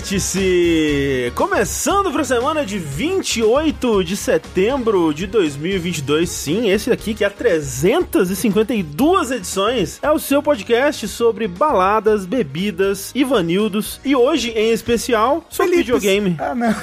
Vértice! Começando para a semana de 28 de setembro de 2022. Sim, esse aqui que é há 352 edições é o seu podcast sobre baladas, bebidas, ivanildos e hoje em especial sobre Felipes. videogame. Ah, não.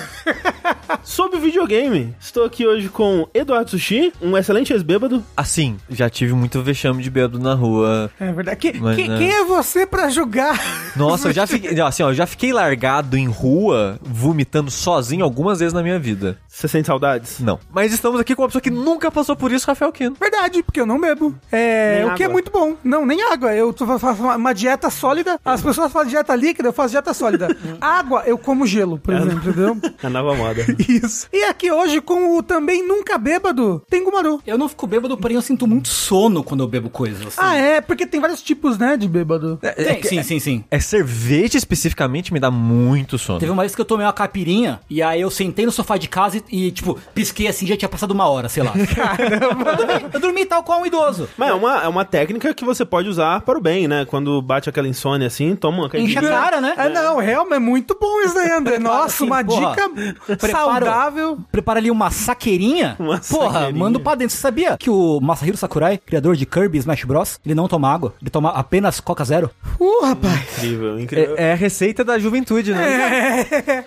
Sobre videogame. Estou aqui hoje com Eduardo Sushi, um excelente ex-bêbado. Assim, já tive muito vexame de bêbado na rua. É verdade. Que- Mas, que- né? Quem é você pra julgar? Nossa, eu já fiquei, assim, ó, eu já fiquei largado em rua, vomitando sozinho algumas vezes na minha vida. Você sente saudades? Não. Mas estamos aqui com uma pessoa que nunca passou por isso, Rafael Kino. Verdade, porque eu não bebo. É, Nem o que é água. muito bom. Não, nem água. Eu tô- faço uma- uma dieta sólida. As pessoas fazem dieta líquida, eu faço dieta sólida. água, eu como gelo, por exemplo, entendeu? É A nova moda. Isso. E aqui hoje com o também nunca bêbado, tem Gumaru. Eu não fico bêbado, porém eu sinto muito sono quando eu bebo coisas. assim. Ah, é, porque tem vários tipos, né, de bêbado. é Tem, sim, sim, sim. É cerveja especificamente me dá muito sono. Teve uma vez que eu tomei uma caipirinha e aí eu sentei no sofá de casa e, e, tipo, pisquei assim, já tinha passado uma hora, sei lá. Caramba. Eu dormi, eu dormi tal qual um idoso. Mas é uma, é uma técnica que você pode usar para o bem, né? Quando bate aquela insônia assim, toma uma Enche a caipirinha. cara, né? Ah, não, realmente é muito bom isso aí, André. Nossa, assim, uma porra. dica Prepara- saudável. Prepara ali uma saqueirinha. Uma Porra, saqueirinha. manda pra dentro. Você sabia que o Masahiro Sakurai, criador de Kirby e Smash Bros, ele não toma água, ele toma apenas Coca Zero. Uh, rapaz. Incrível, incrível. É, é a receita da juventude, né?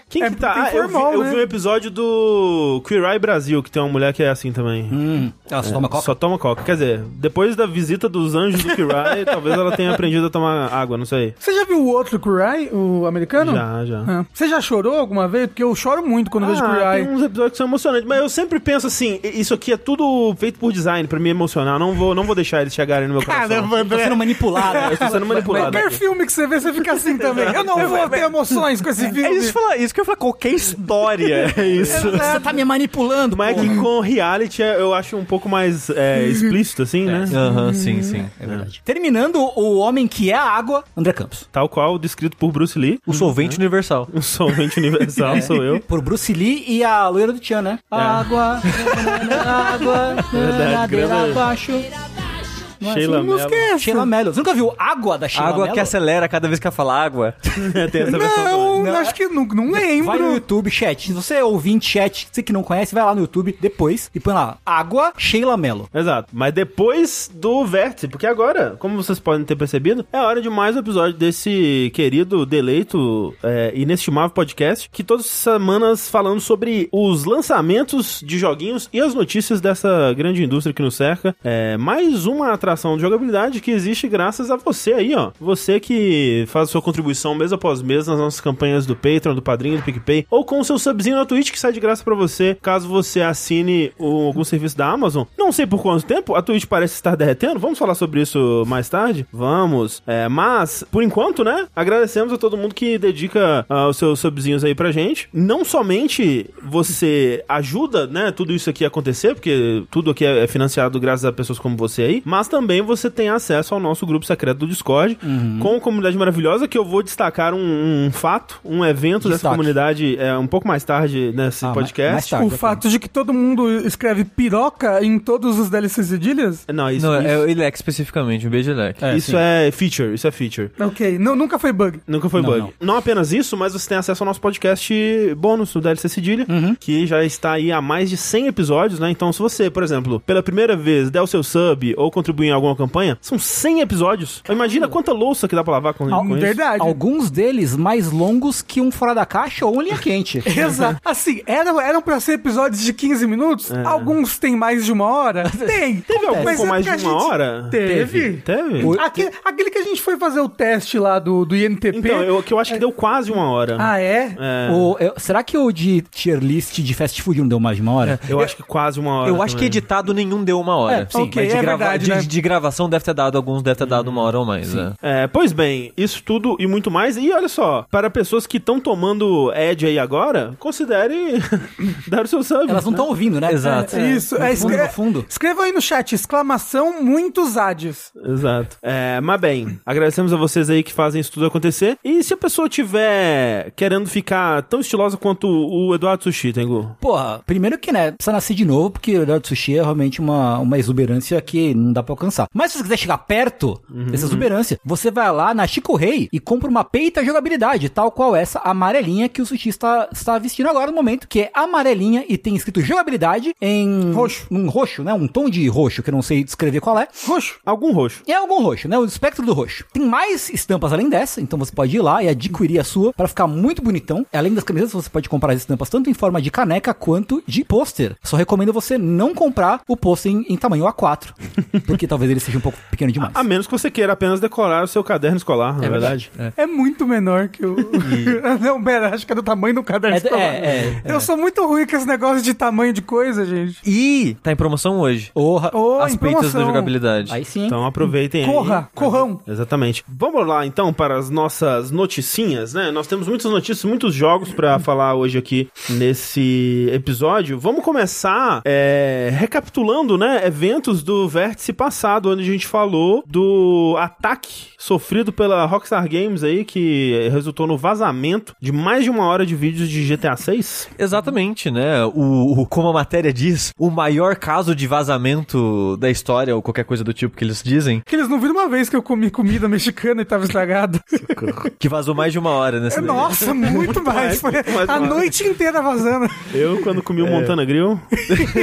Quem que é, tá? tem Ah, eu, vi, formal, eu né? vi um episódio do Queer Eye Brasil, que tem uma mulher que é assim também. Hum, ela só toma Coca. É, Só toma coca. Quer dizer, depois da visita dos anjos do Queer Eye, talvez ela tenha aprendido a tomar água, não sei. Você já viu o outro Kurai, o americano? Já, já. Ah, Você já chorou alguma vez? Porque eu choro muito quando vejo Ah, Kurai. tem uns episódios que são emocionantes, mas eu sempre penso assim, isso aqui é tudo feito por design pra me emocionar, não vou, não vou deixar eles chegarem no meu coração. Tô sendo manipulado. Eu estou sendo manipulado. Qualquer filme que você vê, você fica assim também. Eu não vou ter emoções com esse filme. É isso, que eu falo- isso que eu falo, qualquer história é isso. Você tá me manipulando, Mas é que com reality é- eu acho um pouco mais é, explícito, assim, né? Aham, sim, sim. É verdade. Terminando o homem que é a água, André Campos. Tal qual descrito por Bruce Lee, O solvente universal. o solvente universal sou eu. Por Bruce Lee e a loira do Tchan, né? Água, água, É. Verdade, ladeira grande. abaixo. Não é Sheila assim? Que música Mello. é essa? Sheila Mello. Você nunca viu Água da Sheila água Mello? é que acelera cada vez que ela fala água. Tem essa versão também. Não, acho que não, não Vai no lembro. YouTube, chat. Se você é ouvinte, chat, você que não conhece, vai lá no YouTube depois e põe lá Água Sheila Mello. Exato. Mas depois do vértice, porque agora, como vocês podem ter percebido, é hora de mais um episódio desse querido, deleito, é, inestimável podcast, que todas as semanas falando sobre os lançamentos de joguinhos e as notícias dessa grande indústria que nos cerca. É mais uma atração de jogabilidade que existe graças a você aí, ó. Você que faz a sua contribuição mês após mês nas nossas campanhas do Patreon, do Padrinho, do PicPay, ou com o seu subzinho na Twitch que sai de graça pra você, caso você assine o- algum serviço da Amazon. Não sei por quanto tempo, a Twitch parece estar derretendo, vamos falar sobre isso mais tarde? Vamos. É, mas, por enquanto, né, agradecemos a todo mundo que dedica ah, os seus subzinhos aí pra gente. Não somente você ajuda, né, tudo isso aqui a acontecer, porque tudo aqui é é financiado graças a pessoas como você aí, mas também você tem acesso ao nosso grupo secreto do Discord, Uhum. com a comunidade maravilhosa, que eu vou destacar um, um fato, um evento dessa Destaque. comunidade é, um pouco mais tarde nesse Ah, ma- podcast. mais tarde. O fato de que todo mundo escreve piroca em todos os DLCs e dilhas? Não, isso, Não, isso, é o Ilek especificamente, um beijo Ilek. isso é feature, isso é feature. Ok, não, nunca foi bug. Nunca foi Não, bug. Não. não. apenas isso, mas você tem acesso ao nosso podcast bônus do DLC Cedilha, que já está aí há mais de 100 episódios, né? Então, se você, por exemplo, pela primeira vez der o seu sub ou contribuir em alguma campanha, são 100 episódios. Então, Imagina quanta louça que dá pra lavar com, Ah, com isso. Verdade. Alguns deles mais longos que um fora da caixa ou um linha quente. Exato. Assim, eram, eram pra ser episódios de 15 minutos? Alguns têm mais de uma hora? Tem. É. Teve algum Mas com é mais de porque uma a gente- hora? Teve. Teve? O- Aquele, aquele que a gente foi fazer o teste lá do, do INTP. Então, eu, que eu acho que deu quase uma hora. Ah, é? É, O- eu- será que o de tier list de fast food não deu mais de uma É. hora? eu acho que quase uma hora. Eu acho que também. editado nenhum deu uma hora. É, sim. Ok, Mas de, é grava- verdade, de- né? de gravação deve ter dado, alguns deve ter dado uma hora ou mais. né? É, pois bem, isso tudo e muito mais. E olha só, para pessoas que estão tomando Edge aí agora, considere dar o seu sub. Elas não estão ouvindo, né? Exato. Isso, é, No fundo, escre- no fundo. Escreva aí no chat, exclamação, muitos ades. Exato. É, mas bem, agradecemos a vocês aí que fazem isso tudo acontecer. E se a pessoa tiver querendo ficar tão estilosa quanto o Eduardo Sushi, Tengu? Porra, primeiro que, né, precisa nascer de novo, porque o Eduardo Sushi é realmente uma, uma exuberância que não dá pra alcançar. Mas se você quiser chegar perto dessa exuberância, você vai lá na Chico Rei e compra uma peita jogabilidade, tal qual igual essa amarelinha que o Sushi está, está vestindo agora no momento, que é amarelinha e tem escrito jogabilidade em... Roxo. Um roxo, né? Um tom de roxo, que eu não sei descrever qual é. Roxo. Algum roxo. É algum roxo, né? O espectro do roxo. Tem mais estampas além dessa, então você pode ir lá e adquirir a sua para ficar muito bonitão. Além das camisetas, você pode comprar as estampas tanto em forma de caneca quanto de pôster. Só recomendo você não comprar o pôster em, em tamanho A4, porque talvez ele seja um pouco pequeno demais. A menos que você queira apenas decorar o seu caderno escolar, na Ah, é verdade. É muito menor que o. Não, pera, acho que é do tamanho do caderno. É, escolar. é, é, Eu sou muito ruim com esse negócio de tamanho de coisa, gente. E tá em promoção hoje. Porra. Ô, As em peitas da promoção. jogabilidade. Aí sim. Então aproveitem aí. Corra, corrão. Exatamente. Vamos lá então para as nossas noticinhas, né? Nós temos muitas notícias, muitos jogos pra falar hoje aqui nesse episódio. Vamos começar é, recapitulando, né? Eventos do vértice passado, onde a gente falou do ataque sofrido pela Rockstar Games aí, que resultou no vazamento de mais de uma hora de vídeos de GTA 6. Exatamente, né? O, o- como a matéria diz, o maior caso de vazamento da história ou qualquer coisa do tipo que eles dizem, Que eles não viram uma vez que eu comi comida mexicana e tava estragado. que vazou mais de uma hora É nessa. daí. Nossa, muito mais. Foi muito mais, a mais. noite inteira vazando. Eu, quando comi o Montana Grill,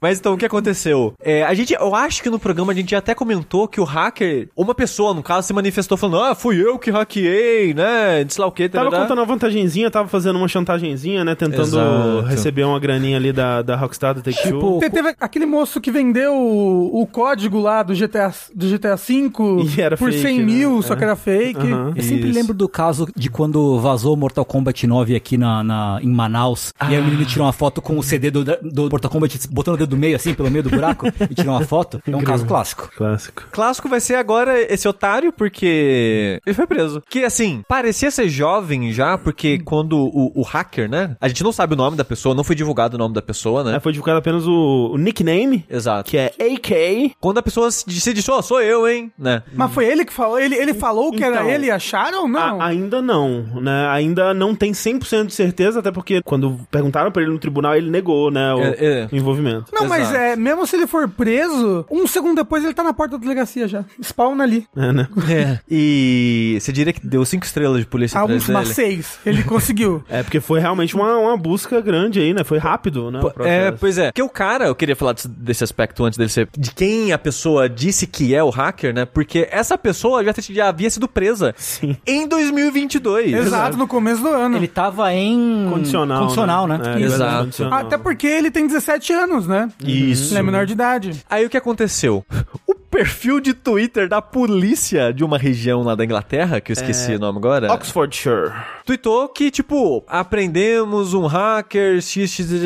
Mas então o que aconteceu? É, a gente, eu acho que no programa a gente até comentou que o hacker, uma pessoa no caso, se manifestou falando: Ah, fui eu que hackeei, né? Diz lá o que, Tava contando uma vantagenzinha, tava fazendo uma chantagenzinha, né? Tentando Exato. receber uma graninha ali da, da Rockstar do Take Two. Tipo, Te- Teve aquele moço que vendeu o, o código lá do GTA, do GTA V E era por fake, 100 né? mil, só É. que era fake. Aham. Eu sempre Isso. lembro do caso de quando vazou Mortal Kombat 9 aqui na, na- em Manaus. E aí Ah. o menino tirou uma foto com o CD do, do Mortal Kombat, botando o dedo no meio, assim, pelo meio do buraco, e tirou uma foto. É um caso clássico. Clássico. Clássico vai ser agora esse otário, porque ele foi preso. Que assim, parecia ser jovem já, porque quando o, o hacker, né? A gente não sabe o nome da pessoa, não foi divulgado o nome da pessoa, Aí né? É, foi divulgado apenas o, o nickname, Exato. que é AK. Quando a pessoa se disse, disse, ó, sou eu, hein? Né? Mas foi ele que falou? Ele, ele falou que era Então, ele e acharam? Não. A- ainda não, né? Ainda não tem 100% de certeza, até porque quando perguntaram pra ele no tribunal, ele negou, né? O, É, é. o envolvimento. não, mas Exato. é, mesmo se ele for preso, um segundo depois ele tá na porta da delegacia já. Spawn ali. É, né? E você diria que deu cinco estrelas de polícia Há atrás uns umas dele? seis. Ele conseguiu. É, porque foi realmente uma, uma busca grande aí, né? Foi rápido, né? o É, processo. pois é. Porque o cara, eu queria falar desse, desse aspecto antes dele ser. De quem a pessoa disse que é o hacker, né? Porque essa pessoa já, t- já havia sido presa Sim. em 2022. Exato, no começo do ano. Ele tava em. Condicional. Condicional, né? É, Exato. verdade, condicional. Até porque ele tem 17 anos, né? Isso. Ele é menor de idade. Aí o que aconteceu? O perfil de Twitter da polícia de uma região lá da Inglaterra, que eu esqueci É. o nome agora, Oxfordshire. tweetou que, tipo, aprendemos um hacker, x, x, x, x,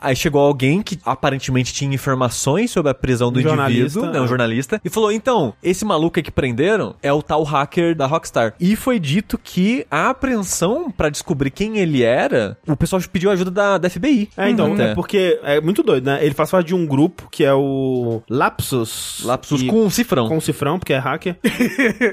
Aí chegou alguém que aparentemente tinha informações sobre a prisão do Um jornalista, indivíduo, né, um é. jornalista, e falou, então, esse maluco aí que prenderam é o tal hacker da Rockstar. E foi dito que a apreensão pra descobrir quem ele era, o pessoal pediu ajuda da, da FBI. É, então, Até. é porque é muito doido, né? Ele faz parte de um grupo que é o Lapsus. Lapsus E- com um cifrão. Com cifrão, porque é hacker.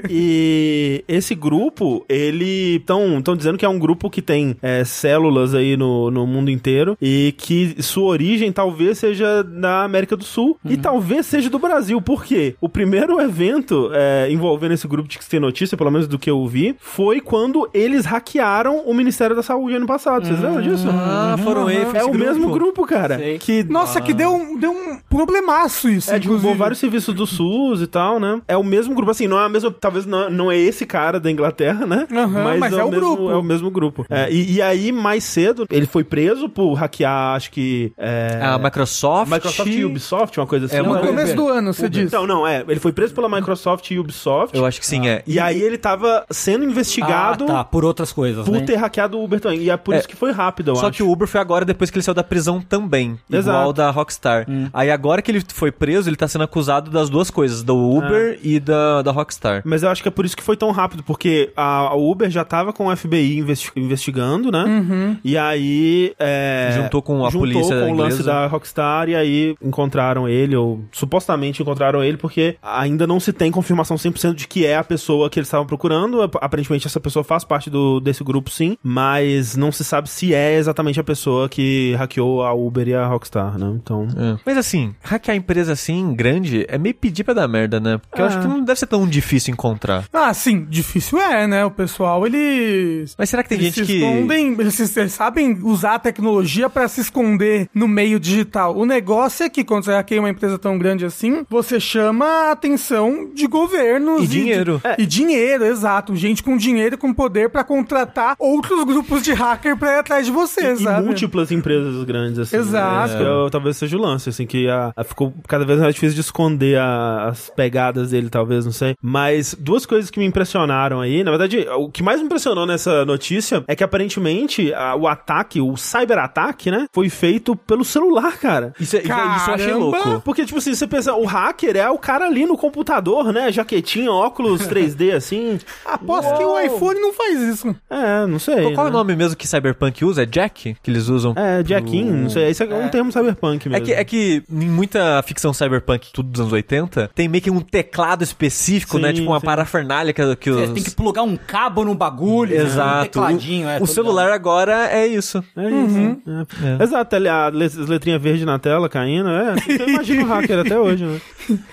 e esse grupo, ele. Estão tão dizendo que é um grupo que tem é, células aí no, no mundo inteiro e que sua origem talvez seja da América do Sul e talvez seja do Brasil. Por quê? O primeiro evento é, envolvendo esse grupo de que tem notícia, pelo menos do que eu vi, foi quando eles hackearam o Ministério da Saúde ano passado. Vocês lembram disso? Ah, foram aí, foi É esse o mesmo grupo, cara. Sei. Que Nossa, que deu um, deu um problemaço isso. é, derrubou inclusive. vários serviços do SUS e tal, né? É o mesmo grupo, assim, não é a mesma. Talvez não, não é esse cara da Inglaterra, né? Aham, mas é o mesmo, grupo. É o mesmo grupo. É, e, e aí, mais cedo, ele foi preso por hackear, acho que. É, A Microsoft. Microsoft e Ubisoft, uma coisa assim. É uma né? No coisa- começo do ano, você diz. Então, não, é. Ele foi preso pela Microsoft e Ubisoft. Eu acho que sim, é. E aí ele tava sendo investigado Ah, tá, por outras coisas. por né? ter hackeado o Uber também. E é por É. isso que foi rápido, eu Só acho. que o Uber foi agora depois que ele saiu da prisão também. Igual Exato. Hum. da Rockstar. Aí agora que ele foi preso, ele tá sendo acusado das duas coisas, do Uber É. e da, da Rockstar. Mas eu acho que é por isso que foi tão rápido, porque a, a Uber já tava com o FBI investi- investigando, né? E aí. é, Uhum. Juntou com a juntou polícia com o lance inglesa. da Rockstar e aí encontraram ele, ou supostamente encontraram ele, porque ainda não se tem confirmação 100% de que é a pessoa que eles estavam procurando. Ap- Aparentemente essa pessoa faz parte do, desse grupo, sim, mas não se sabe se é exatamente a pessoa que hackeou a Uber e a Rockstar, né? Então. É. Mas assim, hackear empresa assim, grande, é meio pedir Serendip é da merda, né? Porque eu É. acho que não deve ser tão difícil encontrar. Ah, sim, difícil é, né? O pessoal, eles. Mas será que tem eles gente se que- escondem, eles, se- eles sabem usar a tecnologia pra se esconder no meio digital. O negócio é que quando você hackeia uma empresa tão grande assim, você chama a atenção de governos E dinheiro. de- É. e dinheiro, exato. Gente com dinheiro e com poder pra contratar outros grupos de hacker pra ir atrás de você, E sabe? múltiplas empresas grandes, assim. né? Exato. Isso que eu- talvez seja o lance, assim, que a, a ficou cada vez mais difícil de esconder a- as pegadas dele, talvez, não sei. Mas duas coisas que me impressionaram aí, na verdade, o que mais me impressionou nessa notícia é que aparentemente a- o ataque, o cyber-ataque, né, foi feito pelo celular, cara. Isso, é- isso é- isso eu achei Caramba! louco. Porque, tipo assim, você pensa, o hacker é o cara ali no computador, né? Jaquetinha, óculos 3D, assim. Aposto que o iPhone não faz isso. É, não sei. Qual, qual é o né? nome mesmo que Cyberpunk usa? É Jack? Que eles usam? É, Jackin, pro- não sei. Isso é, um termo cyberpunk É mesmo. que, é que em muita ficção cyberpunk, tudo dos anos 80, tem meio que um teclado específico, Sim, né? Tipo uma sim. parafernália que, que os... Você tem que plugar um cabo num bagulho, né? um Exato. tecladinho, é, o tô celular ligado. agora é isso. É isso. né? É. Exato, ali a le- as letrinhas verdes na tela caindo. É, eu imagino o hacker até hoje, né?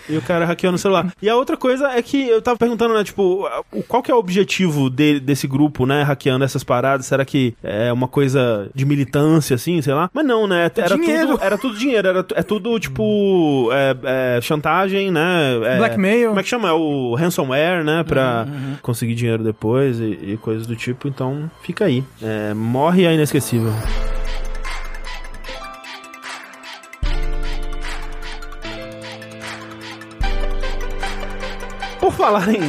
E o cara hackeou no celular. E a outra coisa é que eu tava perguntando, né? Tipo, a- o- qual que é o objetivo de- desse grupo, né? Hackeando essas paradas? Será que é uma coisa de militância, assim, sei lá? Mas não, né? Era, Dinheiro. Tudo, era tudo dinheiro. Era, tu- é tudo, tipo, é- é chantagem, né? É- Blackmail. Como é que chama? É o ransomware, né? Pra conseguir dinheiro depois e, e coisas do tipo. Então, fica aí. É, morre a inesquecível. Por falar em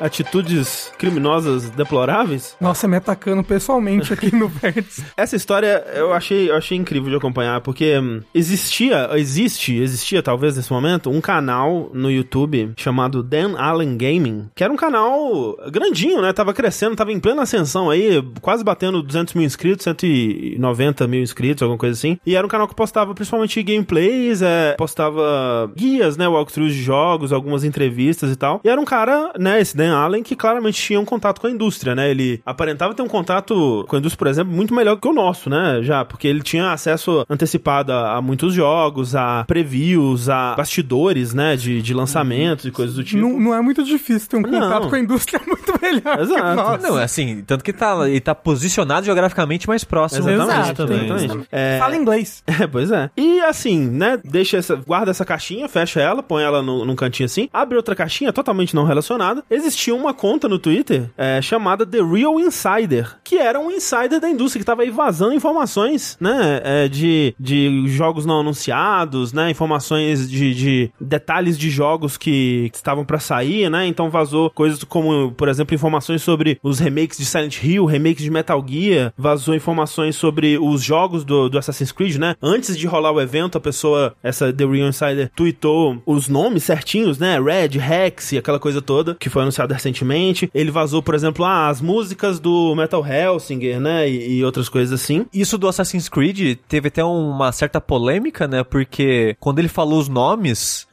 atitudes criminosas deploráveis, Nossa, me atacando pessoalmente aqui no Vértice. essa história eu achei, eu achei incrível de acompanhar, porque hum, existia, existe, existia talvez nesse momento, um canal no YouTube chamado Dan Allen Gaming, que era um canal grandinho, né? Tava crescendo, tava em plena ascensão aí, quase batendo 200 mil inscritos, 190 mil inscritos, alguma coisa assim. E era um canal que postava principalmente gameplays, é, postava guias, né? Walkthroughs de jogos, algumas entrevistas e tal. E era um cara, né? Esse Dan Allen, que claramente tinha um contato com a indústria, né? Ele aparentava ter um contato com a indústria, por exemplo, muito melhor que o nosso, né? Já, porque ele tinha acesso antecipado a, a muitos jogos, a previews, a bastidores, né? De, de lançamentos e coisas do tipo. Não, não é muito difícil ter um contato Não. com a indústria muito melhor. que o Exato. nosso. Não, é assim, tanto que tá, ele tá posicionado geograficamente mais próximo. Exatamente, Exato, também. exatamente. exatamente. É, Fala inglês. É, pois é. E assim, né? Deixa essa. Guarda essa caixinha, fecha ela, põe ela no, num cantinho assim, abre outra caixinha totalmente não relacionada. Existia uma conta no Twitter é, chamada The Real Insider, que era um insider da indústria que tava aí vazando informações, né? é, de, de jogos não anunciados, né? Informações de, de detalhes de jogos que estavam pra sair, né? Então vazou coisas como, por exemplo, informações sobre os remakes de Silent Hill, remakes de Metal Gear, vazou informações sobre os jogos do, do Assassin's Creed, né? Antes de rolar o evento, a pessoa, essa The Real Insider, tweetou os nomes certinhos, né? Red, Rex e aquela coisa toda, que foi anunciado recentemente. Ele vazou, por exemplo, ah, as músicas do Metal Hellsinger, né? E, e outras coisas assim. Isso do Assassin's Creed teve até uma certa polêmica, né? Porque quando ele falou os nomes,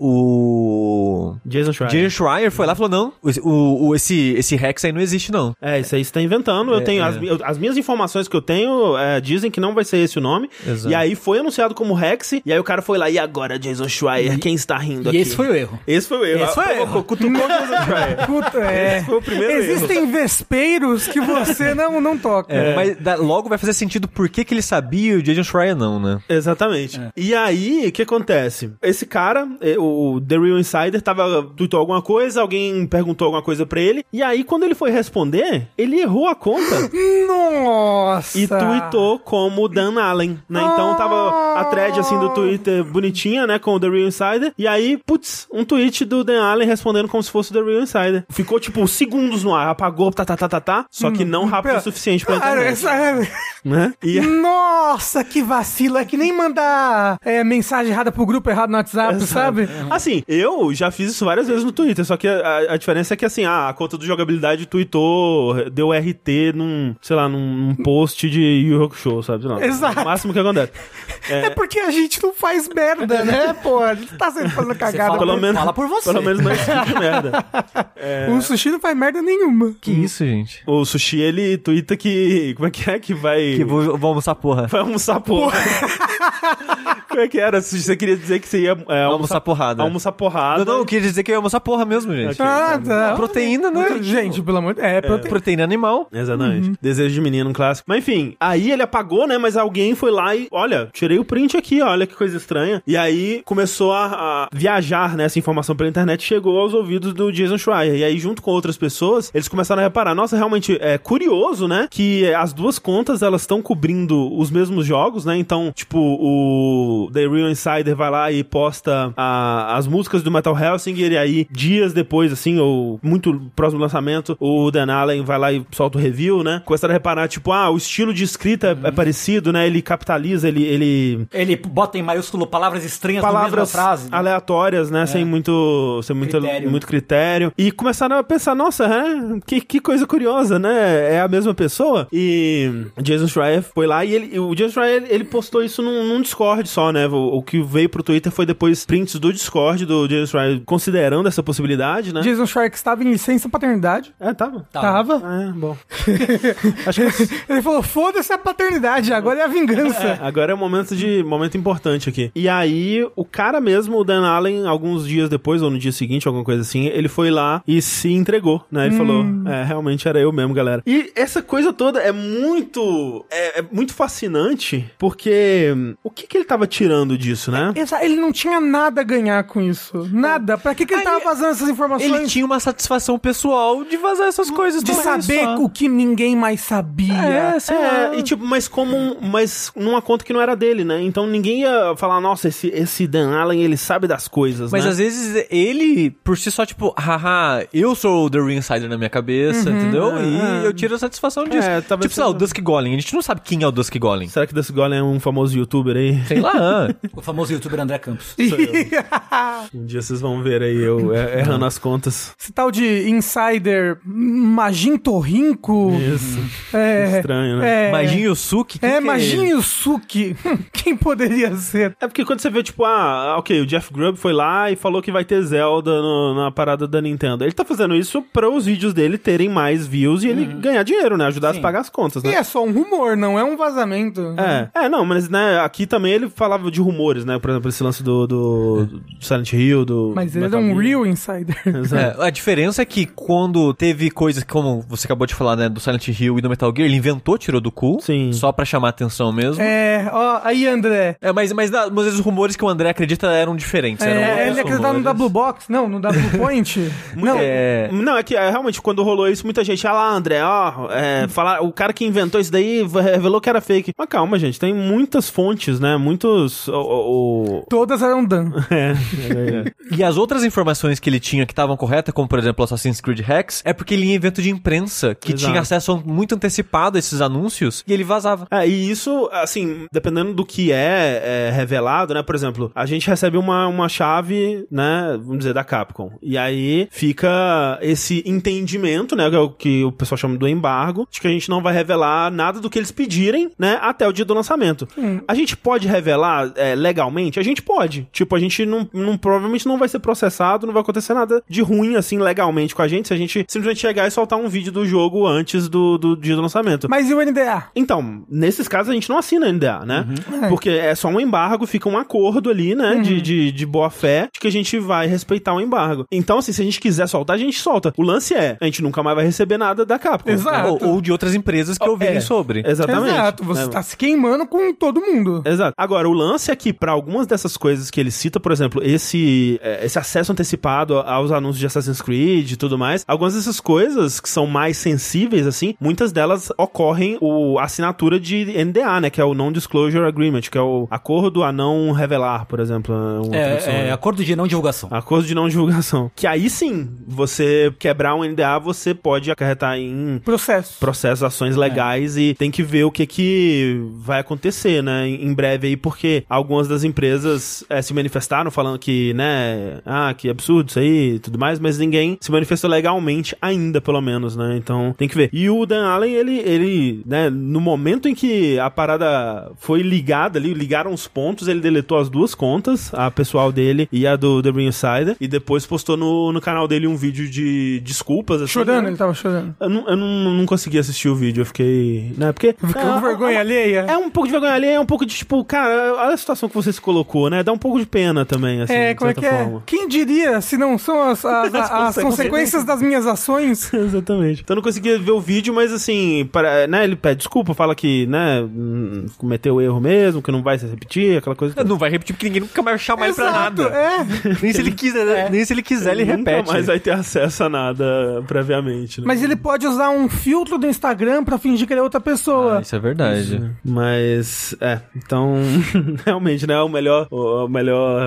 o. Jason Schreier. Jason Schreier foi lá e falou: não, o, o- esse, esse Rex aí não existe, não. É, isso aí você tá inventando. eu é. tenho as, mi- eu- as minhas informações que eu tenho é, dizem que não vai ser esse o nome. Exato. E aí foi anunciado como Rex, e aí o cara foi lá, e agora, Jason Schreier, quem está rindo E aqui? esse foi o erro. Esse foi o erro. Esse foi o Provocou, erro. Cutucou o Jason Schreier. Puta, é. Esse foi o primeiro Existem vespeiros que você não, não toca. É, Mas dá- logo vai fazer sentido por que, que ele sabia e o Jason Schreier não, né? Exatamente. É. E aí, o que acontece? Esse cara, eh, o The Real Insider, tava, tweetou alguma coisa, alguém perguntou alguma coisa pra ele, e aí quando ele foi responder, ele errou a conta Nossa! e tweetou como Dan Allen, né? Então tava a thread, assim, Oh. do Twitter bonitinha, né, com o The Real Insider, e aí, putz, um tweet do Dan Allen respondendo como se fosse o The Real Insider. Ficou, tipo, segundos no ar, apagou, tá, tá, tá, tá, tá, só que Hum. não rápido o suficiente pra Cara, internet, essa é- né? E Nossa, que vacila! É que nem mandar é, mensagem errada pro grupo errado no WhatsApp, sabe? Assim, eu já fiz isso várias vezes no Twitter, só que a, a diferença é que, assim, ah, a conta do jogabilidade tweetou, deu RT num, sei lá, num, num post de Yu Rock Show, sabe? Sei lá, Exato. O máximo que acontece. É. porque a gente não faz merda, né, pô? A gente tá sempre fazendo Você cagada. fala- Pelo por- menos, fala por você. Pelo menos não é esse tipo de merda. O sushi não faz merda nenhuma. Que isso, gente? O Sushi, ele twitta que... Como é que é que vai... Que vou, vou almoçar porra. Vai almoçar porra. como é que era? Sushi, você queria dizer que você ia é, Almoçar porrada. almoçar porrada. Não, não, eu queria dizer que eu ia almoçar porra mesmo, gente. Ah, tá. Proteína, né? Gente, pelo amor de Deus. É, proteína. Proteína animal. Uhum. Exatamente. Desejo de menino, um clássico. Mas enfim, aí ele apagou, né? Mas alguém foi lá e, olha, tirei o print aqui, olha que coisa estranha. E aí começou a, a viajar, né? Essa informação pela internet chegou aos ouvidos do Jason Schreier. E aí, junto com outras pessoas, eles começaram a reparar. Nossa, realmente é curioso, né? Que é, as duas contas elas estão cobrindo os mesmos jogos, né? Então, tipo, o The Real Insider vai lá e posta a- as músicas do Metal Hellsinger. E aí, dias depois, assim, ou muito próximo do lançamento, o Dan Allen vai lá e solta o review, né? Começaram a reparar, tipo, ah, o estilo de escrita é- é parecido, né? Ele capitaliza, ele. ele... Ele bota em maiúsculo palavras estranhas Palavras na mesma frase. É. aleatórias, né? Sem muito. Sem muito Critério. muito critério. E começaram a pensar, nossa, é, que, que coisa curiosa, né? É a mesma pessoa? E Jason Schreier foi lá e ele, o Jason Schreier, ele postou isso num, num Discord só, né? O, o que veio pro Twitter foi depois prints do Discord do Jason Schreier considerando essa possibilidade, né? Jason Shark estava em licença paternidade. É, tava. Tá. Tava. É, bom. Ele falou: foda-se a paternidade, agora é a vingança. Agora é um momento de momento importante aqui. E aí, o cara mesmo, o Dan Allen, alguns dias depois, ou no dia seguinte, alguma coisa assim, ele foi lá e se entregou, né? Ele falou, Hum. é, realmente era eu mesmo, galera. E essa coisa toda é muito. É, é muito fascinante, porque hum, o que, que ele tava tirando disso, né? É. Exa- Ele não tinha nada a ganhar com isso. Nada. Pra que, que ele tava vazando essas informações? Ele tinha uma satisfação pessoal de vazar essas coisas de pra saber isso, ó. o que ninguém mais sabia. É, sei lá. É, e tipo, mas como um- mas numa conta que não era dele, né? Então ninguém ia falar, nossa, esse, esse Dan Allen, ele sabe das coisas, Mas né? às vezes ele, por si só, tipo, haha, eu sou o The Ring Insider na minha Uhum. cabeça, entendeu? Ah, E eu tiro a satisfação disso. É, talvez tipo, sei lá, o seja- Dusk Golem. A gente não sabe quem é o Dusk Golem. Será que Dusty Golem é um famoso youtuber aí? Sei lá. O famoso youtuber André Campos. Um dia vocês vão ver aí eu er- errando as contas. Esse tal de insider Magin Torrinco. Isso. É. Estranho, né? É, Imagine o Suki. que é que ele? Magin Yusuke. Hum, Quem poderia ser? É porque quando você vê, tipo, ah, ok, o Jeff Grubb foi lá e falou que vai ter Zelda no- na parada da Nintendo. Ele tá fazendo isso pra os vídeos dele terem mais views e ele ganhar dinheiro, né? Ajudar a pagar as contas, E né? é só um rumor, não é um vazamento. É. é, não, mas né, aqui também ele falava de rumores, né? Por exemplo, esse lance do, do, do Silent Hill, do. Mas do ele é Metal um Gear. real insider. Exato. É, a diferença é que quando teve coisas como você acabou de falar, né, do Silent Hill e do Metal Gear, ele inventou, tirou do cu, Sim. só pra chamar atenção mesmo. É. É, ó, aí André. mas, mas, na- mas os rumores que o André acredita eram diferentes. eram outros É, ele acreditava no rumores. W Box, não, no W Point. não, É, Não, é que é, realmente quando rolou isso, muita gente, ah lá, André, ó, é, falar, o cara que inventou isso daí v- revelou que era fake. Mas calma, gente, tem muitas fontes, né? Muitos. O, o- o- todas eram Dan. E as outras informações que ele tinha que estavam corretas, como por exemplo Assassin's Creed Rex, é porque ele ia em evento de imprensa, que Exato. tinha acesso um muito antecipado a esses anúncios, e ele vazava. É, e isso, assim, dependendo do que é, é, revelado, né? Por exemplo, a gente recebe uma, uma chave, né? Vamos dizer, da Capcom. E aí fica esse entendimento, né? Que é o que o pessoal chama do embargo, de que a gente não vai revelar nada do que eles pedirem, né? Até o dia do lançamento. A gente pode revelar é, legalmente? A gente pode. Tipo, a gente não, não- provavelmente não vai ser processado, não vai acontecer nada de ruim, assim, legalmente com a gente, se a gente simplesmente chegar e soltar um vídeo do jogo antes do, do dia do lançamento. Mas e o NDA? Então, nesses casos a gente não assina NDA, né? Uhum. Porque é só um embargo, fica um acordo ali, né? De, de, de boa fé, de que a gente vai respeitar o embargo. Então, assim, se a gente quiser soltar, a gente solta. O lance é, a gente nunca mais vai receber nada da Capcom. Exato. Ou, ou de outras empresas que ouvirem É. sobre. Exatamente. Exato, você É. tá se queimando com todo mundo. Exato. Agora, o lance é que, pra algumas dessas coisas que ele cita, por exemplo, esse, é, esse acesso antecipado aos anúncios de Assassin's Creed e tudo mais, algumas dessas coisas que são mais sensíveis, assim, muitas delas ocorrem o a assinatura de NDA, né? Que é o Non-Disclosure Agreement, que é o acordo a não revelar, por exemplo. é uma tradução, É, é, né? acordo de não divulgação. Acordo de não divulgação. Que aí sim, você quebrar um NDA, você pode acarretar em Processo. processos, ações legais e tem que ver o que que vai acontecer, né, em em breve aí, porque algumas das empresas eh, se manifestaram falando que, né, ah, que absurdo isso aí e tudo mais, mas ninguém se manifestou legalmente ainda, pelo menos, né, então tem que ver. acontecer. E o Dan Allen, ele, ele, né, no momento em que a parada foi ligada ali, ligaram os pontos, ele deletou as duas contas, a pessoal dele e a do The Insider, e depois postou no, no canal dele um vídeo de desculpas. assim, Chorando, né? ele tava chorando. Eu, não, eu não, não consegui assistir o vídeo, eu fiquei. Né, porque. Ficou Ah, com vergonha alheia. É um pouco de vergonha ali, é um pouco de tipo, cara, olha a situação que você se colocou, né? Dá um pouco de pena também, assim, É, de como é certa que é? forma. Quem diria se não são as, as, as, consequências das minhas ações? Exatamente. Então eu não conseguia ver o vídeo, mas assim, para, né, ele pede desculpa, fala que, né, hum, cometeu erro mesmo, que não vai se repetir, aquela coisa. toda. Não vai repetir porque ninguém nunca mais vai chamar Exato, ele pra nada. é. Nem se ele quiser, É. nem se ele quiser, ele Nunca repete. né? mais vai ter acesso a nada previamente, né? Mas ele pode usar um filtro do Instagram pra fingir que ele é outra Ah, pessoa. isso é verdade. Mas, é, então, realmente, né, o melhor, o- a melhor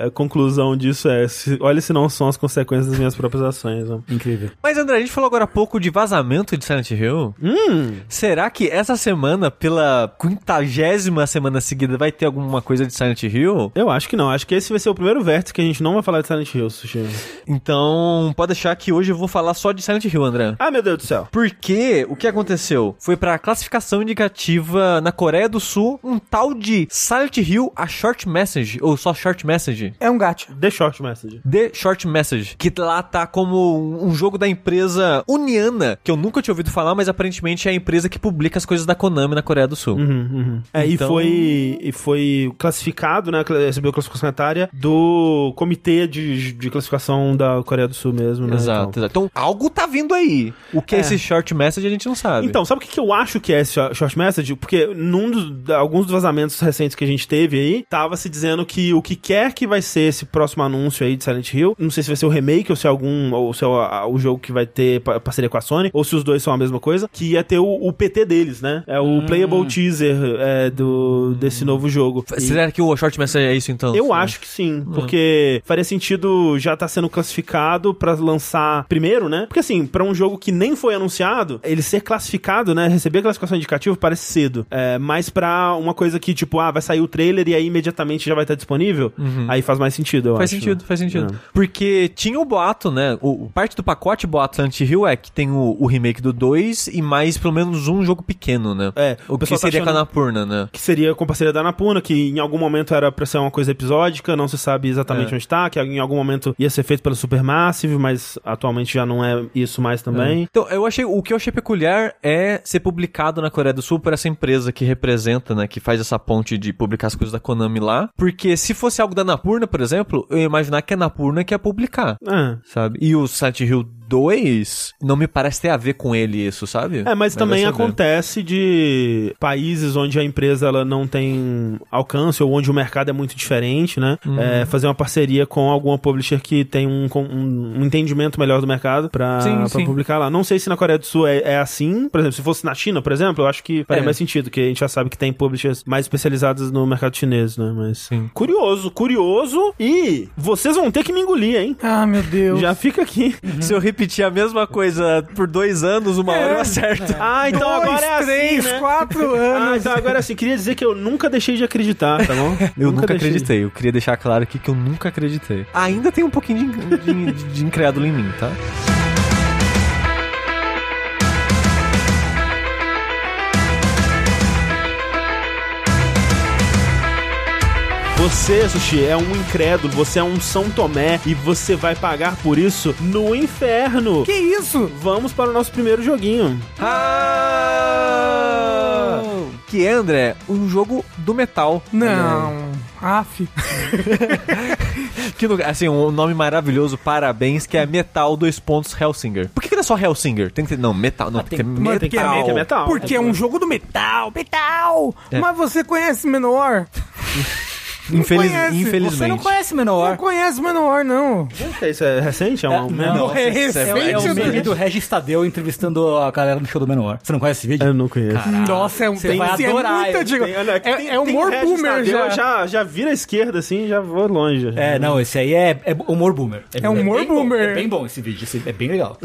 eh, conclusão disso é, se, olha se não são as consequências das minhas próprias ações, né? Incrível. Mas André, a gente falou agora há pouco de vazamento de Silent Hill. Hum, Será que essa semana, pela quintagésima semana seguida, vai ter alguma coisa de Silent Hill? eu acho que não, acho que esse vai ser o primeiro vértice que a gente não vai falar de Silent Hill, Sushi. Então, pode deixar que hoje eu vou falar só de Silent Hill, André. Ah, meu Deus do céu. Porque o que aconteceu? Foi pra classificação indicativa na Coreia do Sul um tal de Silent Hill a Short Message, ou só Short Message. É um gacha. The Short Message. The Short Message, que lá tá como um um jogo da empresa Uniana, que eu nunca tinha ouvido falar, mas aparentemente é a empresa que publica as coisas da Konami na Coreia do Sul. É, Então- e, foi, e foi classificado, né? cla- Recebeu a classificação etária do comitê de, de classificação da Coreia do Sul mesmo, né? Exato, Então. exato. Então, algo tá vindo aí. O que é, esse short message a gente não sabe. Então, sabe o que que eu acho que é esse short- short message? Porque num dos, da- alguns dos vazamentos recentes que a gente teve aí, tava se dizendo que o que quer que vai ser esse próximo anúncio aí de Silent Hill, não sei se vai ser o remake ou se é algum, ou se é o, a- o jogo que vai ter pa- parceria com a Sony, ou se os dois são a mesma coisa, que ia ter o, o PT deles, né? É o Hum. playable teaser é, do, desse novo jogo. E- será que o short message é isso então? Eu acho que sim, porque faria sentido já estar sendo classificado pra lançar primeiro, né? Porque assim, pra um jogo que nem foi anunciado, ele ser classificado, né, receber a classificação indicativa parece cedo. É, mas pra uma coisa que tipo, ah, vai sair o trailer e aí imediatamente já vai estar disponível, aí faz mais sentido, eu Uhum. Faz acho. É. sentido, faz sentido. Porque tinha o boato, né? O, o- parte do pacote boato Silent Hill é que tem o, o remake do 2 e mais pelo menos um jogo pequeno, né? É, o o que pessoal tá seria achando- Canapurna, né? Que seria com parceria da Anapurna, que em algum momento era pra ser uma coisa episódica, não se sabe exatamente É. onde tá, que em algum momento ia ser feito pela Supermassive, mas atualmente já não é isso mais também. Então, eu achei, o que eu achei peculiar é ser publicado na Coreia do Sul por essa empresa que representa, né, que faz essa ponte de publicar as coisas da Konami lá, porque se fosse algo da Anapurna, por exemplo, eu ia imaginar que a Anapurna que ia publicar. Ah. sabe? E o Silent Hill 2 não me parece ter a ver com ele isso, sabe? É, mas também vai saber. acontece de países onde a empresa ela não tem alcance ou onde o mercado é muito diferente, né? Uhum. É, fazer uma parceria com alguma publisher que tem um, com- um- um entendimento melhor do mercado pra, Sim, pra sim. publicar lá. Não sei se na Coreia do Sul é, é assim, por exemplo, se fosse na China, por exemplo, eu acho que faria É. mais sentido, que a gente já sabe que tem publishers mais especializadas no mercado chinês, né? Mas Sim. curioso, curioso e vocês vão ter que me engolir, hein? Ah, meu Deus. Já fica aqui. Se eu repetir a mesma coisa por dois anos, uma hora eu acerto. Ah, então Dois, agora é assim, três, né? quatro Ah, anos. então agora assim, queria dizer que eu nunca deixei de acreditar, tá bom? Eu nunca, deixei. acreditei. Eu queria deixar claro aqui que eu nunca acreditei. Ainda tem um pouquinho de, de, de incrédulo em mim, tá? Você, Sushi, é um incrédulo, você é um São Tomé e você vai pagar por isso no inferno. Que isso? Vamos para o nosso primeiro joguinho. Ah! Que é, André, um jogo do metal. Não. Aff. Que, no- assim, um nome maravilhoso, parabéns, que é Metal dois pontos Hellsinger. Por que, que não é só Hellsinger? Tem que ter. Não, metal. Não, tem, que tem- ter metal. Ah, tem que ter metal. é metal. Porque é um jogo do metal, metal. É. Mas você conhece Menor? Infeliz- conhece, Infelizmente. Você não conhece Não menor. conhece Menor, não. Eita, Isso é recente? É um... Não, é esse é, recente, é o André. meme do Regis Tadeu entrevistando a galera no show do Menor. Você não conhece esse vídeo? Eu não conheço. Nossa, é um Você vai esse é adorar muito esse. antigo. Tem- olha, é, tem- é humor tem Regis boomer Tadeu, já. eu um já. Já vira à esquerda assim já vou longe. já. É, não, esse aí é, é humor boomer. É humor bem bom, boomer. é bem bom esse vídeo, esse- é bem legal.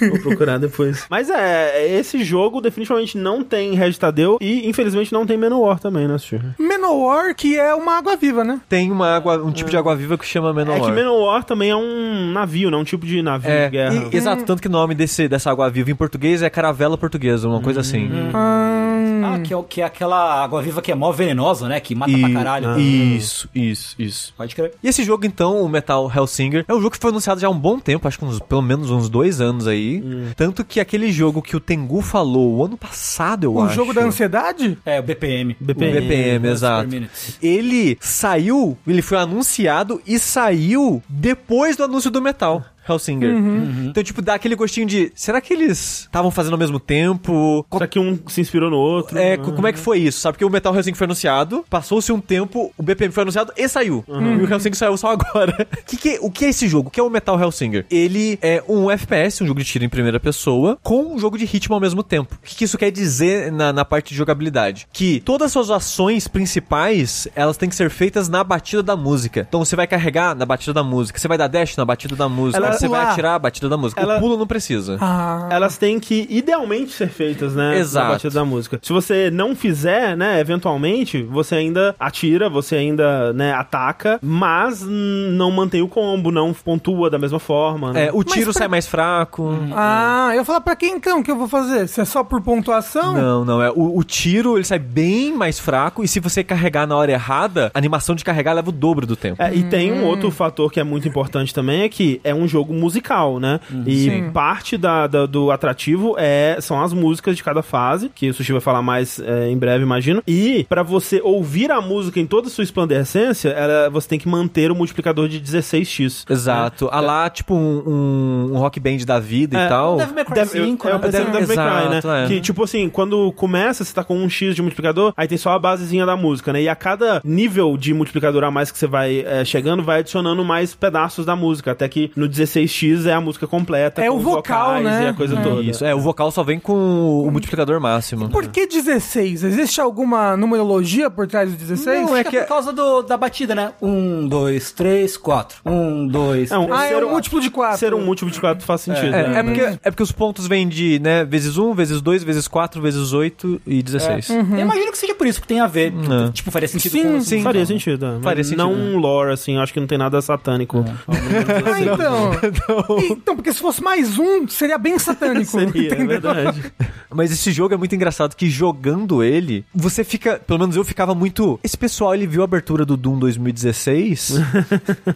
Vou procurar depois. Mas é, esse jogo definitivamente não tem Regis Tadeu e infelizmente não tem Menor também, né, Sushi? Menor, que é uma água viva, né? Tem uma água, um tipo de água viva que chama É que Menor. Manowar também é um navio, né? Um tipo de navio É, de guerra. Um e- exato, tanto que o nome desse, dessa água viva em português é caravela portuguesa, uma coisa assim. Hum. Ahn, Ah, que é, o- que é aquela água-viva que é mó venenosa, né? Que mata pra E- caralho. Isso, isso, isso. Pode crer. E esse jogo, então, o Metal Hellsinger, é um jogo que foi anunciado já há um bom tempo, acho que uns, pelo menos uns dois anos aí. Hum. Tanto que aquele jogo que o Tengu falou o ano passado, eu o acho. Um jogo da ansiedade? É, o BPM. O BPM, BPM, exato. per minute. Ele saiu, ele foi anunciado e saiu depois do anúncio do Metal. Hellsinger. Uhum. Então, tipo, dá aquele gostinho de. Será que eles estavam fazendo ao mesmo tempo? Qual- Só que um se inspirou no outro. É, né? co- como é que foi isso? Sabe que o Metal Hellsing foi anunciado, passou-se um tempo, o BPM foi anunciado e saiu. E o Hellsing saiu só agora. Uhum. Que que- o que é esse jogo? O que é o Metal Hellsinger? Ele é um FPS, um jogo de tiro em primeira pessoa, com um jogo de ritmo ao mesmo tempo. O que, que isso quer dizer na, na parte de jogabilidade? Que todas as suas ações principais, elas têm que ser feitas na batida da música. Então você vai carregar na batida da música, você vai dar dash na batida da música, Ela- você vai pular. atirar na batida da música. Ela- O pulo não precisa. Ah. Elas têm que idealmente ser feitas, né? Exato. Na batida da música. Se você não fizer, né, eventualmente, você ainda atira, você ainda, né, ataca, mas hum, não mantém o combo, não pontua da mesma forma, né? É, o Mas tiro pra- sai mais fraco. Ah, eu ia falar pra quem então que eu vou fazer? Se é só por pontuação? Não, não. É, o, o tiro ele sai bem mais fraco e se você carregar na hora errada, a animação de carregar leva o dobro do tempo. É, e tem um outro fator que é muito importante também, é que é um jogo musical, né? E Sim. parte da, da- do atrativo é, são as músicas de cada fase, que o Sushi vai falar mais é, em breve, imagino. E pra você ouvir a música em toda a sua esplandecência, ela- você tem que manter o multiplicador de 16x. Exato. A lá, tipo, um, um- um rock band da vida e É, tal. Devil May Cry Deve- 5, é, né? o Devil May Cry, Exato, né? é. Que, tipo assim, quando começa, você tá com um X de multiplicador, aí tem só a basezinha da música, né? E a cada nível de multiplicador a mais que você vai é, chegando, vai adicionando mais pedaços da música, até que no 16X é a música completa. É com o os vocal, vocais né? E a coisa É. toda. Isso. É, o vocal só vem com o, o multiplicador máximo. Por que 16? Existe alguma numerologia por trás do 16? Não, é que é por causa do, da batida, né? Um, dois, três, quatro. Um, dois, É um- três. Ah, é Ser um um- múltiplo de 4. Ser um múltiplo de 4 faz sentido, É, né? é porque, é porque os pontos vêm de, né, vezes 1, vezes 2, vezes 4, vezes 8 e 16. É. Hum, Eu imagino que seja por isso que tem a ver. Não. Tipo, faria sentido Sim, com... sim. Faria sentido, é. Mas Faria sentido, É. Não né? um lore, assim, acho que não tem nada satânico. Ah, então. Então, porque se fosse mais um, seria bem satânico. Seria, é entendeu? verdade. Mas esse jogo é muito engraçado que jogando ele, você fica, pelo menos eu ficava muito, esse pessoal ele viu a abertura do Doom 2016,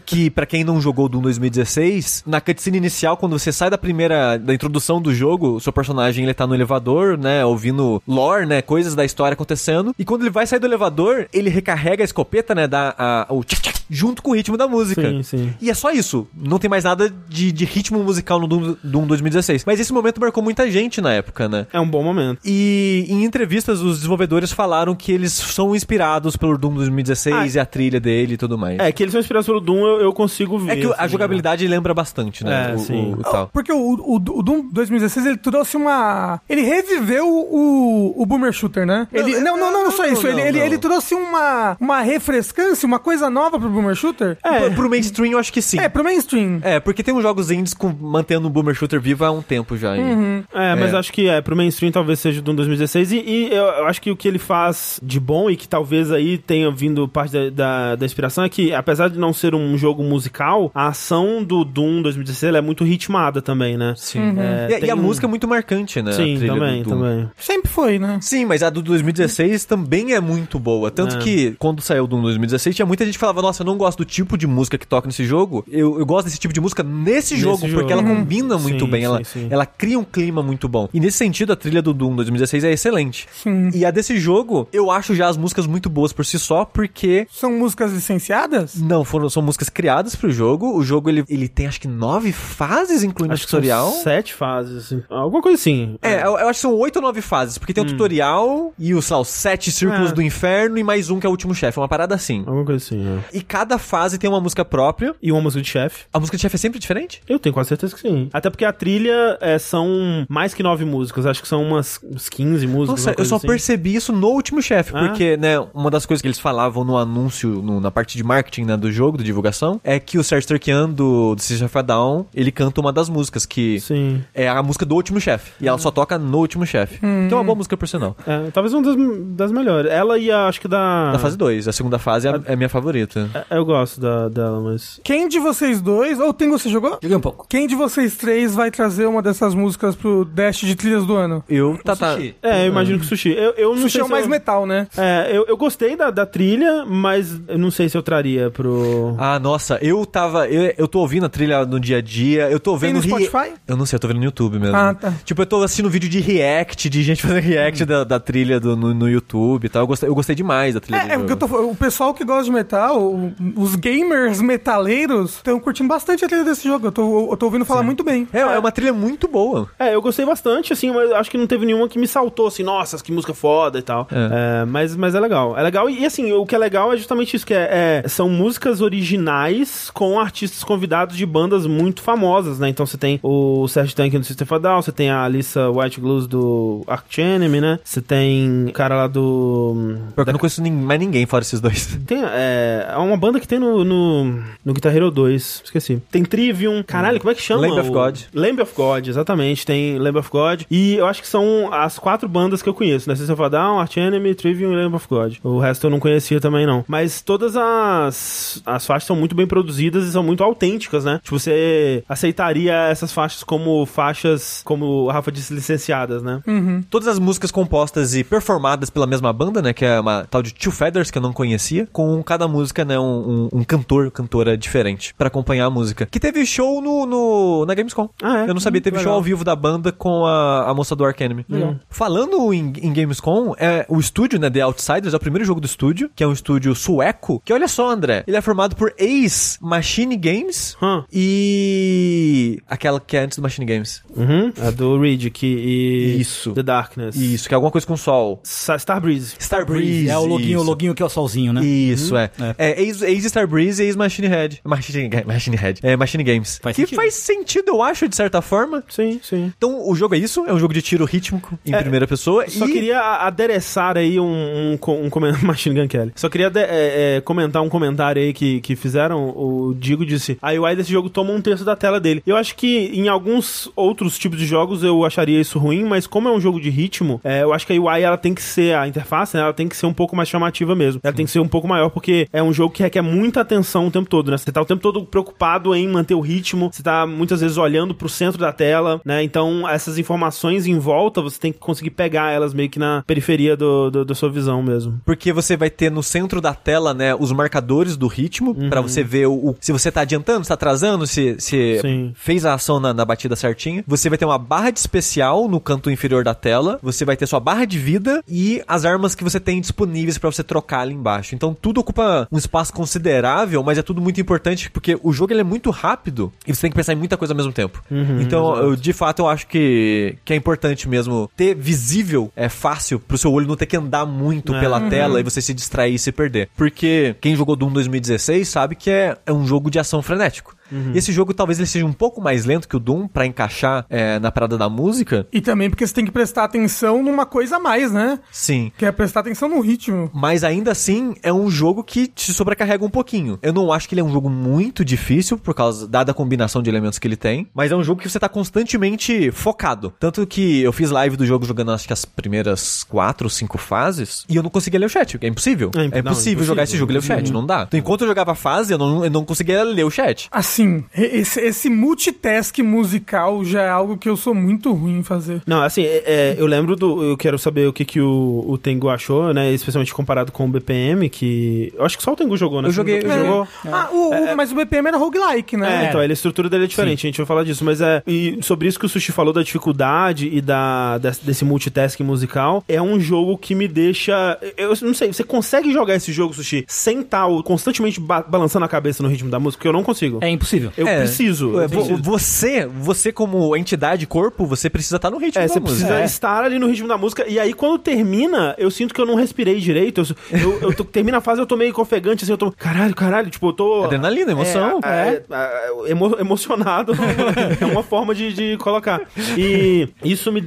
que pra quem não jogou o Doom 2016, na cutscene inicial quando você sai da primeira da introdução do jogo, o seu personagem ele tá no elevador, né, ouvindo lore, né, coisas da história acontecendo, e quando ele vai sair do elevador, ele recarrega a escopeta, né, da a- o tchic, tchic, junto com o ritmo da música. Sim, sim. E é só isso. Não tem mais nada de, de ritmo musical no Doom, Doom 2016. Mas esse momento marcou muita gente na época, né? É um bom momento. E em entrevistas, os desenvolvedores falaram que eles são inspirados pelo Doom 2016 Ah. e a trilha dele e tudo mais. É, É, que eles são inspirados pelo Doom, eu, eu consigo É ver. que a assim, jogabilidade lembra bastante, né? É, o, sim. o- o tal. Porque o, o, o Doom 2016, ele trouxe uma... Ele reviveu o, o Boomer Shooter, né? Ele, não, não, não, não só não, isso. não, ele, ele, não. ele trouxe uma, uma refrescância, uma coisa nova pro Boomer Shooter. É. Pro, pro mainstream, eu acho que sim. É, pro mainstream. É, porque tem uns jogos indies com, mantendo o Boomer Shooter vivo há um tempo já. hein? É, mas É. acho que é, pro mainstream talvez seja do 2016. E, e eu, eu acho que o que ele faz de bom e que talvez aí tenha vindo parte da, da, da inspiração é que, apesar de não ser um jogo musical, a ação do Doom 2016 ela é muito ritmada também, né? Sim. É, E, e tem a um- música é muito marcante, né? a Sim, trilha do também, Doom. também. Sempre foi, né? Sim, mas a do 2016 também é muito boa. Tanto É. que quando saiu do 2016, tinha muita gente que falava: Nossa, eu não gosto do tipo de música que toca nesse jogo. Eu, eu gosto desse tipo de música nesse, jogo, jogo. porque ela Uhum. combina muito Sim, bem. sim, ela, sim. ela cria um clima muito bom. E nesse sentido, a trilha do Doom 2016 é excelente. E a desse jogo, eu acho já as músicas muito boas por si só, porque. São músicas licenciadas? Não, foram, são músicas criadas pro jogo. O jogo ele, ele tem acho que nove fases, incluindo o que são tutorial. sete fases, assim. alguma coisa assim. É, eu, eu acho que são oito ou nove fases, porque tem o tutorial e os, sei lá, os sete círculos Hum. É. do inferno e mais um que é o último chefe, uma parada assim. Alguma coisa assim, é. E cada fase tem uma música própria. E uma música de chefe. A música de chefe é sempre diferente? Eu tenho quase certeza que sim. Até porque a trilha é, são mais que nove músicas, acho que são umas uns 15 músicas. Nossa, uma eu coisa só assim. percebi isso no último chefe, Ah. porque, né, uma das coisas que eles falavam no anúncio, no- na parte de marketing né, do jogo, de divulgação, é que o Sérgio Turkian do, do System of a Down, ele canta uma das músicas, que Sim. Hum. é a música do último chefe, e ela só toca no último chefe. Então é uma boa música, por sinal. É, talvez uma das, das melhores. Ela e a, acho que da. Na fase 2, a segunda fase Ah. é a, é a minha favorita. É, Eu gosto da, dela, mas. Quem de vocês dois, ou tem você jogou? Joguei um pouco. Quem de vocês três vai trazer uma dessas músicas pro Dash de trilhas do ano? Eu, tá, tá. Sushi. É, eu imagino que sushi. Eu, eu não Sushi sei é o se mais eu... metal, né? É, eu, eu gostei da, da trilha, mas eu não sei se eu traria pro. Ah, nossa, eu tava. Eu, eu tô ouvindo a trilha no dia a dia, eu tô Tem vendo. no re- Spotify? Eu não sei, eu tô vendo no YouTube mesmo. Ah, tá. Hum. Tipo, eu tô assistindo vídeo de react, de gente fazendo react da, da trilha do- no, no YouTube e tal. Eu gostei, eu gostei demais da trilha. do É, é jogo. porque eu tô, o pessoal que gosta de metal, o- os gamers metaleiros, estão curtindo bastante a trilha desse jogo. Eu tô, eu tô ouvindo falar muito bem. É, é uma trilha muito boa. É, eu gostei bastante, assim, mas acho que não teve nenhuma que me saltou, assim, nossa, que música foda e tal. É. É, mas, mas é legal. É legal e, e, assim, o que é legal é justamente isso, que é, é- são músicas originais com artistas convidados de bandas muito famosas, né? Então você tem o Sérgio Tank do System of a Down, você tem a Alissa White Blues do Arch Enemy, né? Você tem o cara lá do... hum, Pior que eu não conheço nin- mais ninguém fora esses dois. Tem, é, é uma banda que tem no, no, no Guitar Hero 2, esqueci. Tem Trivium, caralho, como é que chama? Lamb of o- God. Lamb of God, exatamente, tem Lamb of God. E eu acho que são as quatro bandas que eu conheço, né? System of a Down, Arch Enemy, Trivium e Lamb of God. O resto eu não conhecia também, não. Mas todas as, as faixas são muito bem produzidas e são muito autênticas, né? Tipo, você aceitaria essas faixas como faixas, como o Rafa disse, licenciadas, né? Todas as músicas compostas e performadas pela mesma banda, né? Que é uma tal de Two Feathers, que eu não conhecia. Com cada música, né? Um, um- um cantor, cantora diferente pra acompanhar a música. Que teve show no, no- na Gamescom. Ah, é? Eu não sabia. Teve show ao vivo da banda com a, a moça do Ark Enemy. Uhum. Falando em, em Gamescom, é, o estúdio, né? The Outsiders é o primeiro jogo do estúdio, que é um estúdio sueco. Que olha só, André. Ele é formado por ex-Machine Games Hã. e... Aquela que é antes do Machine Games. Uhum. A do Reed que, e... Isso. The Darkness. Isso, que é alguma coisa com sol. Sa- Starbreeze. Starbreeze. É o loginho, isso. o loginho que é o solzinho, né? Isso, é. é. ex- ex Starbreeze e ex-Machine Head. Machine, Ga- Machine Head. É, Machine Games. Faz que sentido. faz sentido, eu acho, de certa forma. Sim, sim. Então, o jogo é isso. É um jogo de tiro rítmico em É, primeira pessoa. Só e- queria a- adereçar aí um, um, co- um comentário. Machine Gun Kelly. Só queria de- é, é, comentar um comentário aí que, que fizeram. O Digo disse: a UI desse jogo toma um terço da tela dele. Eu acho que em alguns outros tipos de jogos eu acharia isso ruim, mas como é um jogo de ritmo, é, eu acho que a UI ela tem que ser, a interface, né, ela tem que ser um pouco mais chamativa mesmo. Ela tem que ser um pouco maior, porque é um jogo que requer muita atenção o tempo todo, né? Você tá o tempo todo preocupado em manter o ritmo, você tá muitas vezes olhando pro centro da tela, né? Então essas informações em volta você tem que conseguir pegar elas meio que na periferia do, do- da sua visão mesmo. Porque você vai ter no centro da tela, né, os marcadores do ritmo, pra Uhum. você ver o, o- se você tá adiantando, se tá atrasando, se, se Sim. fez a ação na, na batida certinha. Você vai ter uma barra de especial no canto inferior da tela, você vai ter sua barra de vida e as armas que você tem disponíveis pra você trocar ali embaixo. Então tudo ocupa um espaço considerável, mas é tudo muito importante porque o jogo ele é muito rápido e você tem que pensar em muita coisa ao mesmo tempo. então, eu, de fato, eu acho que, que é importante mesmo ter visível, é fácil, pro seu olho não ter que andar muito pela tela e você se distrair e se perder. Porque quem jogou Doom 2016 sabe que é, é um jogo de ação frenético. E esse jogo talvez ele seja um pouco mais lento que o Doom pra encaixar é, na parada da música. E também porque você tem que prestar atenção numa coisa a mais, né? Sim. Que é prestar atenção no ritmo. Mas ainda assim, é um jogo que te sobrecarrega um pouquinho. Eu não acho que ele é um jogo muito difícil, por causa dada a combinação de elementos que ele tem. Mas é um jogo que você tá constantemente focado. Tanto que eu fiz live do jogo jogando acho que as primeiras quatro, cinco fases, e eu não conseguia ler o chat. É impossível. É É, imp- não, impossível impossível. jogar esse jogo e ler o chat, não dá. Então, enquanto eu jogava a fase, eu não, eu não conseguia ler o chat. Assim, e- esse, esse multitask musical já é algo que eu sou muito ruim em fazer. Não, assim, é- é, eu lembro do. Eu quero saber o que, que o, o Tengu achou, né? Especialmente comparado com o BPM, que. Eu acho que só o Tengu jogou, né? Eu Você joguei, é. não eu jogou. Ah, o, o- mas o BPM era roguelike, É, né? então, ele- a estrutura dele é diferente, a gente vai falar disso, mas é. E sobre isso que o Sushi falou da dificuldade e da, desse, desse multitasking musical, é um jogo que me deixa. Eu não sei, você tá consegue jogar esse jogo, Sushi, sem estar o- constantemente ba- balançando a cabeça no ritmo da música? Porque eu não consigo. É possível. Eu preciso. É, eu vo- preciso. Você, você como entidade corpo, você precisa estar no ritmo É, da você música. precisa estar ali no ritmo da música. E aí, quando termina, eu sinto que eu não respirei direito. Eu, eu, eu tô- termina a fase, eu tô meio confegante, assim, eu tô. Caralho, caralho, tipo, eu tô. Adrenalina, emoção. É, a- a- a- emo- emocionado é uma forma de, de colocar. E isso me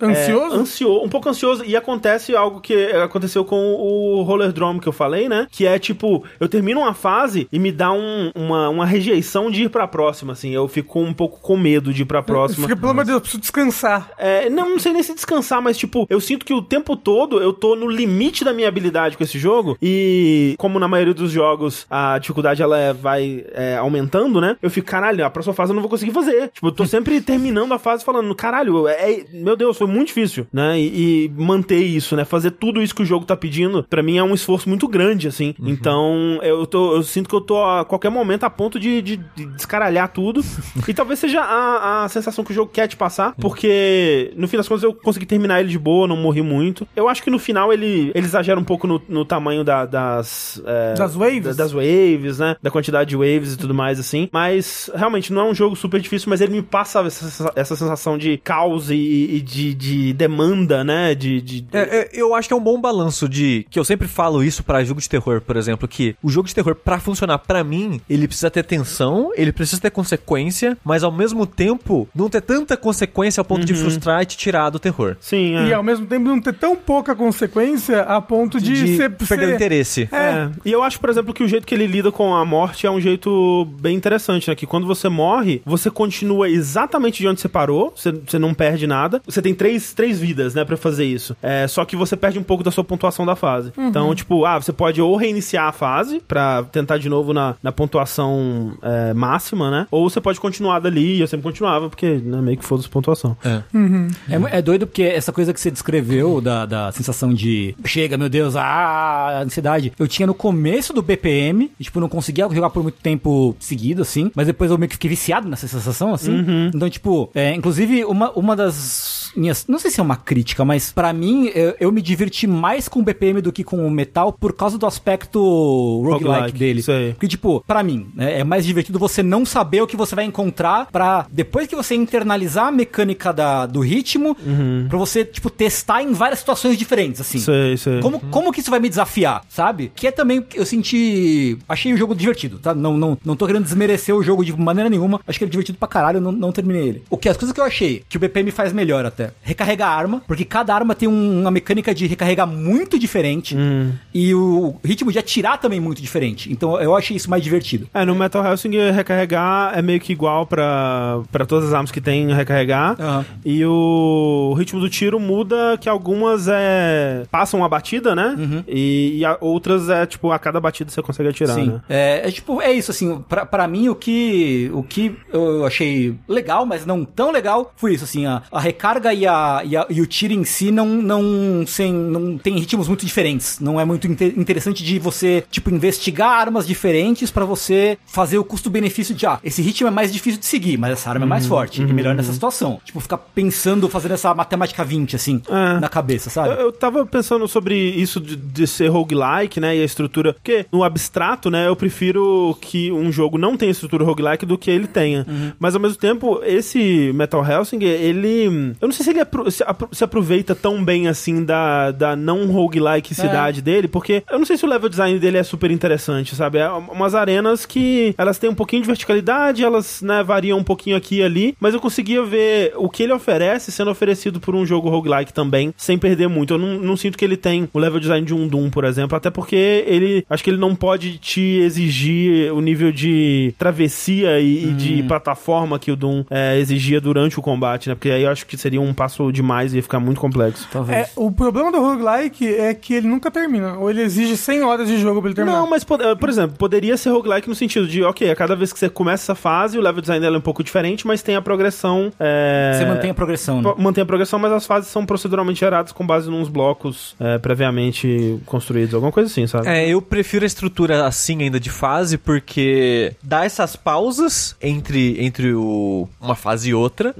deixa. é, Ansioso? ansio- um pouco ansioso. E acontece algo que aconteceu com o Roller Drum que eu falei, né? Que é tipo, eu termino uma fase e me dá um- uma, uma rejeição de ir pra próxima, assim. Eu fico um pouco com medo de ir pra próxima. Fica, pelo amor de Deus, eu preciso descansar. É, não, não sei nem se descansar, mas tipo, eu sinto que o tempo todo eu tô no limite da minha habilidade com esse jogo. E como na maioria dos jogos a dificuldade ela é- vai é, aumentando, né? Eu fico, caralho, a próxima fase eu não vou conseguir fazer. Tipo, eu tô sempre terminando a fase falando, caralho, é, é- meu Deus, foi muito difícil, né? E, e manter isso, né? Fazer tudo isso que o jogo tá pedindo, pra mim é um esforço muito grande, assim. Uhum. Então, eu, tô, eu sinto que eu tô a qualquer momento a ponto de, de- de descaralhar tudo. e talvez seja a, a sensação que o jogo quer te passar, porque no fim das contas eu consegui terminar ele de boa, não morri muito. Eu acho que no final ele, ele exagera um pouco no, no tamanho da- das. é, Das waves? da- das waves, né? Da quantidade de waves e tudo mais, assim. Mas realmente não é um jogo super difícil, mas ele me passa essa, essa sensação de caos e, e de, de demanda, né? De. de- É, é, eu acho que é um bom balanço de. Que eu sempre falo isso pra jogo de terror, por exemplo, que o jogo de terror, pra funcionar pra mim, ele precisa ter tensão, ele precisa ter consequência, mas ao mesmo tempo, não ter tanta consequência ao ponto Uhum. de frustrar e te tirar do terror. Sim, é. E ao mesmo tempo não ter tão pouca consequência a ponto de, ser. perder o ser- interesse. É. E eu acho, por exemplo, que o jeito que ele lida com a morte é um jeito bem interessante, né? Que quando você morre, você continua exatamente de onde você parou, você, você não perde nada. Você tem três, três vidas, né, pra fazer isso. É, só que você perde um pouco da sua pontuação da fase. Então, tipo, ah, você pode ou reiniciar a fase pra tentar de novo na, na pontuação é, máxima, né? Ou você pode continuar dali, e eu sempre continuava, porque né, meio que foda-se a pontuação. É, mu- é doido porque essa coisa que você descreveu da, da sensação de chega, meu Deus, ah, ansiedade. Eu tinha no começo do BPM, e, tipo, não conseguia jogar por muito tempo seguido, assim, mas depois eu meio que fiquei viciado nessa sensação, assim. Uhum. Então, tipo, é, inclusive, uma, uma das minhas. Não sei se é uma crítica, mas pra mim, eu, eu me diverti mais com o BPM do que com o metal por causa do aspecto roguelike, Roguelike, dele. isso aí. Porque, tipo, pra mim, né, é mais divertido você não saber o que você vai encontrar pra, depois que você internalizar a mecânica da, do ritmo, pra você, tipo, testar em várias situações diferentes, assim. Uhum. Sei, sei. Como, como que isso vai me desafiar, sabe? Que é também, o que eu senti... Achei o jogo divertido, tá? Não, não, não tô querendo desmerecer o jogo de maneira nenhuma. Acho que ele é divertido pra caralho, eu não, não terminei ele. O que, as coisas que eu achei, que o BPM faz melhor até. Recarregar a arma, porque cada arma tem um- uma mecânica de recarregar muito diferente. E o ritmo de atirar também muito diferente. Então eu achei isso mais divertido. É, no Metal Helsing recarregar é meio que igual pra, pra todas as armas que tem recarregar. Aham. E o ritmo do tiro muda que algumas é. passam a batida, né? E, e a- outras é tipo, a cada batida você consegue atirar, né? É, é tipo, é isso, assim, pra, pra mim o que, o que eu achei legal, mas não tão legal, foi isso, assim, a, a recarga e, a, e, a- e o tiro em si não, não, sem, não tem ritmos muito diferentes, não é muito inte- interessante de você, tipo, investigar armas diferentes pra você fazer o custo-benefício de, ah, esse ritmo é mais difícil de seguir, mas essa arma é mais Uhum, forte, e melhor nessa situação. Tipo, ficar pensando, fazendo essa matemática 20, assim, É. na cabeça, sabe? Eu, eu tava pensando sobre isso de, de ser roguelike, né? E a estrutura. Porque no abstrato, né? Eu prefiro que um jogo não tenha estrutura roguelike do que ele tenha. Mas ao mesmo tempo, esse Metal Helsing, ele. Eu não sei se ele apro- se, apro- se aproveita tão bem assim da, da não roguelike cidade dele, porque eu não sei se o level design dele é super interessante, sabe? É um- umas arenas que elas têm um pouquinho de verticalidade, elas né, variam um pouquinho aqui e ali, mas eu conseguia ver o que ele oferece sendo oferecido por um jogo roguelike também, sem perder muito. Eu não, não sinto que ele tem o level design de um Doom, por exemplo, até porque ele. Acho que ele não pode te exigir o nível de travessia e, e de Uhum. plataforma que o Doom é, exigia durante o combate, né? Porque aí eu acho que seria um passo demais e ia ficar muito complexo. É, o problema do roguelike é que ele nunca termina. Ou ele exige 100 horas de jogo pra ele terminar. Não, mas, po- eh, por exemplo, poderia ser roguelike no sentido de, ok, a cada vez que você começa essa fase, o level design dela é um pouco diferente, mas tem a progressão. eh, Você mantém a progressão, né? po- mantém a progressão, mas as fases são proceduralmente geradas com base nos blocos eh, previamente construídos, alguma coisa assim, sabe? É, eu prefiro a estrutura assim ainda de fase, porque dá essas pausas entre, entre o- uma fase e outra.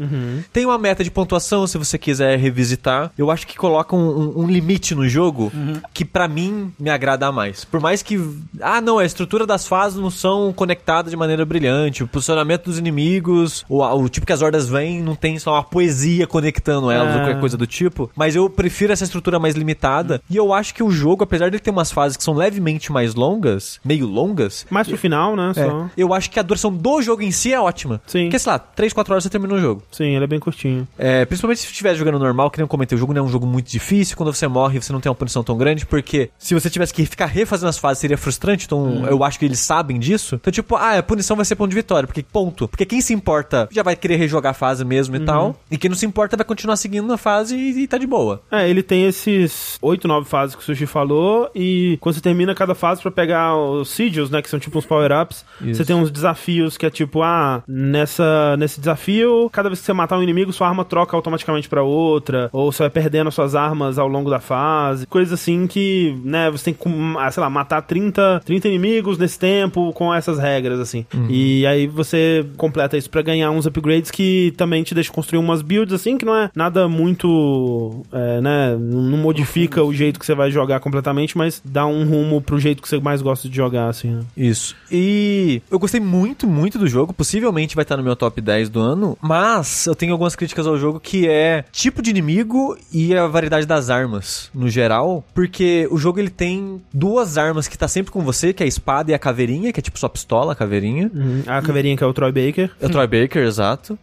Tem uma meta de pontuação, se você quiser revisitar. Eu acho que coloca um, um- um limite no jogo que pra mim me agrada mais. Por mais que. Ah, não, a estrutura das fases não são conectado de maneira brilhante. O posicionamento dos inimigos, o, o tipo que as hordas vêm, não tem só uma poesia conectando elas ou qualquer coisa do tipo. Mas eu prefiro essa estrutura mais limitada. E eu acho que o jogo, apesar de ter umas fases que são levemente mais longas, meio longas, Mais pro final, né? é, Só. eu acho que a duração do jogo em si é ótima. Sim. Porque, sei lá, 3, 4 horas você termina o jogo. Sim, ele é bem curtinho. É, principalmente se estiver jogando normal, que nem eu comentei, o jogo não é um jogo muito difícil. Quando você morre, você não tem uma punição tão grande, porque se você tivesse que ficar refazendo as fases, seria frustrante. Então, eu acho que eles sabem disso. Então, tipo, ah, a punição vai ser ponto de vitória, porque ponto. Porque quem se importa já vai querer rejogar a fase mesmo e tal. E quem não se importa vai continuar seguindo na fase e, e tá de boa. É, ele tem esses oito, nove fases que o Sushi falou, e quando você termina cada fase pra pegar os sigils, né, que são tipo uns power-ups, Isso. você tem uns desafios que é tipo, ah, nessa, nesse desafio, cada vez que você matar um inimigo, sua arma troca automaticamente pra outra, ou você vai perdendo as suas armas ao longo da fase, coisas assim que, né, você tem que, com- ah, sei lá, matar 30, 30 inimigos nesse tempo com essas regras, assim. E aí você completa isso pra ganhar uns upgrades que também te deixam construir umas builds, assim, que não é nada muito, é, né, não modifica o jeito que você vai jogar completamente, mas dá um rumo pro jeito que você mais gosta de jogar, assim, né? Isso. E eu gostei muito, muito do jogo. Possivelmente vai estar no meu top 10 do ano. Mas eu tenho algumas críticas ao jogo que é tipo de inimigo e a variedade das armas no geral. Porque o jogo ele tem duas armas que tá sempre com você, que é a espada e a caveirinha, que é tipo sua pistola, a caveirinha. A caveirinha que é o Troy Baker. É o Troy Baker, exato.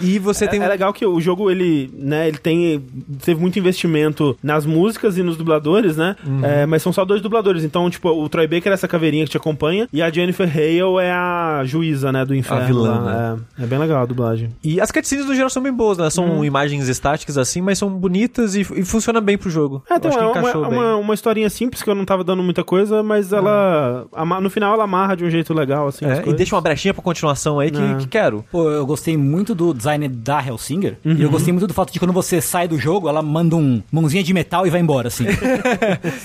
E você tem um É legal que o jogo, ele, né, ele tem. Teve muito investimento nas músicas e nos dubladores, né? Uhum. É, mas são só dois dubladores. Então, tipo, o Troy Baker é essa caveirinha que te acompanha, e a Jennifer Hale é a juíza, né, do inferno. vilã, né? lá. É, é bem legal a dublagem. E as cutscenes no geral são bem boas, né? São Uhum. imagens estáticas assim, mas são bonitas e, e funciona bem pro jogo. É, tem Eu acho uma, que encaixou uma, bem. Ah. uma, uma historinha simples que eu não tava dando muita coisa, mas ela. ama- No final ela amarra de um jeito legal, assim. as É, e coisas. deixa uma brechinha pra continuação aí que, É. que quero. Pô, eu gostei muito do design da Hellsinger. E eu gostei muito do fato de quando você sai do jogo, ela manda um mãozinha de metal e vai embora, assim.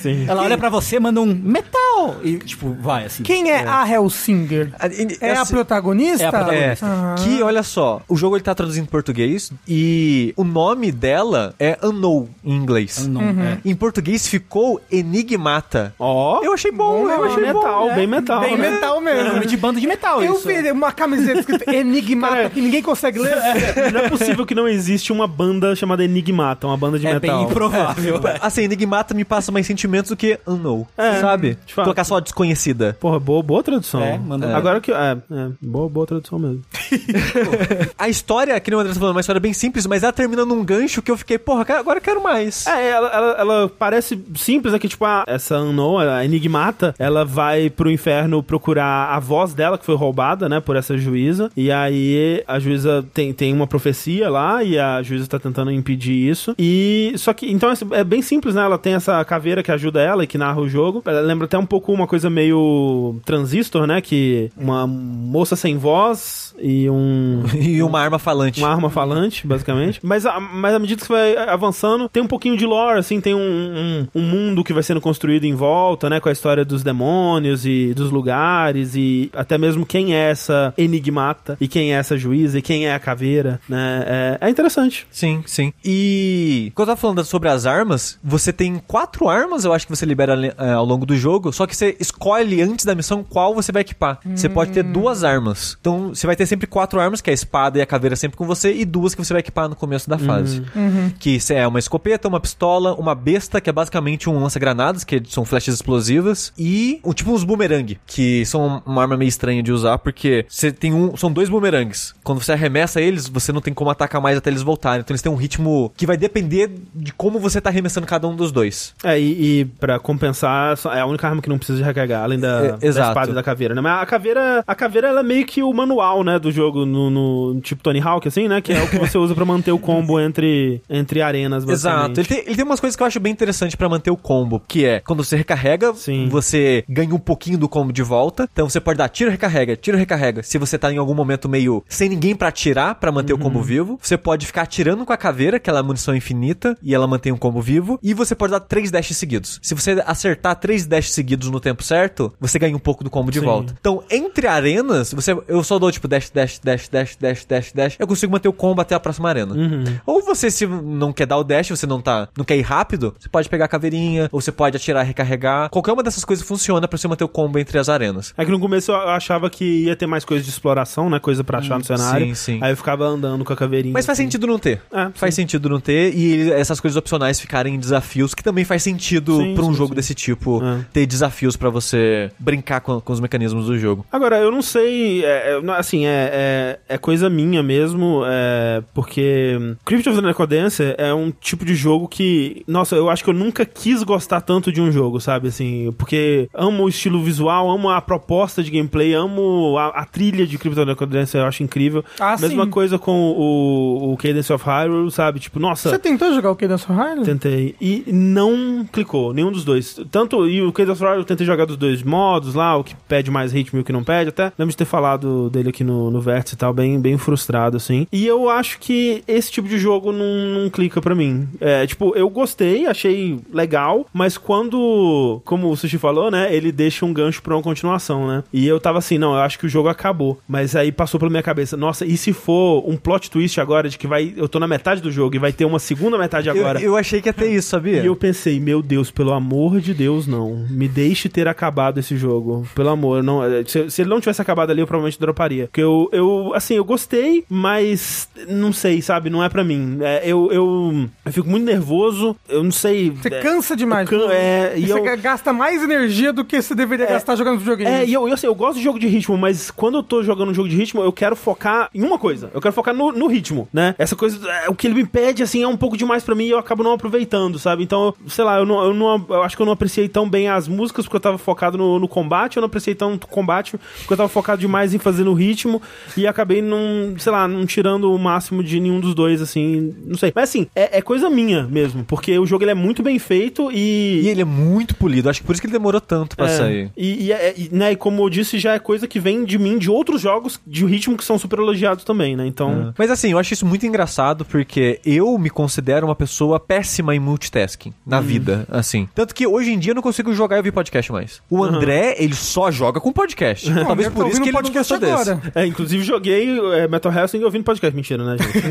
Sim. Ela olha pra você, manda um metal! E, tipo, vai, assim. Quem é, a Hellsinger? É a Essa- protagonista? É a assim, É, protagonista. Ah. que olha só, o jogo ele tá traduzido em português e o nome dela é Unknown em inglês. Não, é. Em português ficou Enigmata. Ó, Eu achei bom, Bom eu nome, achei bem né, metal, bom. bem metal. Bem né? mental É um mesmo. nome de banda de metal, Eu isso. vi uma camiseta escrita Enigmata Cara, que ninguém consegue ler. Não é possível que não existe uma banda chamada Enigmata, uma banda de É bem metal. improvável. Assim, Enigmata me passa mais sentimentos do que Unknown, É, sabe? de fato. Colocar só desconhecida. Porra, boa, boa tradução. É, manda lá. Agora que. É, é, boa, boa tradução mesmo. A história, que nem o André tá falando, é uma história bem simples, mas ela termina num gancho que eu fiquei, porra, cara, agora eu quero mais. É, ela, ela, ela parece simples, é que, tipo, a- essa Unknown, a Enigmata, ela vai pro inferno procurar a voz dela, que foi roubada, né, por essa juíza. E aí a juíza tem, tem uma profecia lá, e a juíza tá tentando impedir isso. E. Só que. Então é, é bem simples, né? Ela tem essa caveira que ajuda ela e que narra o jogo. Ela lembra até um pouco uma coisa meio transistor, né? Que uma moça sem voz e um. E uma arma falante. Uma arma falante, basicamente. Mas, a- mas à medida que você vai avançando, tem um pouquinho de lore, assim, tem um, um- um mundo que vai sendo construído em volta, né? Com a história dos demônios e dos lugares e até mesmo quem é essa enigmata e quem é essa juíza e quem é a caveira, né? É, é interessante. Sim, sim. E quando eu tava falando sobre as armas, você tem quatro armas, eu acho que você libera ali- eh, ao longo do jogo, só que você escolhe antes da missão qual você vai equipar. Você pode ter duas armas. Então, você vai ter sempre quatro armas, que é a espada e a caveira sempre com você, e duas que você vai equipar no começo da fase. Que cê é uma escopeta, uma pistola, uma besta, que é basicamente um lança-granadas, que são flechas explosivas, e um, tipo uns bumerangue, que são uma arma meio estranha de usar, porque você tem um. São dois bumerangues. Quando você arremessa eles, você não tem como atacar mais até eles voltarem. Então eles têm um ritmo que vai depender de como você tá arremessando cada um dos dois. É, e, e pra compensar, só- é a única arma que não precisa de recarregar, além da, É, da exato. espada e da caveira, né? Mas a caveira, a caveira ela é meio que o manual, né, do jogo no, no- tipo Tony Hawk, assim, né? Que é o que você usa pra manter o combo entre, entre arenas, Exato. basicamente. Ele tem, ele tem umas coisas que eu acho bem interessante pra manter o combo, que é quando você recarrega, Sim. você ganha um pouquinho do combo de volta. Então você pode dar tiro, recarrega, tiro, recarrega. Se você tá em algum momento meio sem ninguém pra atirar, pra manter o Uhum. combo vivo, você pode ficar atirando com a caveira, que ela é munição infinita e ela mantém o combo vivo, e você pode dar três dashes seguidos. Se você acertar três dashes seguidos no tempo certo, você ganha um pouco do combo de Sim. volta. Então, entre arenas, você eu só dou tipo dash, dash, dash, dash, dash, dash, dash, dash, eu consigo manter o combo até a próxima arena. Uhum. Ou você, se não quer dar o dash, você não tá, não quer ir rápido, você pode pegar a caveirinha, ou você pode atirar e recarregar. Qualquer uma dessas coisas funciona pra você manter o combo entre as arenas. É que no começo eu achava que ia ter mais coisa de exploração, né? Coisa pra achar no cenário. Hum, sim, sim. Aí eu ficava andando com a caveirinha. Mas faz assim. sentido não ter. É, faz sentido não ter e essas coisas opcionais ficarem em desafios, que também faz sentido Sim, pra um sim, jogo sim. desse tipo É. ter desafios pra você brincar com, com os mecanismos do jogo. Agora, eu não sei, é, é, não, assim, é, é, é coisa minha mesmo, é, porque hum, Crypt of the Necrodancer é um tipo de jogo que, nossa, eu acho que eu nunca quis gostar tanto de um jogo, sabe, assim, porque amo o estilo visual, amo a proposta de gameplay, amo a, a trilha de Crypt of the Necrodancer, eu acho incrível. Ah, Mesma sim. coisa com o, o Cadence of Hyrule, sabe, tipo, nossa... Você tentou jogar o Cadence of Hyrule? Tentei. E não clicou, nenhum dos dois. Tanto, e o Case of Royal eu tentei jogar dos dois modos lá, o que pede mais ritmo e o que não pede, até. Lembro de ter falado dele aqui no, no Vértice e tal, bem, bem frustrado, assim. E eu acho que esse tipo de jogo não, não clica pra mim. É, tipo, eu gostei, achei legal, mas quando, como o Sushi falou, né, ele deixa um gancho pra uma continuação, né? E eu tava assim, não, eu acho que o jogo acabou. Mas aí passou pela minha cabeça, nossa, e se for um plot twist agora de que vai, eu tô na metade do jogo e vai ter uma segunda metade agora? Eu, eu achei que ia ter isso, sabia? E eu pensei, meu Deus, pelo amor de Deus, não. Me deixe ter acabado esse jogo. Pelo amor, não. eh, Se, se ele não tivesse acabado ali, eu provavelmente droparia. Porque eu, eu assim, eu gostei, mas não sei, sabe? Não é pra mim. É, eu, eu, eu fico muito nervoso. Eu não sei. Você é, cansa demais. eu can- é, e você eu- ga- gasta mais energia do que você deveria gastar jogando videogame. É, e eu, eu, assim, eu gosto de jogo de ritmo, mas quando eu tô jogando um jogo de ritmo, eu quero focar em uma coisa. Eu quero focar no, no ritmo, né? Essa coisa, é, o que ele me pede, assim, é um pouco demais pra mim e eu acabo não aproveitando, sabe? Então, eu- sei lá, eu, não, eu, não, eu acho que eu não apreciei tão bem as músicas porque eu tava focado no, no combate, eu não apreciei tanto o combate porque eu tava focado demais em fazer no ritmo e acabei não, sei lá, não tirando o máximo de nenhum dos dois, assim, não sei. Mas assim, é, é coisa minha mesmo, porque o jogo ele é muito bem feito e. E ele é muito polido, acho que por isso que ele demorou tanto pra É. sair. E, e é- e, né, e como eu disse, já é coisa que vem de mim, de outros jogos de ritmo que são super elogiados também, né? Então. Mas assim, eu acho isso muito engraçado porque eu me considero uma pessoa péssima em multitasking Uhum. na vida, assim. Tanto que hoje em dia eu não consigo jogar e ouvir podcast mais. O André, ele só joga com podcast. Talvez eu tô por isso tá ouvindo um que ele não podcast gostou desse. agora. É, inclusive joguei é, Metal Hellsing ouvindo podcast. Mentira, né, gente?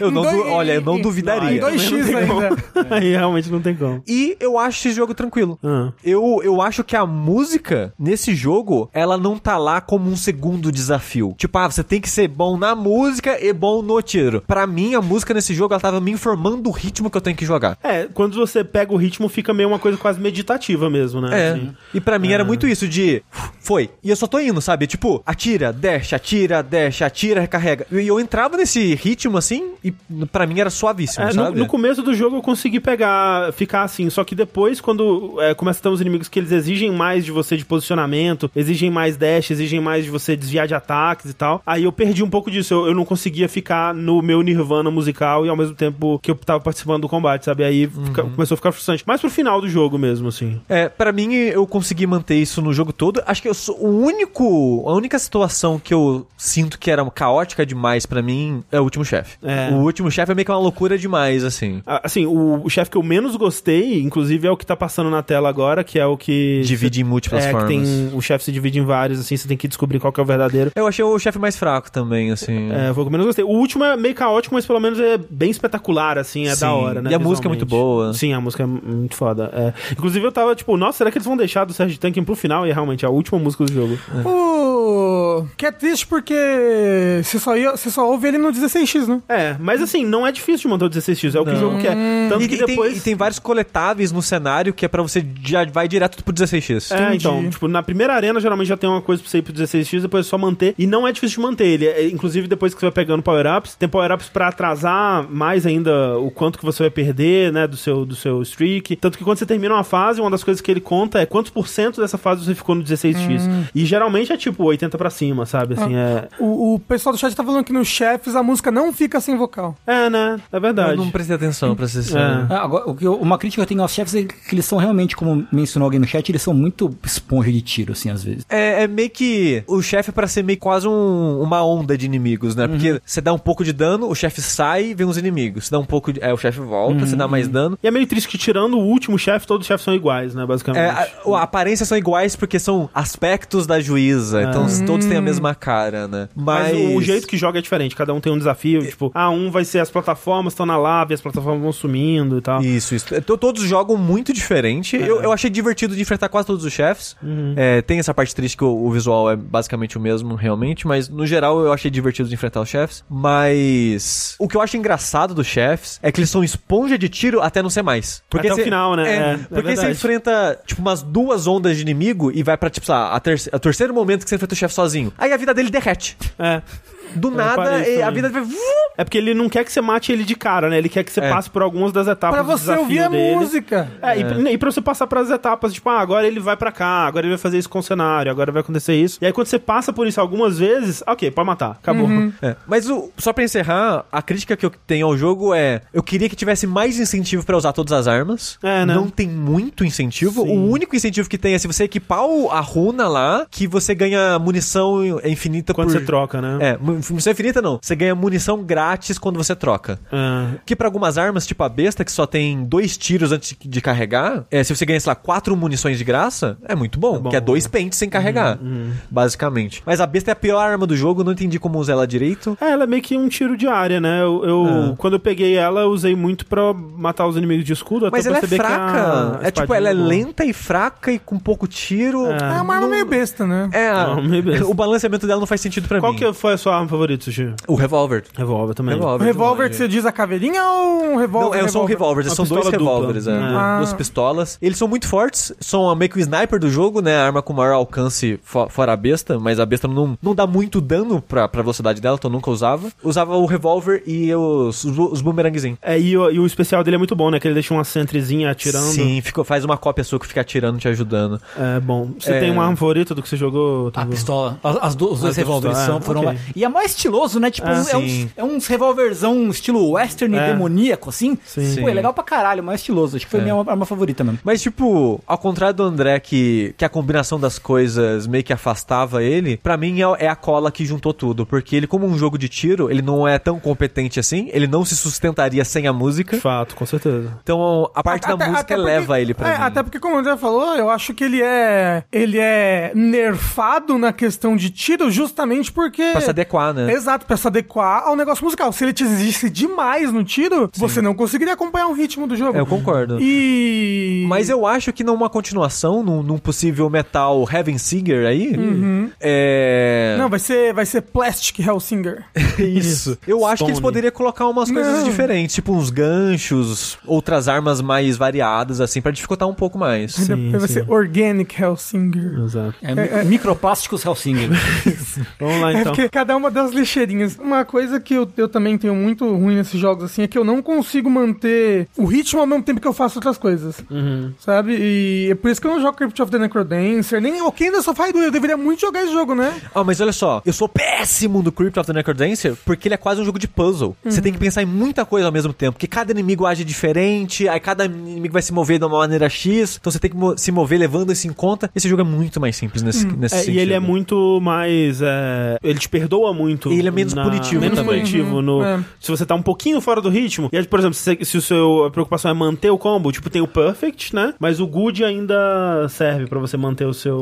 Eu não, Em du- dois- olha, eu não em- duvidaria. Em 2x ainda. Aí realmente não tem como. E eu acho esse jogo tranquilo. Ah. Eu, eu acho que a música nesse jogo, ela não tá lá como um segundo desafio. Tipo, ah, você tem que ser bom na música e bom no tiro. Pra mim, a música nesse jogo, ela tava me informando o ritmo que eu tenho que jogar. É, quando você pega o ritmo, fica meio uma coisa quase meditativa mesmo, né? É. assim. E pra mim era muito isso de foi. E eu só tô indo, sabe? Tipo, atira, desce, atira, desce, atira, recarrega. E eu entrava nesse ritmo assim e pra mim era suavíssimo, É, no, sabe? no começo do jogo eu consegui pegar, ficar assim, só que depois, quando é, começa a ter os inimigos que eles exigem mais de você de posicionamento, exigem mais dash, exigem mais de você desviar de ataques e tal, aí eu perdi um pouco disso, eu, eu não conseguia ficar no meu nirvana musical e ao mesmo tempo que eu tava participando do combate, sabe? Aí fica- Uhum. começou a ficar frustrante, mas pro final do jogo mesmo, assim. É, para mim eu consegui manter isso no jogo todo. Acho que eu sou o único, a única situação que eu sinto que era caótica demais pra mim é o último chefe. É. O último chefe é meio que uma loucura demais assim. Ah, Assim, o, o chefe que eu menos gostei, inclusive, é o que tá passando na tela agora, que é o que... Divide em múltiplas é, que formas. tem, o chefe se divide em vários, assim, você tem que descobrir qual que é o verdadeiro. Eu achei o chefe mais fraco também, assim. É, foi o que eu menos gostei. O último é meio caótico, mas pelo menos é bem espetacular, assim, é Sim. da hora, né? E a música é muito visualmente. boa. Sim, a música é muito foda. é. Inclusive eu tava tipo, nossa, será que eles vão deixar do Sérgio Tankin pro final? E realmente é a última música do jogo. É. O... Que é triste porque você só, ia- você só ouve ele no 16x, né? É, mas assim, não é difícil de manter o 16x, é o que o jogo quer. Tanto Hum. E, que e tem, depois. e tem vários coletáveis no cenário que é pra você já vai direto pro 16x. É, Entendi. então, tipo, na primeira arena geralmente já tem uma coisa pra você ir pro 16x, depois é só manter. E não é difícil de manter ele. É, inclusive, depois que você vai pegando power-ups, tem power-ups pra atrasar mais ainda o quanto que você vai perder, né, do seu, do seu streak. Tanto que quando você termina uma fase, uma das coisas que ele conta é quantos por cento dessa fase você ficou no 16x. Hum. E geralmente é tipo 80 pra cima, sabe? Assim, é. Ah. O, o pessoal do chat tá falando que nos chefes a música não fica sem vocal. É, né? É Eu verdade. É. não prestei atenção pra ser sincero. Ah, agora, o que eu- uma crítica que eu tenho aos chefes é que eles são realmente, como mencionou alguém no chat, eles são muito esponja de tiro, assim, às vezes. É, é meio que o chefe é pra ser meio quase um- uma onda de inimigos, né? Uhum. Porque você dá um pouco de dano, o chefe sai, vem os inimigos. Você dá um pouco de. É, o chefe volta, você dá mais dano. E é meio triste que tirando o último chefe, todos os chefes são iguais, né? Basicamente. É, a, a aparência são iguais porque são aspectos da juíza. Então não, todos têm a mesma cara, né? Ah. Mas, Mas, o jeito que joga é diferente, cada um tem um desafio, tipo, ah, um vai ser as plataformas estão na lava e as plataformas vão sumindo e tal. É. Isso, isso. Então, Todos jogam muito diferente. Eu, eu achei divertido de enfrentar quase todos os chefes. Uhum. É, tem essa parte triste que o, o visual é basicamente o mesmo, realmente. Mas, no geral, eu achei divertido de enfrentar os chefes. Mas... O que eu acho engraçado dos chefes é que eles são esponja de tiro até não ser mais. Até o final, né? É, É, é porque você verdade. enfrenta, tipo, umas duas ondas de inimigo e vai pra, tipo, sei lá, a terce- a terceiro momento que você enfrenta o chefe sozinho. Aí a vida dele derrete. É. Do nada, reparei e isso a também. vida dele vai... É porque ele não quer que você mate ele de cara, né? Ele quer que você É. passe por algumas das etapas Pra do você desafio ouvir a dele. música. É, E, e pra você passar pras etapas, tipo, ah, agora ele vai pra cá, agora ele vai fazer isso com o cenário, agora vai acontecer isso. E aí quando você passa por isso algumas vezes, ok, pode matar, acabou. É, Mas o- só pra encerrar, a crítica que eu tenho ao jogo é: eu queria que tivesse mais incentivo pra usar todas as armas. É, né? Não tem muito incentivo. Sim. O único incentivo que tem é se você equipar o- a runa lá, que você ganha munição infinita Quando por... você troca, né? É, mu- munição infinita não. Você ganha munição grátis quando você troca. É. Que pra algumas armas, tipo a besta, que só tem dois tiros antes de carregar, é, se você ganha, sei lá, quatro munições de graça, é muito bom. bom. né? Uhum, que é dois pentes sem carregar, basicamente. Mas a besta é a pior arma do jogo, não entendi como usar ela direito. É, ela é meio que um tiro de área, né? Eu, eu- É. quando eu peguei ela, eu usei muito pra matar os inimigos de escudo, até Mas ela é perceber que a fraca. É tipo, espadinha ela é boa. lenta e fraca e com pouco tiro. É. É uma arma meio besta, né? Ah, É, Não, meio besta. o balanceamento dela não faz sentido pra Qual mim. que foi a sua arma favorita, Sushi? O revólver. Revólver também. Um Revólver. revólver que você diz a caveirinha ou um revólver? Não, é, são revólveres, Uma são dois pistola dupla. revólveres, é, Ah. duas pistolas. Eles são muito fortes, são meio que o sniper do jogo, né? A arma com maior alcance fo- fora a besta, mas a besta não, não dá muito dano pra, pra velocidade dela, então eu nunca usava. Usava o revólver e os, os, bu- os bumeranguezinhos. É, e, o, e o especial dele é muito bom, né? Que ele deixa uma sentrezinha atirando. Sim, ficou, faz uma cópia sua que fica atirando, te ajudando. É bom. Você É. tem uma arma favorita do que você jogou? A Tango? pistola. As, as do- os dois As revólveres duas- são, Tá ah, foram ok. lá. E é mais estiloso, né? Tipo, Ah, é, uns, sim. é uns revólverzão estilo western É. demoníaco, assim. Sim. Pô, é legal pra caralho, mais estiloso. Acho que foi a minha arma favorita mesmo. Mas, tipo, ao contrário do André, que, que a combinação das coisas meio que afastava ele, pra mim é, é a cola que juntou tudo. Porque ele, como um jogo de tiro, ele não é tão competente assim, ele não se sustentaria sem a música. De fato, com certeza. Então a parte da música porque- leva ele pra é, mim. Até porque, como o André falou, eu acho que ele é. Ele é nerfado na questão de tiro justamente porque. Pra se adequar, né? Exato, pra se adequar ao negócio musical. Se ele te exigisse demais no tiro, você não conseguiria acompanhar o ritmo do jogo. É, eu concordo. E. Mas eu acho que numa continuação, num, num possível metal Heaven Singer aí, é... Uhum. Não, vai ser, vai ser Plastic Hellsinger. Isso. Eu acho que eles Stone. poderiam colocar umas coisas Não. diferentes, tipo uns ganchos, outras armas mais variadas, assim, pra dificultar um pouco mais. Depois vai sim. ser Organic Hellsinger. Exato. É, mi- Microplásticos Hellsinger. Vamos lá, É então. porque cada uma das lixeirinhas. Uma coisa que eu, eu também tenho muito ruim nesses jogos, assim, é que eu não consigo manter o ritmo ao mesmo tempo que eu faço outras coisas. Hum. Uhum. Sabe? E é por isso que eu não jogo Crypt of the Necrodancer, nem o Kingdom of Hyrule. Eu deveria muito jogar esse jogo, né? Ah, mas olha só, eu sou péssimo do Crypt of the Necrodancer porque ele é quase um jogo de puzzle. Você Uhum. tem que pensar em muita coisa ao mesmo tempo, porque cada inimigo age diferente, aí cada inimigo vai se mover de uma maneira X, então você tem que mo- se mover levando isso em conta. Esse jogo é muito mais simples nesse, nesse É, sentido. e ele é muito mais. é, ele te perdoa muito. E ele é menos punitivo Menos também. Uhum. punitivo. no, é. Se você tá um pouquinho fora do ritmo. E, aí, por exemplo, se, se o seu, a preocupação é manter o combo, tipo, tem o perfect, né? Mas o good ainda serve pra você manter o seu.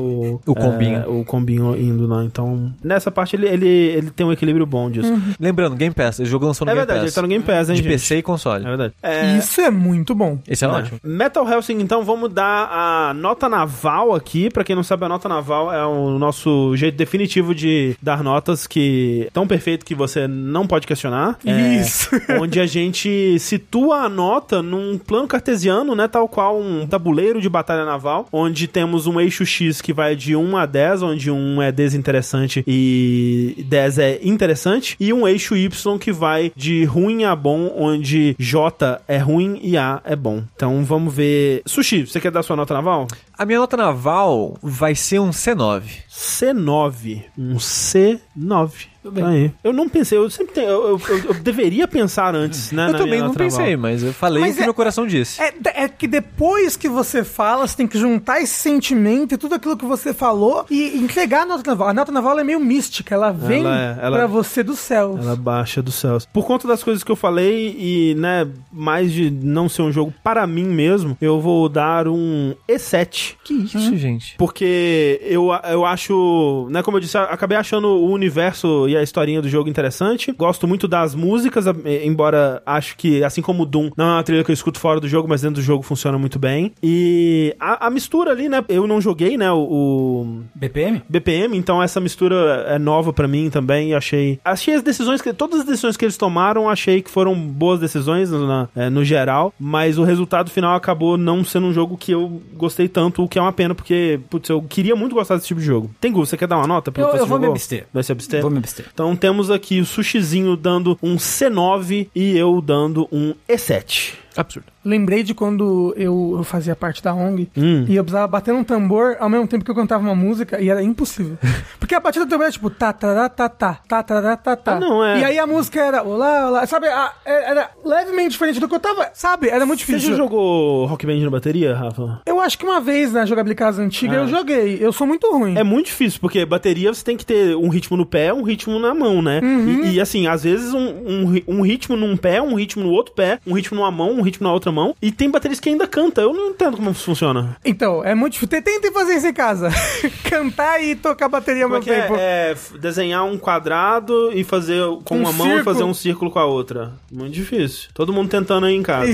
O é, combinho. o combinho indo lá. Então, nessa parte ele, ele, ele tem um equilíbrio bom disso. Lembrando, Game Pass, esse jogo lançou no É Game verdade, ele Pass. tá no Game Pass, hein? de gente? PC e É console. verdade. É, Isso é muito bom. Esse é né? ótimo. Metal Helsing, então, vamos dar a nota naval aqui. Pra quem não sabe, a nota naval é o nosso jeito definitivo de dar notas que tão perfeito que você não pode questionar. É, Isso. onde a gente situa a nota num plano cartesiano, né? Tal qual um tabuleiro de batalha naval, onde temos um eixo X que vai de 1 a 10, onde 1 é desinteressante e 10 é interessante, e um eixo Y que vai de ruim a bom, onde J é ruim e A é bom. Então vamos ver. Sushi, você quer dar sua nota naval? A minha nota naval vai ser um C9. C9. Um C9. Tudo bem. Aí. Eu não pensei, eu sempre tenho, eu, eu- eu- eu deveria pensar antes, né? Eu na também minha não nota pensei, naval. mas eu falei Mas o que é- meu coração disse. É, de- é que depois que você fala, você tem que juntar esse sentimento e tudo aquilo que você falou e entregar a nota naval. A nota naval ela é meio mística, ela vem é- ela- pra você do céu. Ela é- baixa dos céus. Por conta das coisas que eu falei e, né, mais de não ser um jogo para mim mesmo, eu vou dar um E7. Que Uhum. isso, gente? Porque eu, eu acho, né, como eu disse, eu acabei achando o universo e a historinha do jogo interessante. Gosto muito das músicas, a- embora acho que, assim como o Doom, não é uma trilha que eu escuto fora do jogo, mas dentro do jogo funciona muito bem. E a, a mistura ali, né, eu não joguei, né, o, o BPM? BPM, então essa mistura é nova pra mim também, e achei. Achei as decisões que. Todas as decisões que eles tomaram, achei que foram boas decisões na- é, no geral, mas o resultado final acabou não sendo um jogo que eu gostei tanto, o que é uma pena, porque, putz, eu queria muito gostar desse tipo de jogo. Tem você quer dar uma nota pro Eu- que você eu vou me jogou? abster. Vai se abster? Vou me abster. Então temos aqui o Sushizinho dando um C9 e eu dando um E7. Absurdo. Lembrei de quando eu, eu fazia parte da ONG Hum. e eu precisava bater num tambor ao mesmo tempo que eu cantava uma música e era impossível. Porque a batida do tambor era tipo tá, tá, tá, tá, tá, tá, tá, tá, tá. Ah, não, é. E aí a música era olá, olá, sabe? a- é- era levemente diferente do que eu tava, sabe? Era muito Você difícil. já jogou Rock Band na bateria, Rafa? Eu acho que uma vez né, na jogabilidade antiga eu joguei. Eu sou muito ruim. É muito difícil, porque bateria você tem que ter um ritmo no pé, um ritmo na mão, né? Uhum. E, e, assim, às vezes um, um, ri- um ritmo num pé, um ritmo no outro pé, um ritmo numa mão, um ritmo na outra mão. E tem baterias que ainda canta. Eu não entendo como isso funciona. Então, é muito difícil. Tentem fazer isso em casa. Cantar e tocar bateria ao Como é mesmo que é? tempo. É f- desenhar um quadrado e fazer com Um uma mão e círculo. fazer um círculo com a outra. Muito difícil. Todo mundo tentando aí em casa.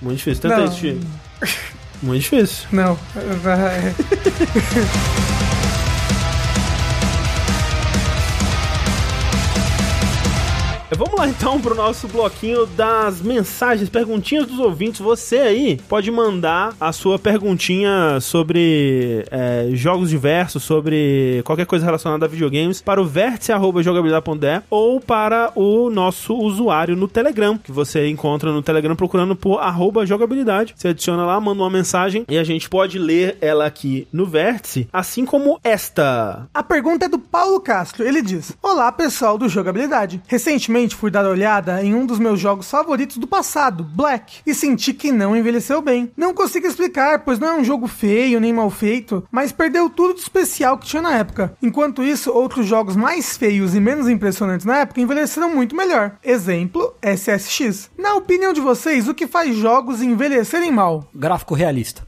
Muito difícil. Tenta Não. isso, Chico. Muito difícil. Não. Vamos lá então pro nosso bloquinho das mensagens, perguntinhas dos ouvintes. Você aí pode mandar a sua perguntinha sobre é, jogos diversos, sobre qualquer coisa relacionada a videogames para o vértice.jogabilidade.de é ou para o nosso usuário no Telegram, que você encontra no Telegram procurando por arroba jogabilidade. Você adiciona lá, manda uma mensagem e a gente pode ler ela aqui no Vértice, assim como esta. A pergunta é do Paulo Castro. Ele diz: Olá, pessoal do Jogabilidade. Recentemente fui dar uma olhada em um dos meus jogos favoritos do passado, Black, e senti que não envelheceu bem. Não consigo explicar, pois não é um jogo feio nem mal feito, mas perdeu tudo de especial que tinha na época. Enquanto isso, outros jogos mais feios e menos impressionantes na época envelheceram muito melhor. Exemplo, SSX. Na opinião de vocês, o que faz jogos envelhecerem mal? Gráfico realista.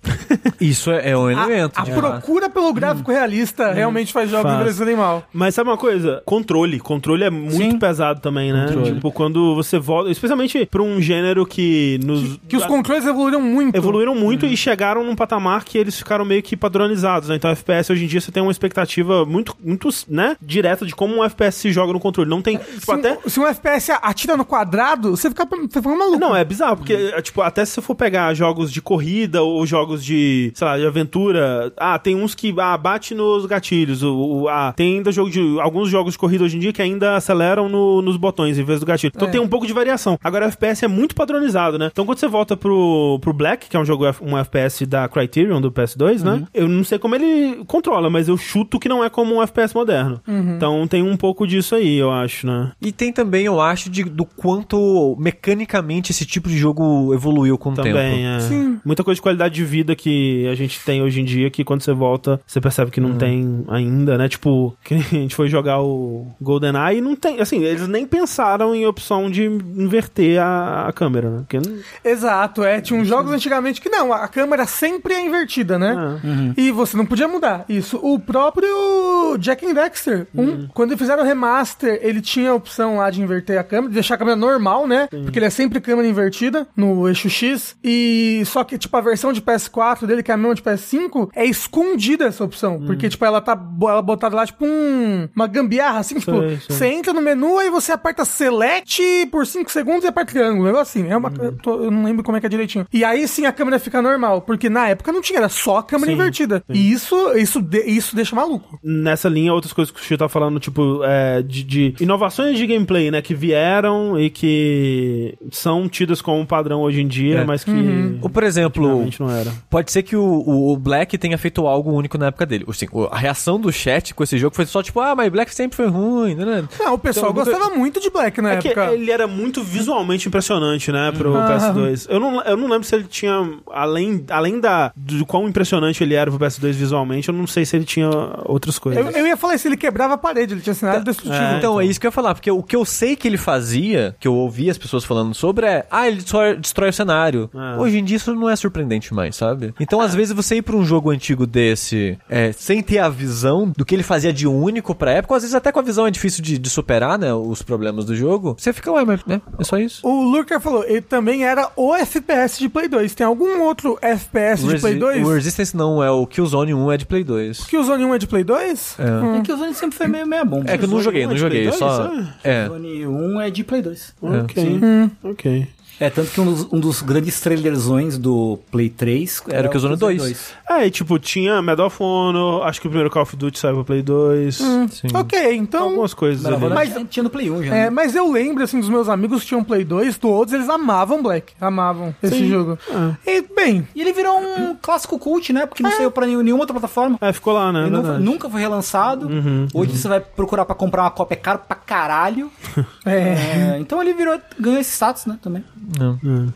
Isso é, é um elemento. A de fato. procura pelo gráfico realista realmente faz jogos faz. envelhecerem mal. Mas sabe uma coisa? Controle. Controle é muito Sim. pesado também, né? Controle. Tipo, quando você volta. Especialmente pra um gênero que nos. Que os controles evoluíram muito. Evoluíram muito Uhum. e chegaram num patamar que eles ficaram meio que padronizados, né? Então, FPS hoje em dia você tem uma expectativa muito, muito, né? Direta de como um FPS se joga no controle. Não tem. Tipo, Se, um- até. se um FPS atira no quadrado, você fica, você fica maluco. Uhum. Não, é bizarro, porque, é, tipo, até se você for pegar jogos de corrida ou jogos de, sei lá, de aventura, ah, tem uns que ah, bate nos gatilhos, o, o- ah, tem ainda jogo de, alguns jogos de corrida hoje em dia que ainda aceleram no- nos botões em vez do gatilho. Então É. tem um pouco de variação. Agora, o FPS é muito padronizado, né? Então quando você volta pro, pro Black, que é um jogo, F- um FPS da Criterion, do PS2, né? Uhum. Eu não sei como ele controla, mas eu chuto que não é como um FPS moderno. Uhum. Então tem um pouco disso aí, eu acho, né? E tem também, eu acho, de, do quanto mecanicamente esse tipo de jogo evoluiu com o Um tempo. Também, é. Sim. Muita coisa de qualidade de vida que a gente tem hoje em dia, que quando você volta, você percebe que não É. tem ainda, né? Tipo, que a gente foi jogar o GoldenEye e não tem. Assim, eles nem pensaram em opção de inverter a, a câmera, né? Porque não- Exato, é. Tinha uns jogos antigamente que não, a câmera sempre é invertida, Ah. né? E você não podia mudar isso. O próprio Jack and Dexter, um, Uhum. quando fizeram o remaster, ele tinha a opção lá de inverter a câmera, de deixar a câmera normal, né? Porque ele é sempre câmera invertida no eixo X. E só que, tipo, a versão de PS4 dele, que é a mesma de PS5, é escondida essa opção. Hum. Porque, tipo, ela tá bo- ela botada lá, tipo, um, uma gambiarra, assim, tipo, Sei, sei. você entra no menu, aí você aperta select por 5 segundos e aperta triângulo. Um negócio assim. É Uhum. uma, eu, tô- eu não lembro como é que é direitinho. E aí sim a câmera fica normal, porque na época não tinha, era só a câmera Sim, invertida. E isso, isso, de- isso deixa maluco. nessa linha, outras coisas que o Chico tá falando, tipo, é, de, de inovações de gameplay, né? Que vieram e que são tidas como padrão hoje em dia, É. mas que. Ou, por exemplo, Antigamente não era. pode ser que o, o- o Black tenha feito algo único na época dele. Assim, o- a reação do chat com esse jogo foi só tipo, ah, mas Black sempre foi ruim, né? Não, o pessoal Então, gostava muito de Black na É que época. ele era muito visualmente impressionante, né, pro Ah. Uhum. PS2. Eu não, eu não lembro se ele tinha, além, além da, do quão impressionante ele era pro PS2 visualmente, eu não sei se ele tinha outras coisas. Eu, eu ia falar isso, ele quebrava a parede, ele tinha cenário destrutivo. então, é isso que eu ia falar, porque o que eu sei que ele fazia, que eu ouvi as pessoas falando sobre, é, ah, ele destrói, destrói o cenário. Ah. Hoje em dia isso não é surpreendente mais, sabe? Então, às vezes, você ir pra um jogo antigo desse, é, sem ter a visão do que ele fazia de único pra época, ou às vezes até com a visão é difícil de, de superar, né, os problemas do jogo, você fica, ué, mas, né, é só isso. O Lurker falou, ele também era o FPS de Play 2. Tem algum outro FPS de Resi- Play 2? O Resistance não é o Killzone 1 é de Play 2. Que o Zone 1 é de Play 2? É. É que o Zone sempre foi meio meia bomba. É que eu não joguei, é não de joguei, Play só. 2? É. Zone 1 é de Play 2. ok, ok. É, tanto que um dos, um dos grandes trailerzões do Play 3 Era o Killzone 2. É, e tipo, tinha Medal of Honor, acho que o primeiro Call of Duty saiu pra Play 2, Hum. Sim. Ok, então... algumas coisas ali. Mas, Mas- tinha no Play 1 já. É, né? mas eu lembro, assim, dos meus amigos que tinham Play 2, todos, eles amavam Black. Amavam esse jogo. E, bem, E ele virou um clássico cult, né? Porque não saiu pra nenhum- nenhuma outra plataforma. É, ficou lá, né? Ele não- Verdade. Uhum. nunca foi relançado. Hoje você vai procurar pra comprar uma cópia é caro pra caralho. é... É, então ele virou, ganhou esse status, né? Também.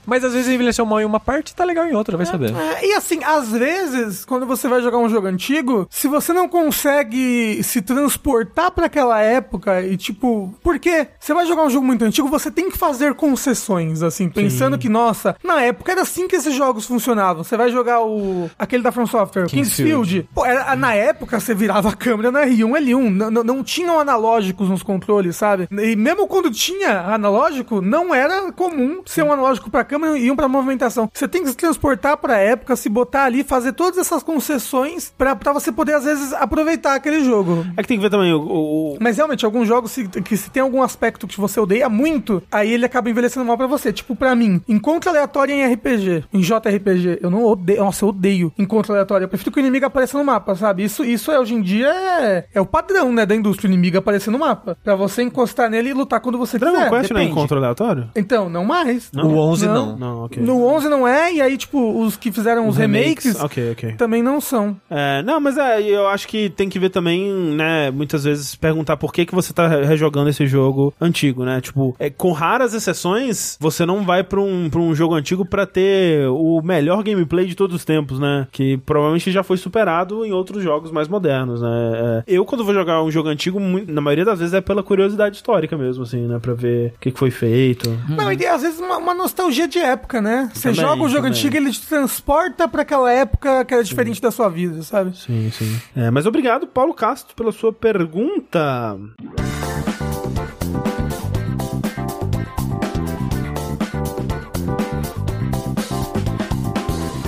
Mas às vezes envelheceu mal em uma parte, tá legal em outra, vai saber. É, e assim, às vezes, quando você vai jogar um jogo antigo, se você não consegue se transportar pra aquela época e tipo, porque você vai jogar um jogo muito antigo, você tem que fazer concessões, assim, pensando que, nossa, na época era assim que esses jogos funcionavam. Você vai jogar o aquele da From Software, Kingsfield. Pô, era, na época você virava a câmera na R1 L1, n- n- não tinham analógicos nos controles, sabe? E mesmo quando tinha analógico, não era comum ser um analógico pra câmera e um pra movimentação. Você tem que se transportar pra época, se botar ali, fazer todas essas concessões pra, pra você poder, às vezes, aproveitar aquele jogo. É que tem que ver também o- o, o- É, Mas realmente, alguns jogos se- que se tem algum aspecto que você odeia muito, aí ele acaba envelhecendo mal pra você. Tipo, pra mim, encontro aleatório em RPG, em JRPG. Eu não odeio. Nossa, eu odeio encontro aleatório. Eu prefiro que o inimigo apareça no mapa, sabe? Isso, isso é, hoje em dia é, é o padrão, né, da indústria. O inimigo aparecer no mapa. Pra você encostar nele e lutar quando você Dragon quiser. Quest não é depende. encontro aleatório? Então, não mais. O 11 não. Não, ok. No 11 não é, e aí, tipo, os que fizeram os, remakes, Ok, ok. também não são. É, não, mas é, eu acho que tem que ver também, né, muitas vezes perguntar por que que você tá re- rejogando esse jogo antigo, né? Tipo, é, com raras exceções, você não vai pra um, pra um jogo antigo pra ter o melhor gameplay de todos os tempos, né? Que provavelmente já foi superado em outros jogos mais modernos, né? É, eu, quando vou jogar um jogo antigo, mu- na maioria das vezes é pela curiosidade histórica mesmo, assim, né? Pra ver o que, que foi feito. Não, e às vezes uma, uma nostalgia de época, né? Você Uhum. Também, joga o jogo também. antigo e ele te transporta pra aquela época que era diferente da sua vida, sabe? Sim, sim. É, mas obrigado, Paulo Castro, pela sua pergunta.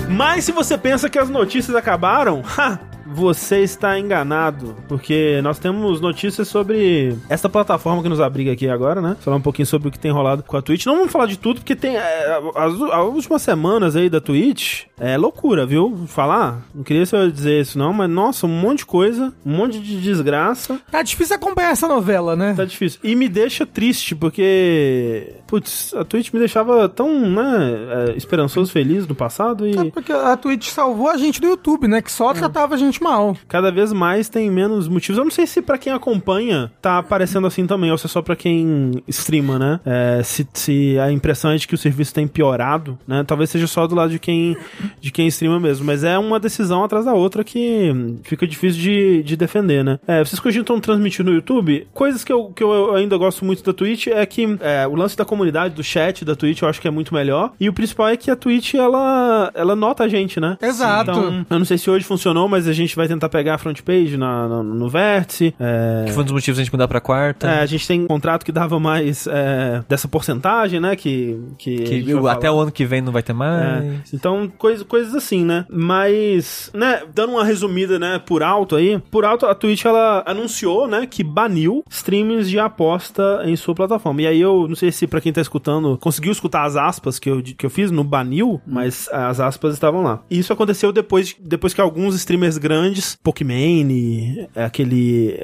Mas se você pensa que as notícias acabaram, ha, você está enganado, porque nós temos notícias sobre essa plataforma que nos abriga aqui agora, né? Falar um pouquinho sobre o que tem rolado com a Twitch. Não vamos falar de tudo, porque tem é, as, as últimas semanas aí da Twitch é loucura, viu? Falar, não queria só dizer isso não, mas nossa, um monte de coisa, um monte de desgraça. Tá difícil acompanhar essa novela, né? Tá difícil. E me deixa triste, porque. Putz, a Twitch me deixava tão, né? é, esperançoso, feliz no passado É e. porque a Twitch salvou a gente do YouTube, né? Que É. só tratava a gente mal. Cada vez mais tem menos motivos. Eu não sei se pra quem acompanha tá aparecendo assim também, ou se é só pra quem streama, né? É, se, se a impressão é de que o serviço tem piorado, né? Talvez seja só do lado de quem, de quem streama mesmo. Mas é uma decisão atrás da outra que fica difícil de, de defender, né? É, vocês que hoje estão transmitindo no YouTube, coisas que eu, que eu ainda gosto muito da Twitch é que é, o lance da comunidade, do chat da Twitch, eu acho que é muito melhor. E o principal é que a Twitch, ela, ela nota a gente, né? Exato. Então, eu não sei se hoje funcionou, mas a gente vai tentar pegar a front page na, na- no vértice. É, Que foi um dos motivos a gente mudar pra quarta. é, a gente tem um contrato que dava mais é, dessa porcentagem, né? Que, que, a Que gente vai o- até falar. o ano que vem não vai ter É, mais. então, coisa, coisas assim, né? Mas, né, dando uma resumida, né, por alto aí, por alto, a Twitch, ela anunciou, né, que baniu streams de aposta em sua plataforma. E aí eu, não sei se pra quem tá escutando, conseguiu escutar as aspas que eu, di- que eu fiz no baniu, mas as aspas estavam lá. E isso aconteceu depois, de- depois que alguns streamers grandes grandes, Pokimane, é, aquele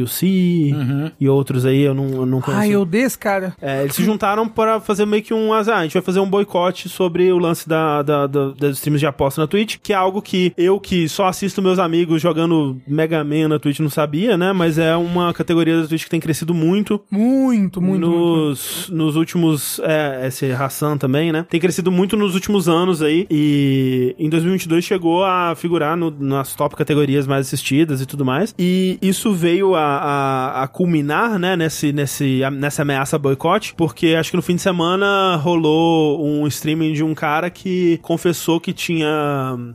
XQC e outros aí, eu não, eu não conheço. Ai, eu odeio esse cara. É, eles se juntaram para fazer meio que um. azar. a gente vai fazer um boicote sobre o lance da, da, da- dos streams de aposta na Twitch, que é algo que eu, que só assisto meus amigos jogando Mega Man na Twitch, não sabia, né? Mas é uma categoria da Twitch que tem crescido muito. Muito, muito. muito. nos, nos últimos. É, esse Hassan também, né? Tem crescido muito nos últimos anos aí. E em 2022 chegou a figurar no- nas top categorias mais assistidas e tudo mais. E isso veio a, a, a culminar, né? Nesse, nesse, a- nessa ameaça a boicote. Porque acho que no fim de semana rolou um streaming de um cara que confessou que tinha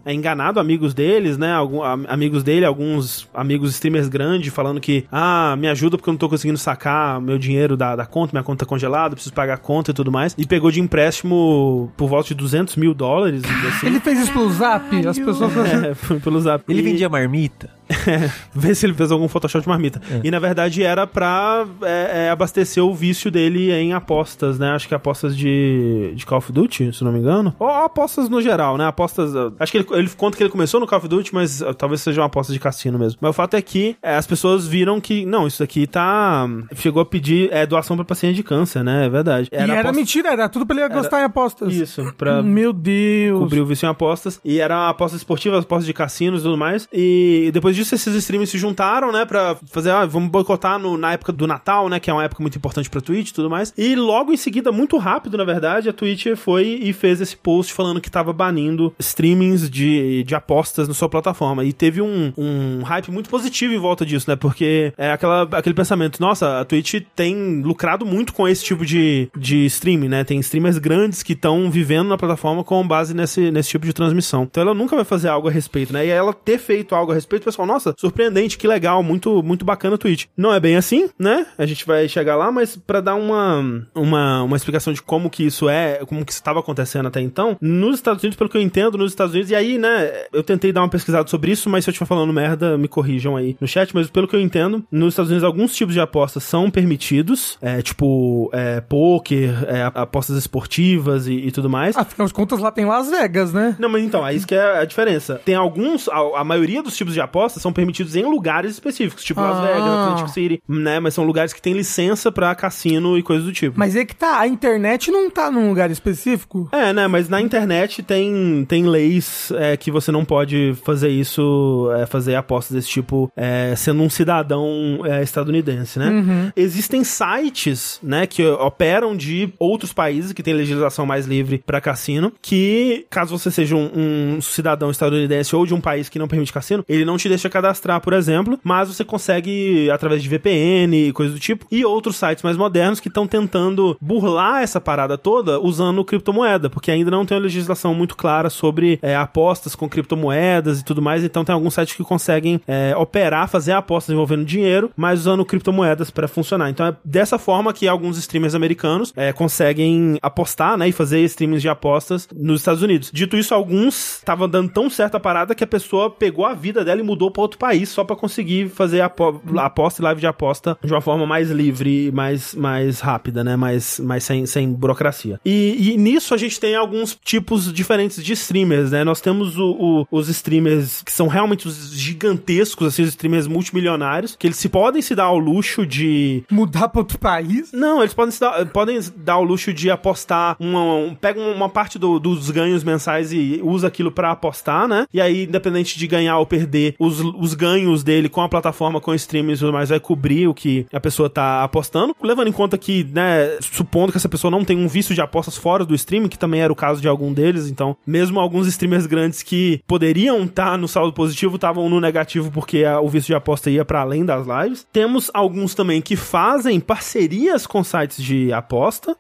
é, enganado amigos deles, né? Algum, am- amigos dele, alguns amigos streamers grandes, falando que, ah, me ajuda porque eu não tô conseguindo sacar meu dinheiro da, da conta, minha conta tá congelada, preciso pagar a conta e tudo mais. E pegou de empréstimo por volta de 200 mil dólares, assim. Ele fez isso pelo zap, as pessoas falam assim, É, p- pelo zap. Ele E vendia marmita. Ver se ele fez algum Photoshop de marmita. É. E na verdade era pra é, é, abastecer o vício dele em apostas, né? Acho que apostas de, de Call of Duty, se não me engano. Ou apostas no geral, né? Apostas. ah, Acho que ele, ele conta que ele começou no Call of Duty, mas ah, talvez seja uma aposta de cassino mesmo. Mas o fato é que é, as pessoas viram que, não, isso aqui tá. Chegou a pedir é, doação pra paciente de câncer, né? É verdade. e era aposta- mentira, era tudo pra ele gastar em apostas. Isso, pra Meu Deus. cobriu o vício em apostas. E era apostas esportivas, apostas de cassinos e tudo mais. E depois disso, esses streamers se juntaram, né? Pra fazer, ah, vamos boicotar no- na época do Natal, né? Que é uma época muito importante pra Twitch e tudo mais. E logo em seguida, muito rápido, na verdade, a Twitch foi e fez esse post falando que tava banindo streamings de, de apostas na sua plataforma. E teve um, um hype muito positivo em volta disso, né? Porque é aquela, aquele pensamento, nossa, a Twitch tem lucrado muito com esse tipo de, de streaming, né? Tem streamers grandes que estão vivendo na plataforma com base nesse, nesse tipo de transmissão. Então ela nunca vai fazer algo a respeito, né? E ela ter feito algo a respeito, o pessoal, nossa, surpreendente, que legal, muito muito bacana a Twitch. Não é bem assim, né? A gente vai chegar lá, mas pra dar uma, uma, uma explicação de como que isso é, como que isso estava acontecendo até então, nos Estados Unidos, pelo que eu entendo, nos Estados Unidos, e aí, né, eu tentei dar uma pesquisada sobre isso, mas se eu estiver falando merda, me corrijam aí no chat, mas pelo que eu entendo, nos Estados Unidos alguns tipos de apostas são permitidos, é, tipo, é, pôquer, é, apostas esportivas e- e tudo mais. Afinal de contas, lá tem Las Vegas, né? Não, mas então, é isso que é a diferença. Tem alguns, a, a maioria dos tipos de apostas são permitidos em lugares específicos, tipo Las Ah. Vegas, Atlantic City, né? Mas são lugares que têm licença pra cassino e coisas do tipo. Mas é que tá, a internet não tá num lugar específico. É, né? Mas na internet tem, tem leis é, que você não pode fazer isso, é, fazer apostas desse tipo, é, sendo um cidadão é, estadunidense, né? Existem sites, né, que operam de outros países que têm legislação mais livre pra cassino, que caso você seja um, um cidadão estadunidense ou de um país que não permite cassino, ele não te deixa cadastrar, por exemplo, mas você consegue através de VPN e coisas do tipo, e outros sites mais modernos que estão tentando burlar essa parada toda usando criptomoeda, porque ainda não tem uma legislação muito clara sobre é, apostas com criptomoedas e tudo mais, então tem alguns sites que conseguem é, operar, fazer apostas envolvendo dinheiro, mas usando criptomoedas para funcionar. Então é dessa forma que alguns streamers americanos é, conseguem apostar, né, e fazer streamings de apostas nos Estados Unidos. Dito isso, alguns estavam dando tão certa parada que a pessoa pegou a vida dela e mudou para outro país só para conseguir fazer apo- aposta e live de aposta de uma forma mais livre, mais, mais rápida, né? Mais, mais sem, sem burocracia. E, e nisso a gente tem alguns tipos diferentes de streamers, né? Nós temos o- o- os streamers que são realmente os gigantescos, assim, os streamers multimilionários, que eles se podem se dar ao luxo de Mudar pra outro país? não, eles podem, se dar, podem dar o luxo de apostar. Uma, um- pega uma parte do- dos ganhos mensais e usa aquilo pra apostar, né? E aí, independente de ganhar ou perder, os, os ganhos dele com a plataforma, com streams e tudo mais, vai cobrir o que a pessoa tá apostando. Levando em conta que, né, supondo que essa pessoa não tem um vício de apostas fora do streaming, que também era o caso de algum deles, então, mesmo alguns streamers grandes que poderiam estar no saldo positivo, estavam no negativo porque a- o vício de aposta ia pra além das lives. Temos alguns também que fazem parcerias com sites de aposta.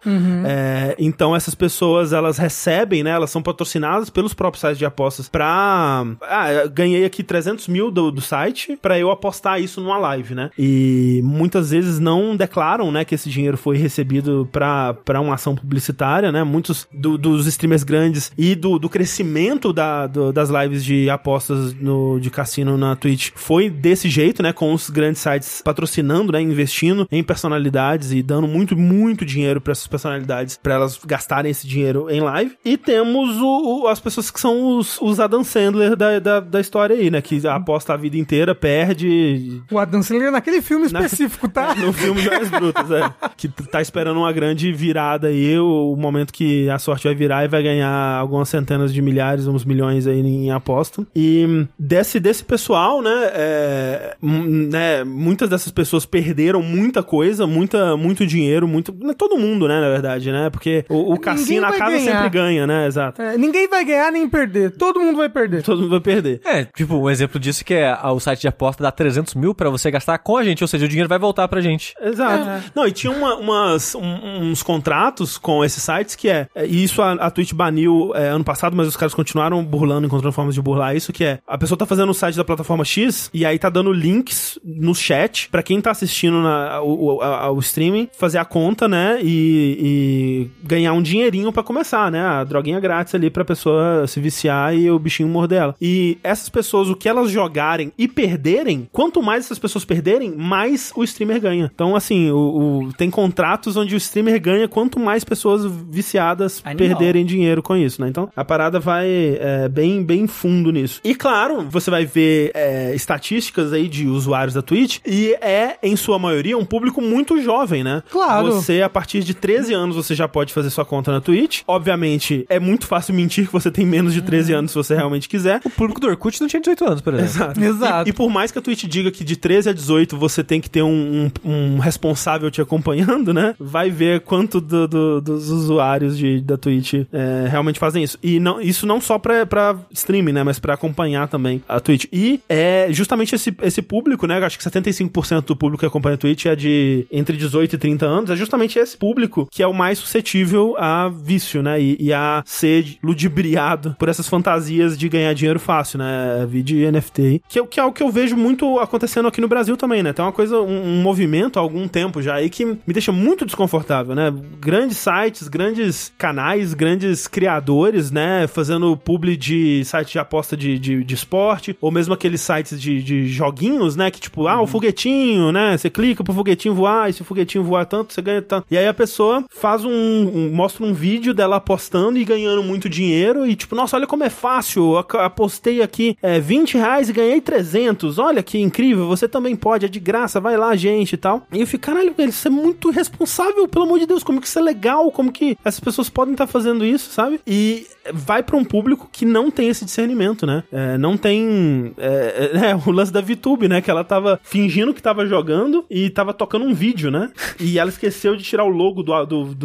É, então essas pessoas elas recebem, né? Elas são patrocinadas pelos próprios sites de apostas pra. Ah, eu ganhei aqui 300 mil do, do site pra eu apostar isso numa live, né? E muitas vezes não declaram, né, que esse dinheiro foi recebido pra, pra uma ação publicitária, né? Muitos do- dos streamers grandes e do, do crescimento da, do- das lives de apostas no, de cassino na Twitch foi desse jeito, né? Com os grandes sites patrocinando, né? Investindo em personalidades e dando muito, muito dinheiro pra essas personalidades, pra elas gastarem esse dinheiro em live. E temos o, o- as pessoas que são os, os Adam Sandler da, da, da história aí, né? Que aposta a vida inteira, perde O Adam Sandler naquele filme Na- específico, tá? no filme Joias Brutas, é. Que t- tá esperando uma grande virada aí, o, o momento que a sorte vai virar e vai ganhar algumas centenas de milhares, uns milhões aí em aposta. E hum, desse, desse pessoal, né, é, hum, né, muitas dessas pessoas perderam muita coisa, muita, muito dinheiro, muito... né, Todo mundo, né, na verdade, né? Porque o, o cassino, a vai casa ganhar. sempre ganha, né? Exato. É, ninguém vai ganhar nem perder. Todo mundo vai perder. Todo mundo vai perder. É, tipo, um exemplo disso que é a- o site de aposta dá 300 mil pra você gastar com a gente, ou seja, o dinheiro vai voltar pra gente. Exato. Não, e tinha uma- umas, um- uns contratos com esses sites que é. é, E isso a, a Twitch baniu é, ano passado, mas os caras continuaram burlando, encontrando formas de burlar isso, que é. A pessoa tá fazendo o site da plataforma X e aí tá dando links no chat pra quem tá assistindo na, o, o- a- ao streaming fazer a conta, né? E, e ganhar um dinheirinho pra começar, né? A droguinha grátis ali pra pessoa se viciar e o bichinho morder ela. E essas pessoas, o que elas jogarem e perderem, quanto mais essas pessoas perderem, mais o streamer ganha. Então, assim, o, o- tem contratos onde o streamer ganha quanto mais pessoas viciadas Animal. perderem dinheiro com isso, né? Então, a parada vai é, bem, bem fundo nisso. E, claro, você vai ver é, estatísticas aí de usuários da Twitch e é, em sua maioria, um público muito jovem, né? Claro. Você você, a partir de 13 anos, você já pode fazer sua conta na Twitch. Obviamente, é muito fácil mentir que você tem menos de 13 anos se você realmente quiser. O público do Orkut não tinha 18 anos, por exemplo. Exato. E, e por mais que a Twitch diga que de 13 a 18 você tem que ter um, um- um responsável te acompanhando, né? Vai ver quanto do- do- dos usuários de- da Twitch é, realmente fazem isso. E não, isso não só pra, pra streaming, né? Mas pra acompanhar também a Twitch. E é justamente esse, esse público, né? Acho que 75% do público que acompanha a Twitch é de entre 18 e 30 anos. É justamente esse público que é o mais suscetível a vício, né? E, e a ser ludibriado por essas fantasias de ganhar dinheiro fácil, né? Vídeo e NFT. aí. Que, é o- que é o que eu vejo muito acontecendo aqui no Brasil também, né? Tem uma coisa, um, um movimento há algum tempo já aí que me deixa muito desconfortável, né? Grandes sites, grandes canais, grandes criadores, né? Fazendo publi de site de aposta de, de, de esporte, ou mesmo aqueles sites de, de joguinhos, né? Que tipo, ah, o foguetinho, né? Você clica pro foguetinho voar, e se o foguetinho voar tanto, você ganha tanto. E aí a pessoa faz um, um- mostra um vídeo dela apostando e ganhando muito dinheiro, e tipo, nossa, olha como é fácil, eu ac- apostei aqui é, 20 reais e ganhei 300, olha que incrível, você também pode, é de graça, vai lá, gente, e tal. E eu fico, caralho, velho, isso é muito irresponsável, pelo amor de Deus, como que isso é legal, como que essas pessoas podem estar fazendo isso, sabe? E vai pra um público que não tem esse discernimento, né? É, não tem é, é, é, o lance da VTube, né? Que ela tava fingindo que tava jogando e tava tocando um vídeo, né? E ela esqueceu de tirar o logo do, do,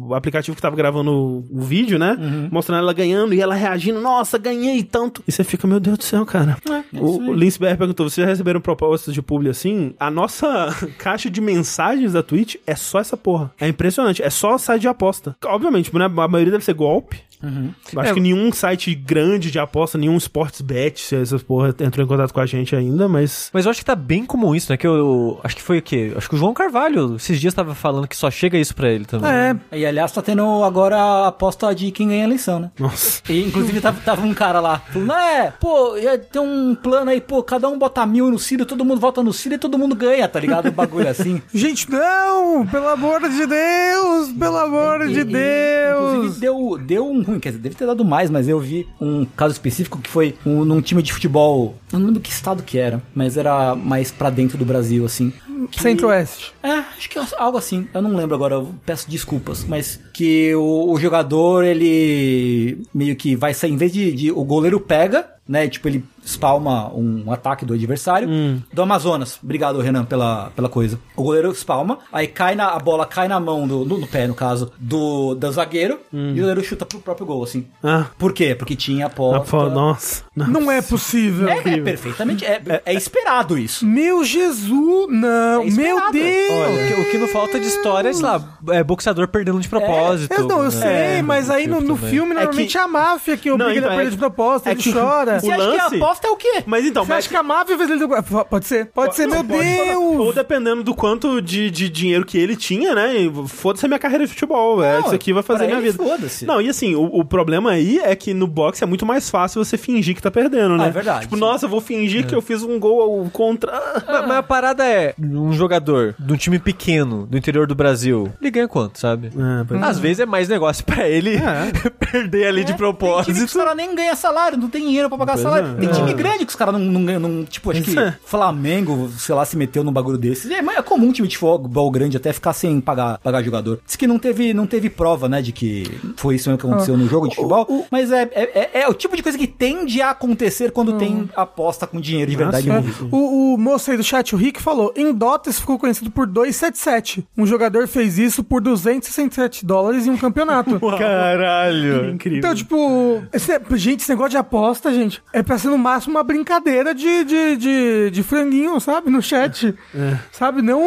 do aplicativo que tava gravando o- o vídeo, né? Mostrando ela ganhando e ela reagindo, nossa, ganhei tanto. E você fica, meu Deus do céu, cara. o o Lince BR perguntou: vocês já receberam propostas de publi assim? A nossa caixa de mensagens da Twitch é só essa porra. É impressionante. É só site de aposta. Obviamente, né, a maioria deve ser golpe. Eu Acho É, que nenhum site grande de aposta, nenhum Sportsbet, se essas porra entrou em contato com a gente ainda, mas. Mas eu acho que tá bem comum isso, né? Que eu, eu- acho que foi o quê? Acho que o João Carvalho esses dias tava falando que só chega isso pra ele também. É, E aliás, tá tendo agora a aposta de quem ganha a eleição, né? Nossa. E, inclusive tava, tava um cara lá falando, é, pô, ia ter um plano aí, pô, cada um bota mil no Ciro, todo mundo vota no Ciro e todo mundo ganha, tá ligado? Um bagulho assim. Gente, não! Pelo amor de Deus! Pelo amor E- de e, Deus! Inclusive, deu, deu um ruim, quer dizer, deve ter dado mais, mas eu vi um caso específico que foi um- num time de futebol. Eu não lembro que estado que era, mas era mais pra dentro do Brasil, assim. que- Centro-Oeste. É, acho que é algo assim. Eu não lembro agora, eu peço desculpas. Mas que o, o jogador, ele meio que vai sair, em vez de, de- o goleiro pega, né? Tipo, ele spalma um ataque do adversário. Hum. Do Amazonas. Obrigado, Renan, pela, pela coisa. O goleiro spalma, aí cai na, a bola cai na mão, do, no, no pé, no caso, do, do zagueiro. E o goleiro chuta pro próprio gol, assim. Hum. Ah, Por quê? Porque tinha a aposta. fo- nossa. Não é possível. é, é perfeitamente, é, é esperado isso. Meu Jesus! Não! É Meu esperado. Deus! Olha, o que, o que não falta de história, é, sei lá, é boxeador perdendo de propósito. Eu não, eu sei, né? mas aí no, tipo no também. filme que- normalmente é a máfia que obriga Não, ele então, a é perder que- de proposta, é ele que- chora. O Você acha que lance- a aposta é o quê? Mas então, Você acha que a máfia fez ele... do- Pode ser, pode ser, meu Pode falar. Ou Deus! dependendo do quanto de, de dinheiro que ele tinha, né? e Foda-se a minha carreira de futebol, é isso aqui vai fazer pra minha ele, vida. foda-se. Não, e assim, o, o problema aí é que no boxe é muito mais fácil você fingir que tá Ah, perdendo, né? é verdade, Tipo, sim. nossa, eu vou fingir que eu fiz um gol ao contra. Ah, Mas, mas a parada é, um jogador de um time pequeno do interior do Brasil, ele ganha quanto, sabe? É, pois Às vezes é mais negócio pra ele perder ali de Tem time que propósito. os caras nem ganha salário, não tem dinheiro pra pagar Pois salário. é. Tem time grande que os caras não, não ganham. não- tipo, acho que Isso é. Flamengo, sei lá, se meteu num bagulho desse. É, mas é comum um time de futebol grande até ficar sem pagar, pagar jogador. Diz que não teve, não teve prova, né, de que foi isso mesmo que aconteceu Ah. no jogo de futebol. mas é, é, é- é o tipo de coisa que tende a acontecer quando Ah. tem aposta com dinheiro de verdade sim. envolvido. Né? O, o moço aí do chat, o Rick, falou: em Dotas ficou conhecido por 277. Um jogador fez isso por 267 dólares em um campeonato. Caralho. Incrível. Então, tipo, esse- gente, esse negócio de aposta, gente, é pra ser no máximo uma brincadeira de, de, de, de franguinho, sabe? No chat. É, Sabe? Não.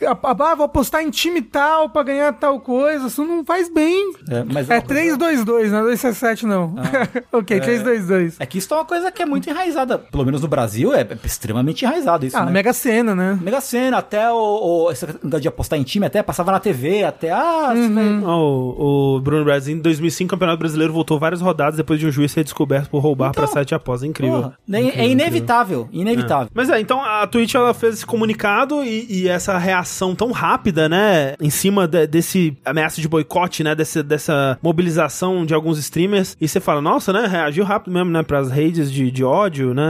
eh, a- a- Ah, vou apostar em time tal pra ganhar tal coisa. Isso não faz bem. É, mas É 3-2-2, não é 267, não. ok, 3-2-2. É que isso é uma coisa que é muito enraizada. Pelo menos no Brasil, é extremamente enraizado isso, Ah, né? é Mega Sena, né? Mega Sena, até o, o esse negócio de apostar em time, até passava na TV, até Uhum. ah, o, o Bruno Brasil, em 2005, o Campeonato Brasileiro voltou várias rodadas depois de um juiz ser descoberto por roubar Então, pra site após. É incrível. porra, né, é inevitável, inevitável. Mas é, então a Twitch ela fez esse comunicado e, e essa reação tão rápida, né, em cima de- desse ameaça de boicote, né, desse- dessa mobilização de alguns streamers. E você fala, nossa, né, reagiu rápido mesmo, né, pras redes de, de ódio, né,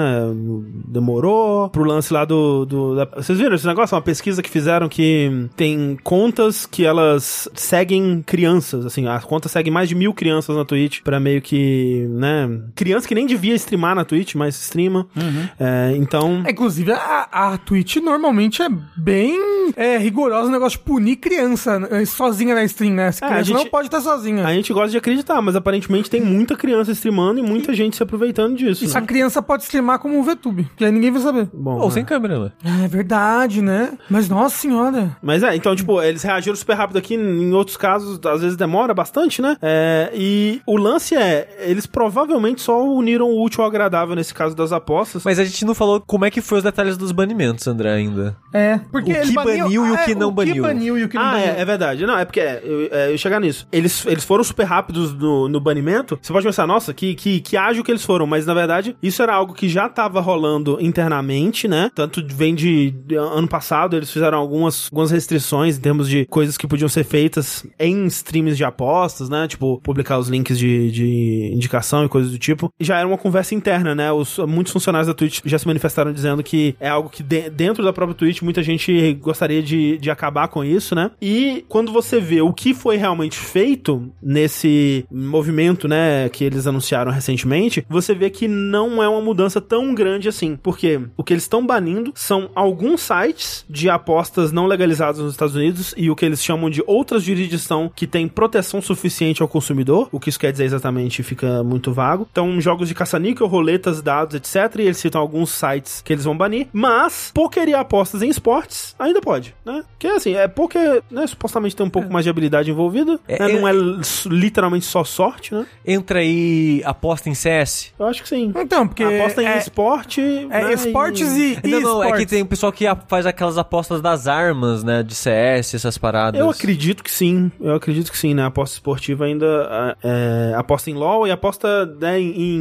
demorou. Pro lance lá do... do- da- Vocês viram esse negócio? É Uma pesquisa que fizeram que tem contas que elas seguem crianças, assim, as contas seguem mais de mil crianças na Twitch pra meio que, né, criança que nem devia streamar na Twitch, mas streama. É, então... É, Inclusive, a, a Twitch normalmente é bem é, rigorosa no negócio de punir criança né, sozinha na stream, né? Essa É, a criança gente- não pode estar sozinha. A gente gosta de acreditar, mas aparentemente tem muita criança streamando e muita gente se aproveitando disso. A né? criança pode streamar como um VTube, que aí ninguém vai saber. Bom, Ou é. sem câmera, né? É verdade, né? Mas nossa senhora. Mas é, então, tipo, eles reagiram super rápido aqui. Em outros casos, às vezes demora bastante, né? É, e o lance é, eles provavelmente só uniram o útil ao agradável nesse caso das apostas. Mas a gente não falou como é que foi os detalhes dos banimentos, André, ainda. É. Porque O que baniu e o que não baniu. O que baniu e o que não ah, baniu. é, é verdade. Não, é porque é, eu, é, eu ia chegar nisso. Eles, eles foram super rápidos no, no banimento. Você pode pensar, nossa, que, que, que ágil que eles foram. Mas, na verdade, isso era algo que já tava rolando internamente, né? Tanto vem de, de ano passado, eles fizeram algumas, algumas restrições em termos de coisas que podiam ser feitas em streams de apostas, né? Tipo, publicar os links de, de indicação e coisas do tipo. E já era uma conversa interna, né? Os, muitos funcionários da Twitch já se manifestaram dizendo que é algo que de- dentro da própria Twitch muita gente gostaria de, de acabar com isso, né? E quando você vê o que foi realmente feito nesse movimento, né, que eles anunciaram recentemente, você vê que não é uma mudança tão grande assim, porque o que eles estão banindo são alguns sites de apostas não legalizados nos Estados Unidos e o que eles chamam de outras jurisdições que têm proteção suficiente ao consumidor, o que isso quer dizer exatamente fica muito vago. Então, jogos de caça-níquel, roletas, dados, etc. E eles citam alguns sites que eles vão banir, mas poker e apostas em esportes ainda pode, né? Que é assim, é poker, né, supostamente tem um É. pouco mais de habilidade envolvida, É, né, é- não é l- literalmente só sorte, né? Entra aí, aposta em CS. Eu acho que sim. Então, porque. Aposta em é, esporte. é né, esportes e. e Não, não, é que esportes. tem o pessoal que a- faz aquelas apostas das armas, né? De CS, essas paradas. Eu acredito que sim, eu acredito que sim, né? A aposta esportiva ainda ah, é, aposta em LOL e aposta né, em, em,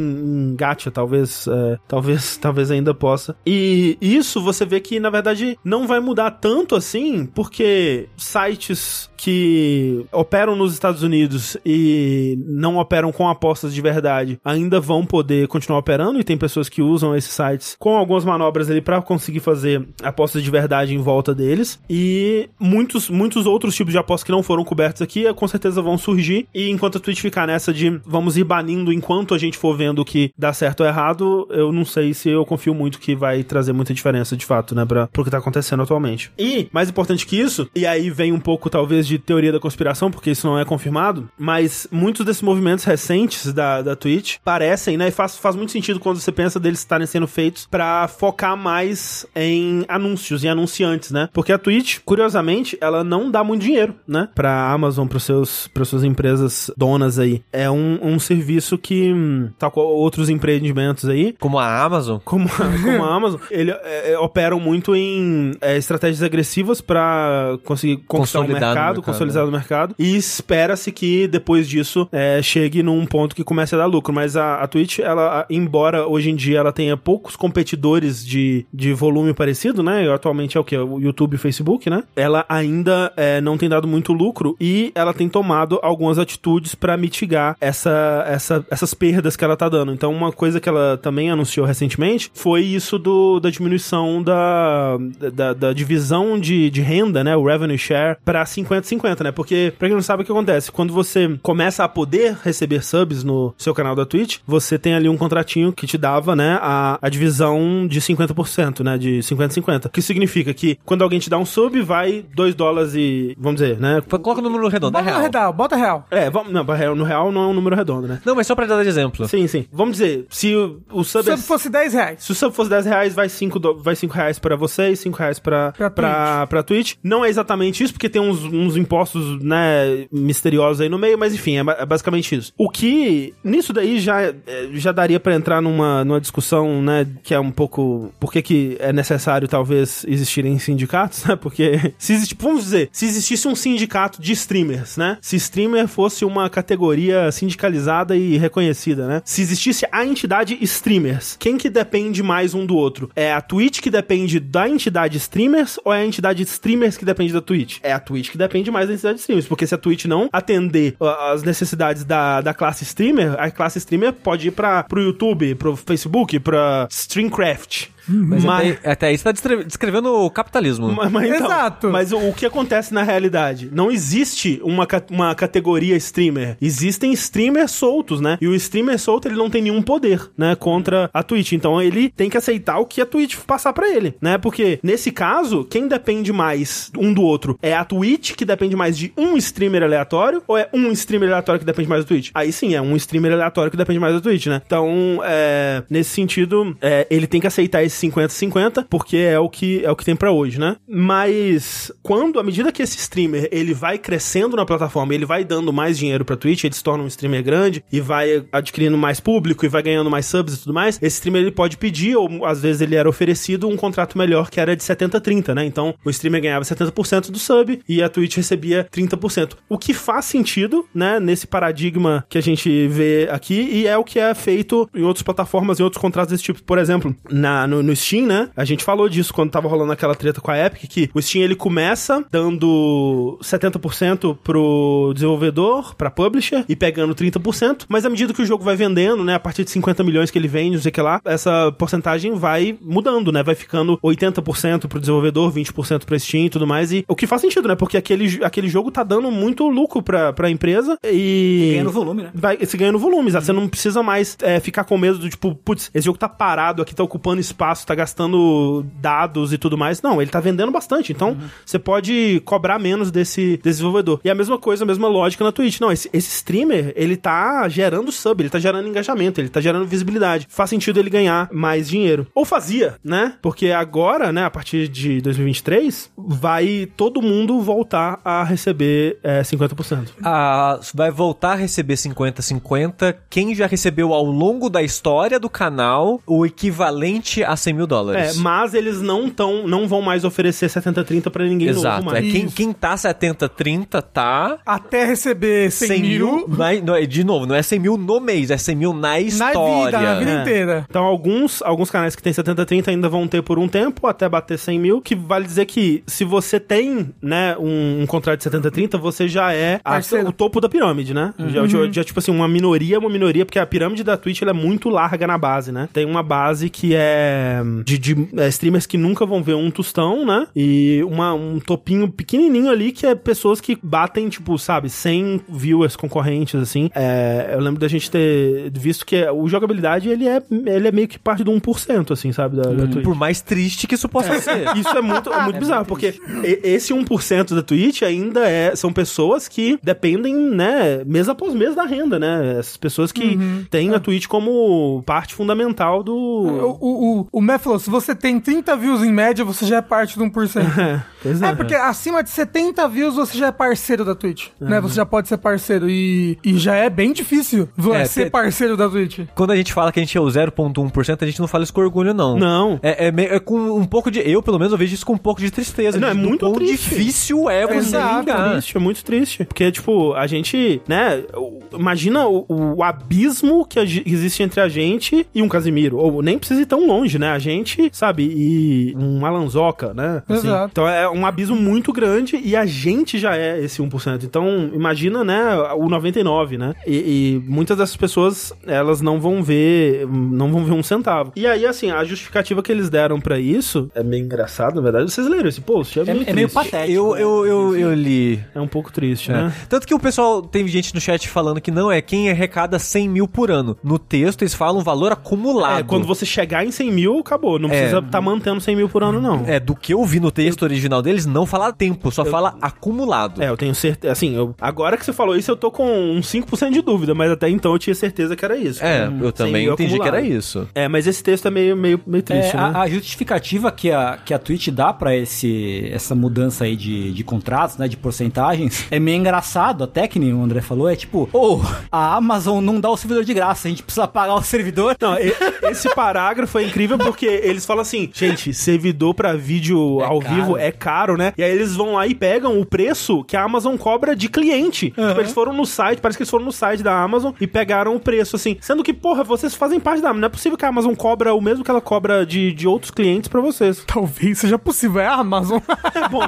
em gacha, talvez, é, talvez, talvez ainda possa. E isso você vê que, na verdade, não vai mudar tanto assim, porque sites que operam nos Estados Unidos e não operam com apostas de verdade ainda vão poder continuar operando e tem pessoas que usam esses sites com algumas manobras ali pra conseguir fazer apostas de verdade em volta deles e muitos muitos outros tipos de apostas que não foram cobertos aqui eh, com certeza vão surgir e enquanto a Twitch ficar nessa de vamos ir banindo enquanto a gente for vendo o que dá certo ou errado eu não sei se eu confio muito que vai trazer muita diferença de fato né para pro que tá acontecendo atualmente e mais importante que isso e aí vem um pouco talvez de teoria da conspiração porque isso não é confirmado mas muitos desses movimentos recentes da, da Twitch parecem, né? E faz, faz muito sentido quando você pensa deles estarem sendo feitos pra focar mais em anúncios, em anunciantes, né? Porque a Twitch, curiosamente, ela não dá muito dinheiro, né? Pra Amazon, pros seus, pras suas empresas donas aí. É um, um serviço que, hum, tal qual outros empreendimentos aí, Como a Amazon. como a, como a Amazon, eles operam muito em é, estratégias agressivas pra conseguir conquistar o Consolidar mercado, no mercado, consolidar né? no mercado. E espera-se que depois disso é, chegue num ponto que comece a dar lucro. Mas a, a Twitch, ela, a- embora hoje em dia ela tenha poucos competidores de, de volume parecido, né? Atualmente é o que? O YouTube e o Facebook, né? Ela ainda é, não tem dado muito lucro e ela tem tomado algumas atitudes pra mitigar essa, essa, essas perdas que ela tá dando. Então, uma uma coisa que ela também anunciou recentemente foi isso do, da diminuição da, da, da divisão de, de renda, né? O revenue share pra 50-50, né? Porque, pra quem não sabe o que acontece, quando você começa a poder receber subs no seu canal da Twitch, você tem ali um contratinho que te dava, né? A, a divisão de 50%, né? De 50-50. Que significa que quando alguém te dá um sub, vai 2 dólares e. Vamos dizer, né? Coloca o número redondo, é Bota real. real, bota real. É, vamos, não, pra real- no real não é um número redondo, né? Não, mas só pra dar exemplo. Sim, sim. Vamos dizer, se o, o sub. Se é- eu fosse 10 reais. se o sub fosse 10 reais, vai 5, do- vai 5 reais pra você e 5 reais pra, pra, Pra pra, Twitch. Não é exatamente isso, porque tem uns, uns impostos, né, misteriosos aí no meio, mas enfim, é, ba- é basicamente isso. O que, nisso daí, já, é, já daria pra entrar numa, numa discussão, né, que é um pouco... Por que que é necessário, talvez, existirem sindicatos, né? Porque, se existe, vamos dizer, se existisse um sindicato de streamers, né? Se streamer fosse uma categoria sindicalizada e reconhecida, né? Se existisse a entidade streamers, quem que depende mais um do outro? É a Twitch que depende da entidade streamers ou é a entidade streamers que depende da Twitch? É a Twitch que depende mais da entidade streamers, porque se a Twitch não atender ah, as necessidades da, da classe streamer, a classe streamer pode ir para pro YouTube, pro Facebook, pra Streamcraft. Uhum. Mas, Até, até aí você tá descre- descrevendo o capitalismo. Mas, mas então, Exato. Mas o, o que acontece na realidade? Não existe uma, ca- uma categoria streamer. Existem streamers soltos, né? E o streamer solto, ele não tem nenhum poder, né? Contra a Twitch. Então ele tem que aceitar o que a Twitch passar pra ele, né? Porque nesse caso, quem depende mais um do outro é a Twitch, que depende mais de um streamer aleatório, ou é um streamer aleatório que depende mais da Twitch? Aí sim, é um streamer aleatório que depende mais da Twitch, né? Então, é, nesse sentido, é, ele tem que aceitar esse 50-50, porque é o que é o que tem pra hoje, né? Mas quando, à medida que esse streamer ele vai crescendo na plataforma, ele vai dando mais dinheiro pra Twitch, ele se torna um streamer grande e vai adquirindo mais público e vai ganhando mais subs e tudo mais, esse streamer ele pode pedir, ou às vezes ele era oferecido um contrato melhor que era de 70-30, né? Então o streamer ganhava 70% do sub e a Twitch recebia 30%. O que faz sentido, né, nesse paradigma que a gente vê aqui e é o que é feito em outras plataformas, em outros contratos desse tipo. Por exemplo, na, no, no Steam, né, a gente falou disso quando tava rolando aquela treta com a Epic, que o Steam ele começa dando 70% pro desenvolvedor, pra publisher e pegando 30%, mas à medida que o jogo vai vendendo, né, a partir de 50 milhões que ele vende, não sei o que lá, essa porcentagem vai mudando, né, vai ficando 80% pro desenvolvedor, 20% pro Steam e tudo mais, e o que faz sentido, né, porque aquele, jo- aquele jogo tá dando muito lucro pra, pra empresa e... Ganhando volume, né? Vai, você ganhando volume, exato. Você não precisa mais é, ficar com medo do tipo, putz, esse jogo tá parado aqui, tá ocupando espaço, tá gastando dados e tudo mais. Não, ele tá vendendo bastante. Então, você pode cobrar menos desse, desse desenvolvedor. E a mesma coisa, a mesma lógica na Twitch. Não, esse, esse streamer, ele tá gerando sub, ele tá gerando engajamento, ele tá gerando visibilidade. Faz sentido ele ganhar mais dinheiro. Ou fazia, né? Porque agora, né, a partir de 2023, vai todo mundo voltar a receber é, 50%. Ah, vai voltar a receber 50-50 quem já recebeu ao longo da história do canal o equivalente a 100 mil É, dólares. mas eles não tão, não vão mais oferecer 70-30 pra ninguém novo Exato. É mais. quem, Isso. quem tá 70-30 tá Até receber 100, 100 mil. mil mas não é- de novo, não é 100 mil no mês, é 100 mil na na história. vida, na vida É. inteira. Então alguns, alguns canais que tem 70-30 ainda vão ter por um tempo, até bater 100 mil, que vale dizer que se você tem, né, um, um contrato de 70-30, você já é a- Parceiro. o topo da pirâmide, né? Já, já- já, tipo assim, uma minoria é uma minoria, porque a pirâmide da Twitch ela é muito larga na base, né? Tem uma base que é de, de, é, streamers que nunca vão ver um tostão, né? E uma, um topinho pequenininho ali que é pessoas que batem, tipo, sabe, 100 viewers concorrentes, assim. É, eu lembro da gente ter visto que o jogabilidade, ele é, ele é meio que parte do 1%, assim, sabe, da, da Twitch. Por mais triste que isso possa ser. Isso é muito, é muito bizarro, porque e- esse 1% da Twitch ainda é, são pessoas que dependem, né, mês após mês da renda, né? Essas pessoas que têm a Twitch como parte fundamental do. O, o, o, o Mé falou, se você tem 30 views em média, você já é parte do 1%. É, pois É porque acima de 70 views você já é parceiro da Twitch, né? Você já pode ser parceiro e, e já é bem difícil vo- É, ser te- parceiro da Twitch. Quando a gente fala que a gente é o 0,1%, a gente não fala isso com orgulho, não. Não. É, é meio- é com um pouco de. Eu, pelo menos, eu vejo isso com um pouco de tristeza. Não, de- é do muito quão triste. difícil é você Exato, é ligar. triste, é muito triste. Porque, tipo, a gente, né? o- Imagina o, o abismo que a ge- existe entre a gente e um Casimiro. Ou nem precisa ir tão longe, né? A gente, sabe? E um Alanzoca, né? Exato. Então é, um abismo muito grande e a gente já é esse 1%. Então, imagina, né, o 99, né? E, e muitas dessas pessoas, elas não vão ver, não vão ver um centavo. E aí, assim, a justificativa que eles deram pra isso é meio engraçado, na verdade. Vocês leram esse post? É, É, muito é meio triste. patético. Eu, eu, eu, eu li. É um pouco triste, É. né? Tanto que o pessoal tem gente no chat falando que não é quem arrecada 100 mil por ano. No texto eles falam um valor acumulado. É, quando você chegar em 100 mil, acabou. Não precisa estar tá mantendo 100 mil por ano, não. É, do que eu vi no texto original deles, não fala tempo, só fala acumulado. É, eu tenho certeza. Assim, eu- agora que você falou isso, eu tô com um uns 5% de dúvida, mas até então eu tinha certeza que era isso. É, Hum, eu 100 também mil entendi que acumulado. era isso. É, mas esse texto é meio, meio, meio triste, É, né? a, a justificativa que a, que a Twitch dá pra esse essa mudança aí de, de contratos, né, de porcentagens, é meio engraçado até que nem o André falou, é tipo, ou a Amazon não dá o servidor de graça, a gente precisa pagar o servidor. Um Não, e- esse parágrafo é incrível porque eles falam assim, gente, servidor pra vídeo ao caro. vivo é caro, né? E aí eles vão lá e pegam o preço que a Amazon cobra de cliente. Tipo, eles foram no site, parece que eles foram no site da Amazon e pegaram o preço, assim. Sendo que, porra, vocês fazem parte da Amazon. Não é possível que a Amazon cobra o mesmo que ela cobra de, de outros clientes pra vocês. Talvez seja possível, é a Amazon.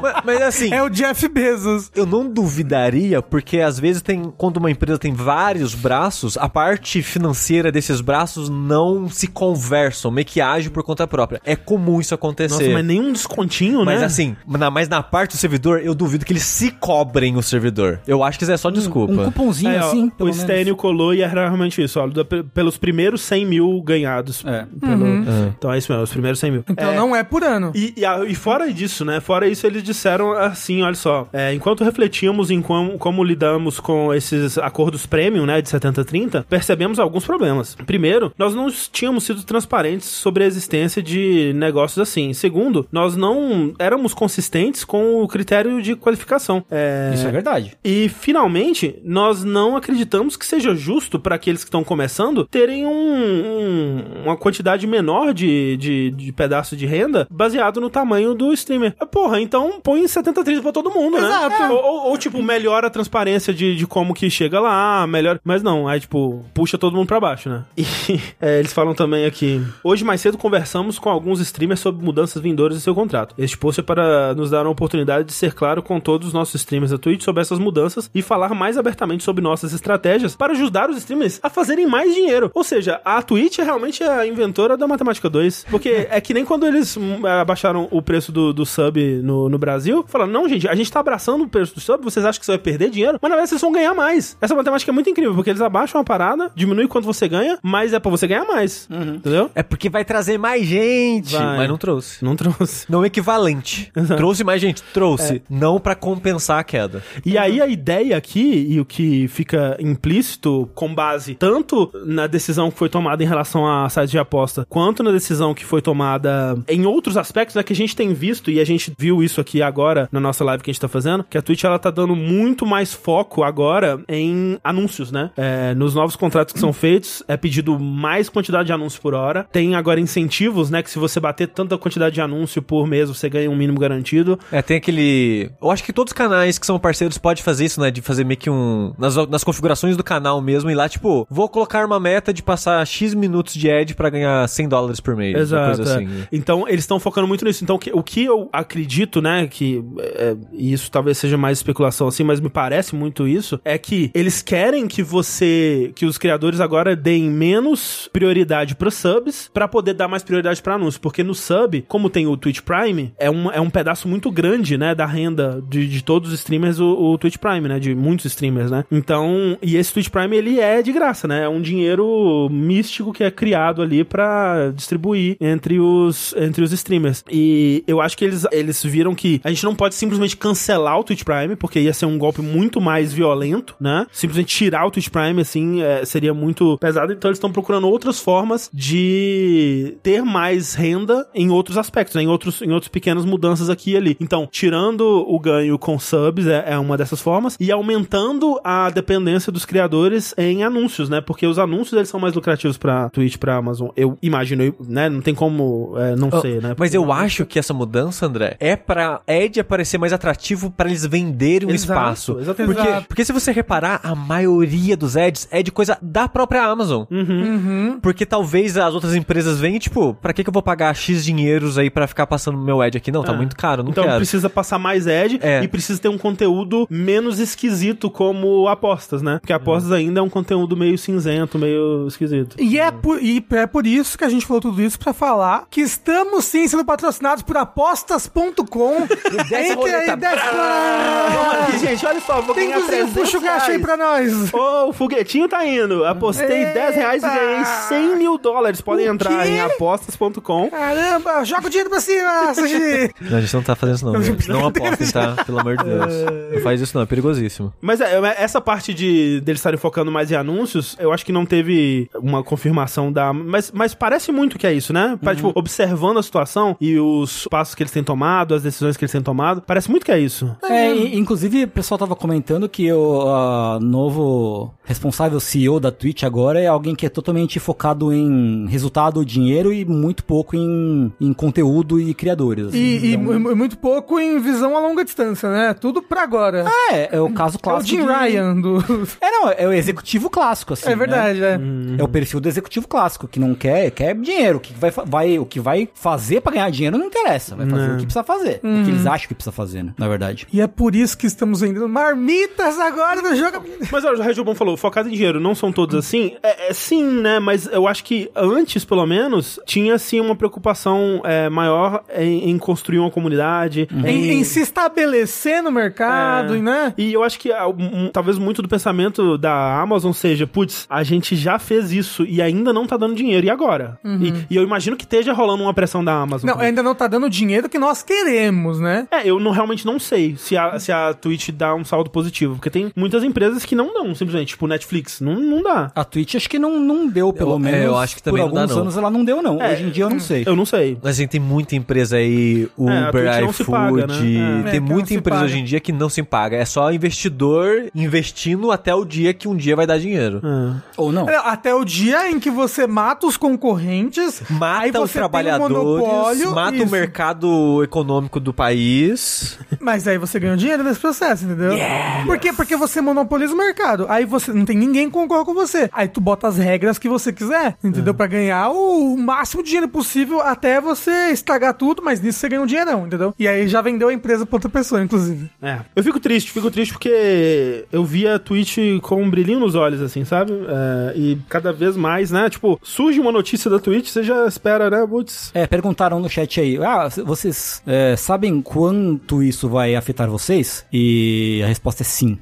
mas, mas assim, é o Jeff Bezos. eu não duvidaria, porque às vezes tem, quando uma empresa tem vários braços, a parte financeira desses braços não se conversam, meio que age por conta própria. É comum isso Nossa, acontecer. mas nem um descontinho, mas né? assim, na, mas na parte do servidor, eu duvido que eles se cobrem o servidor. Eu acho que isso é só desculpa. Um cupomzinho É, ó, assim, pelo o menos. Stênio colou e era realmente isso, ó, da- pe- pelos primeiros 100 mil ganhados. É. pelo- Então é isso mesmo, os primeiros 100 mil. Então É, não é por ano. E, e a- e fora disso, né? Fora isso, eles disseram assim: olha só, é, enquanto refletíamos em como, como lidamos com esses acordos premium, né, de 70-30, percebemos alguns problemas. Primeiro, nós não tínhamos sido transparentes sobre a existência de negócios assim. Segundo, nós não éramos consistentes com o critério de qualificação. É, Isso é verdade. e finalmente, nós não acreditamos que seja justo para aqueles que estão começando terem um- um- uma quantidade menor de, de, de pedaço de renda baseado no tamanho do streamer. Ah, Porra, então põe 70-30 pra todo mundo, né? Exato. É, Ou, ou- ou, tipo, melhora a transparência de, de como que chega lá, melhor. Mas não, aí tipo, puxa todo mundo pra baixo, né? E é, eles falam também aqui. Hoje mais cedo conversamos com alguns streamers sobre mudanças vindouras em seu contrato. Este post é para nos dar uma oportunidade de ser claro com todos os nossos streamers da Twitch sobre essas mudanças e falar mais abertamente sobre nossas estratégias para ajudar os streamers a fazerem mais dinheiro. Ou seja, a Twitch é realmente a inventora da Matemática 2. Porque é que nem quando eles hum, abaixaram o preço do, do sub no, no Brasil, falaram, não, gente, a gente tá abraçando o preço do sub, vocês acham que você vai perder dinheiro? Mas na verdade vocês vão ganhar mais. Essa matemática é muito incrível, porque eles abaixam a parada, diminui quanto você ganha, mas é pra você ganhar mais. Entendeu? É porque vai trazer mais gente. Vai. Uhum. Mas não trouxe. Não trouxe. Não equivalente. Trouxe mais gente? Trouxe. Não pra compensar a queda. E aí a ideia aqui, e o que fica implícito com base tanto na decisão que foi tomada em relação a sites de aposta, quanto na decisão que foi tomada em outros aspectos, né, que a gente tem visto, e a gente viu isso aqui agora na nossa live que a gente tá fazendo, que a Twitch ela tá dando muito mais foco agora em anúncios, né? É, nos novos contratos que são feitos, é pedido mais quantidade de anúncios por hora. Tem agora incentivos, né? Que se você bater tanta quantidade de anúncio por mês, você ganha um mínimo garantido. É, tem aquele. Eu acho que todos os canais que são parceiros podem fazer isso, né? De fazer meio que um. Nas, nas configurações do canal mesmo e lá, tipo, vou colocar uma meta de passar X minutos de ad pra ganhar 100 dólares por mês. Uma Exato. coisa assim. é. né? Então, eles estão focando muito nisso. Então, que- o que eu acredito, né, que é, e isso talvez seja mais especulação assim, mas me parece muito isso, é que eles querem que você, que os criadores agora deem menos prioridade para subs pra poder dar mais prioridade pra anúncios, porque no sub, como tem o Twitch Prime, é um, é um pedaço muito grande, né, da renda de, de todos os streamers, o, o Twitch Prime, né, de muitos streamers, né. Então, e esse Twitch Prime, ele é de graça, né, é um dinheiro místico que é criado ali pra distribuir entre os, entre os streamers. E eu acho que eles, eles viram que a gente não pode simplesmente cancelar o Twitch Prime, porque ia ser um golpe muito mais violento, né? Simplesmente tirar o Twitch Prime, assim, é, seria muito pesado. Então eles estão procurando outras formas de ter mais renda em outros aspectos, né? em outros em outras pequenas mudanças aqui e ali. Então, tirando o ganho com subs é, é uma dessas formas e aumentando a dependência dos criadores em anúncios, né? Porque os anúncios eles são mais lucrativos pra Twitch, pra Amazon. Eu imagino, eu- né? Não tem como é, não Oh, ser, né? Mas eu acho que essa mudança, André, é pra ad aparecer mais atrativo pra eles venderem um Exato, espaço. exatamente. Porque, Exato. porque se você reparar, a maioria dos ads é de coisa da própria Amazon. Uhum. Porque talvez as outras empresas venham, tipo, pra que, que eu vou pagar X dinheiros aí pra ficar passando meu ad aqui? Não, tá É. muito caro Claro, não Então quero. precisa passar mais edge É. e precisa ter um conteúdo menos esquisito como apostas, né? Porque apostas Uhum. ainda é um conteúdo meio cinzento, meio esquisito. E é, por, e é por isso que a gente falou tudo isso pra falar que estamos sim sendo patrocinados por apostas.com. desce a Entre roleta. aí, desce. Aqui, gente, olha só, vou ganhar Pingozinho, 300 puxa o gacho aí reais. pra nós. Ô, o foguetinho tá indo. Apostei Eita! 10 reais e ganhei 100 mil dólares. Podem O entrar quê? em apostas.com. Caramba, joga o dinheiro pra cima, Sushi. Não, a gente não tá fazendo isso, não. velho. Não apostem, tá? Pelo amor de Deus. Não faz isso, não. É perigosíssimo. Mas é, é, essa parte de deles estarem focando mais em anúncios, eu acho que não teve uma confirmação da. Mas, mas parece muito que é isso, né? Uhum. Parece, Tipo, observando a situação e os passos que eles têm tomado, as decisões que eles têm tomado, parece muito que é isso. Tá É, e- inclusive o pessoal tava comentando que o a, novo responsável CEO da Twitch agora é alguém que é totalmente focado em resultado, dinheiro e muito pouco em, em conteúdo e criadores. E, e Então, mu- mu- muito pouco em visão a longa distância, né? Tudo pra agora. é, é o caso é o clássico. Jim de- Ryan do... É, não, é o executivo clássico, assim. é né? verdade, é. É o perfil do executivo clássico, que não quer, quer dinheiro. O que vai, fa- vai, o que vai fazer pra ganhar dinheiro não interessa. Vai fazer o que precisa fazer. Uhum. O que eles acham que precisa fazer, né? Na verdade. E é por isso que estamos vendendo marmitas agora no jogo. Mas olha, o Regil Bom falou, focado em dinheiro, não são todos assim? É, é sim, né? Mas eu acho que antes, pelo menos, tinha sim uma preocupação é, maior em, em construir uma comunidade. Em, em se estabelecer no mercado, É. né? E eu acho que ah, um, um, talvez muito do pensamento da Amazon seja, putz, a gente já fez isso e ainda não tá dando dinheiro, e agora? E, e eu imagino que esteja rolando uma pressão da Amazon. Não, também. ainda não tá dando o dinheiro que nós queremos, né? É, eu não, realmente não sei se a, se a Twitch dá um saldo positivo, porque tem muitas empresas que não dão, simplesmente, tipo Netflix, não, não dá. A Twitch acho que não, não deu, pelo Eu- é, menos. eu acho que também por não dá, alguns não. anos ela não deu, não. É. Hoje em dia eu não sei. Eu não sei. Mas, gente, tem muita empresa aí, É, a Twitch Uber, não se iFood, paga, né? É. É, que tem não muita se empresa paga. hoje em dia que não se paga. É só investidor investindo até o dia que um dia vai dar dinheiro. É. Ou não. Até o dia em que você mata os concorrentes, aí Mata você os tem um trabalhadores, monopólio, mata isso. o mercado econômico do país. Mas aí você ganha o dinheiro nesse processo, entendeu? Por quê? Porque você monopoliza o mercado. Aí você não tem ninguém que concorra com você. Aí tu bota as regras que você quiser, É. entendeu? Pra ganhar o máximo de dinheiro possível até você estragar tudo, mas nisso você ganha um dinheirão, entendeu? E aí já vendeu a empresa pra outra pessoa, inclusive. É. Eu fico triste, fico triste porque eu vi a Twitch com um brilhinho nos olhos, assim, sabe? É, e cada vez mais, né? Tipo, surge uma notícia da Twitch, você já espera, né? Putz. É, perguntaram no chat aí, ah, c- vocês é, sabem quanto isso vai afetar vocês? E a resposta é sim.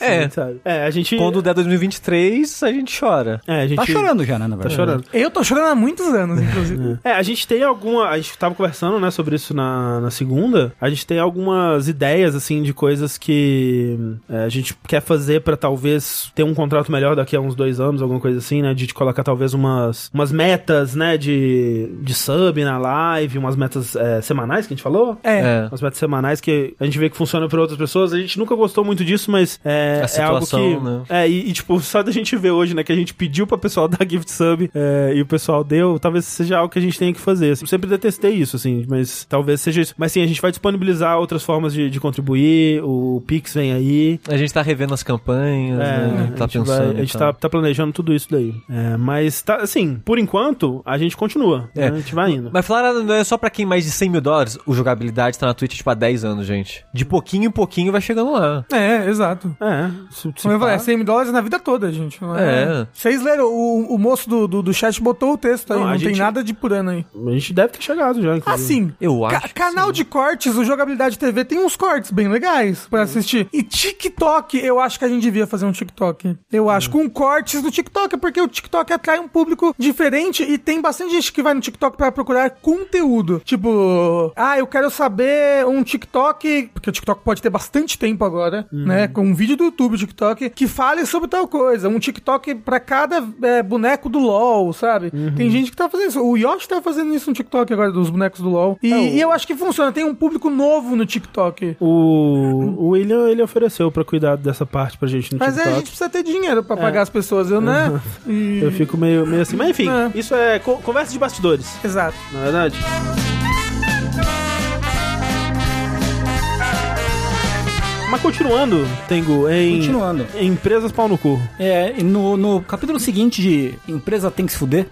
É. Sabe? É, a gente. Quando der 2023, a gente chora. É, a gente. Tá chorando já, né, na Tá verdade? chorando. Eu tô chorando há muitos anos, inclusive. É, a gente tem alguma. A gente tava conversando, né, sobre isso na, na segunda. A gente tem algumas ideias, assim, de coisas que é, a gente quer fazer pra talvez ter um contrato melhor daqui a uns dois anos, alguma coisa assim, né? De, de colocar talvez umas, umas metas, né, de, de sub na live, umas metas é, semanais que a gente falou. É. É. Umas metas semanais que a gente vê que funciona pra outras pessoas. A gente nunca gostou muito disso, mas é, A é algo situação, que. né? É, e, e, tipo, só da gente ver hoje, né, que a gente pediu pra pessoal dar gift sub é, e o pessoal deu, talvez seja algo que a gente tenha que fazer. Eu sempre detestei isso, assim, mas talvez seja isso. Mas sim, a gente vai disponibilizar outras formas de, de contribuir, o Pix vem aí. A gente tá revendo as campanhas, né? É, tá a gente, pensando. vai- a gente e tá, tal. tá planejando tudo isso daí. É, mas, tá, assim, por enquanto, a gente continua. né? É. A gente vai indo. Mas falar não é só pra quem mais de 100 mil dólares. O jogabilidade tá na Twitch tipo há 10 anos, gente. De pouquinho em pouquinho vai chegando lá. É, exato. É, se, se Como eu falei, é assim- pá. 100 mil dólares na vida toda, gente. Não é. É. Vocês leram, o, o moço do, do, do chat botou o texto aí, Não, não, a tem gente- nada de por ano aí. A gente deve ter chegado já. inclusive. Assim, Eu ca- acho que canal de cortes, o Jogabilidade TV tem uns cortes bem legais Uhum. pra assistir. E TikTok, eu acho que a gente devia fazer um TikTok. Uhum. Eu acho, com cortes do TikTok, porque o TikTok atrai um público diferente e tem bastante gente que vai no TikTok pra procurar conteúdo. Tipo, ah, eu quero saber um TikTok, porque o TikTok pode ter bastante tempo agora, Uhum. né? Com um vídeo do YouTube, TikTok, que fale sobre tal coisa. Um TikTok pra cada é, boneco do LoL, sabe? Uhum. Tem gente que tá fazendo isso. O Yoshi tá fazendo isso no TikTok agora, dos bonecos do LoL. E, e eu acho que funciona. Tem um público novo no TikTok. O, o William, ele ofereceu pra cuidar dessa parte pra gente no Mas é, TikTok. a gente precisa ter dinheiro pra pagar as pessoas, eu, né? E- Eu fico meio, meio assim. Mas enfim, É. isso é co- conversa de bastidores, Exato. na verdade. Mas continuando, Tengu, em. Continuando. em Empresas pau no cu. É, e no, no capítulo seguinte de Empresa Tem que se fuder.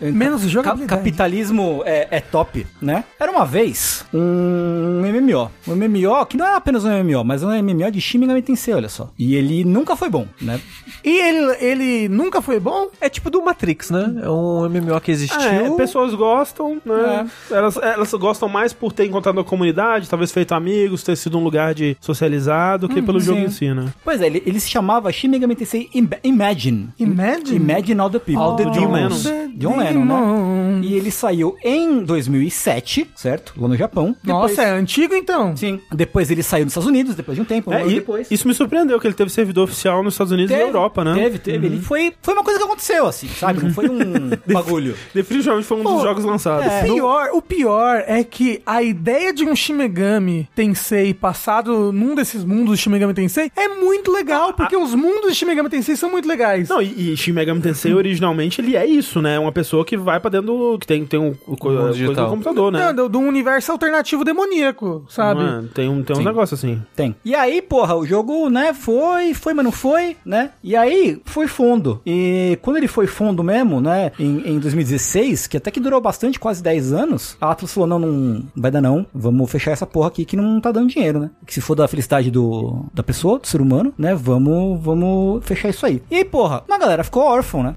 então, Menos Ca- jogabilidade. capitalismo é, é top, né? Era uma vez um MMO. Um MMO que não era apenas um MMO, mas um MMO de Shin Megami Tensei, olha só. E ele nunca foi bom, né? E ele, ele nunca foi bom? É tipo do Matrix, né? É um MMO que existiu. É, pessoas gostam, né? Elas, elas gostam mais por ter encontrado a comunidade, talvez feito amigos, ter sido um lugar de socializado, que pelo jogo sim. em si, né? Pois é, ele, ele se chamava Shin Megami Tensei Im- Imagine. Imagine? Imagine All the People. All the John Demons. Lennon. John Lennon, né? E ele saiu em 2007, certo? Lá no Japão. Nossa, Depois- é antigo então? Sim. Depois ele saiu nos Estados Unidos, depois de um tempo, um É, ano e depois. Isso me surpreendeu, que ele teve servidor oficial nos Estados Unidos e na Europa, né? Teve, teve. Ele foi, foi uma coisa que aconteceu, assim, sabe? Não foi um bagulho. Definitivamente foi um dos Pô, jogos lançados. O é, pior, o pior é que a ideia de um Shimegami Tensei passado num desses mundos de Shimegami Tensei é muito legal, porque os mundos de Shimegami Tensei são muito legais. Não, e, e Shin Megami Tensei originalmente ele é isso, né? É Uma pessoa que vai pra dentro do. que tem, tem um, co- coisa digital. do computador, né? Não, do, do universo alternativo demoníaco, sabe? Não é? Tem um, tem um negócio assim. Tem. E aí, porra, o jogo, né, foi, foi, mas não foi, né? E aí, foi fundo. E quando ele foi fundo mesmo, né, em, em 2016, que até que durou bastante, quase 10 anos, a Atlas falou, não, não vai dar não, vamos fechar essa porra aqui que não tá dando dinheiro, né? Que se for da felicidade do, da pessoa, do ser humano, né, vamos, vamos fechar isso aí. E aí, porra, uma galera ficou órfã, né?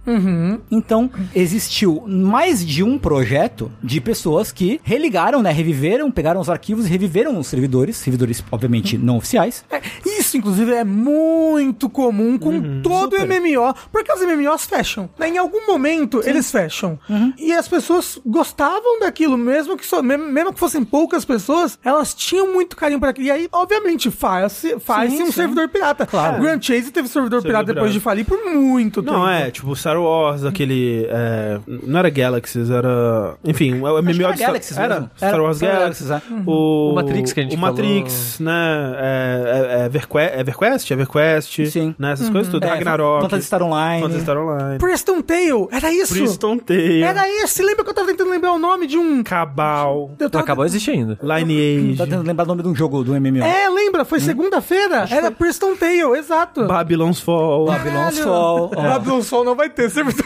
Então, existiu mais de um projeto de pessoas que religaram, né? Reviveram, pegaram os arquivos e reviveram os servidores. Servidores, obviamente, Uhum. não oficiais. É, Isso, inclusive, é muito comum com todo Uhum, super. MMO, porque os MMOs fecham. né? Em algum momento, eles fecham. Uhum. E as pessoas gostavam daquilo, mesmo que, só, mesmo, mesmo que fossem poucas pessoas, elas tinham muito carinho para aquilo. E aí, obviamente, faz-se faz Sim, um sim. servidor pirata. Claro. O Grand Chase teve servidor pirata depois pirata. de falir por muito tempo. Não, é, tipo Star Wars, aquele. é, não era Galaxies, era. Enfim, o MMO de era Star- Galaxies Era mesmo. Star Era Wars Star Uhum. Galaxies. é. Galaxies, o, O Matrix que a gente O Matrix, né? É, é, é Everquest, Everquest? Everquest, Sim. Uhum. É, Né, essas coisas tudo. Ragnarok. Fantasy Star Online. Phantasy Star Online. Preston Tale, era isso. Priston Tale. É Era esse. Lembra que eu tava tentando lembrar o nome de um... Cabal. Eu tava Acabou existe ainda. Lineage. Tá tentando lembrar o nome Uhum. de um jogo do MMO. É, lembra? Foi segunda-feira. Era Preston Tale, exato. Babylon's Fall. Babylon's Fall. ó. Babylon um Sol não vai ter servidor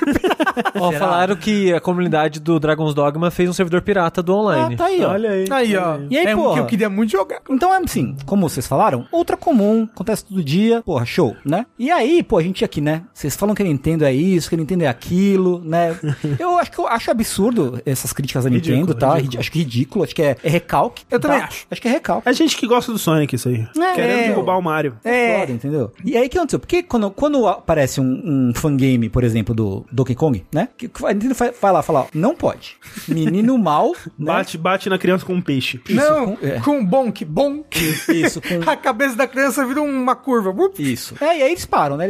Ó, falaram que a comunidade do Dragon's Dogma fez um servidor pirata do online. Ah, tá aí, ó. Olha aí. Aí, ó. E aí, é um porra? que eu queria muito jogar. Então é assim, como vocês falaram, outra comum, acontece todo dia, porra, show, né? E aí, pô, a gente aqui, né? Vocês falam que a Nintendo é isso, que a Nintendo é aquilo, né? Eu acho que eu acho absurdo essas críticas da Nintendo, Ridículo, tá? ridículo. Acho que ridículo, acho que é, é recalque. Eu também tá? acho. Acho que é recalque. É gente que gosta do Sonic, isso aí. É. Querendo derrubar o Mario. É. entendeu? E aí o que aconteceu? Porque quando, quando aparece um, um fangame, por exemplo, do Donkey Kong, né? Que que a Nintendo fa- vai lá falar, ó, não pode. Menino mal, né? Bate, bate na criança com um peixe. não, com- é. com um bonk, bonk. Isso, com A cabeça da criança vira uma curva. Ups. isso. É, e aí eles param, né?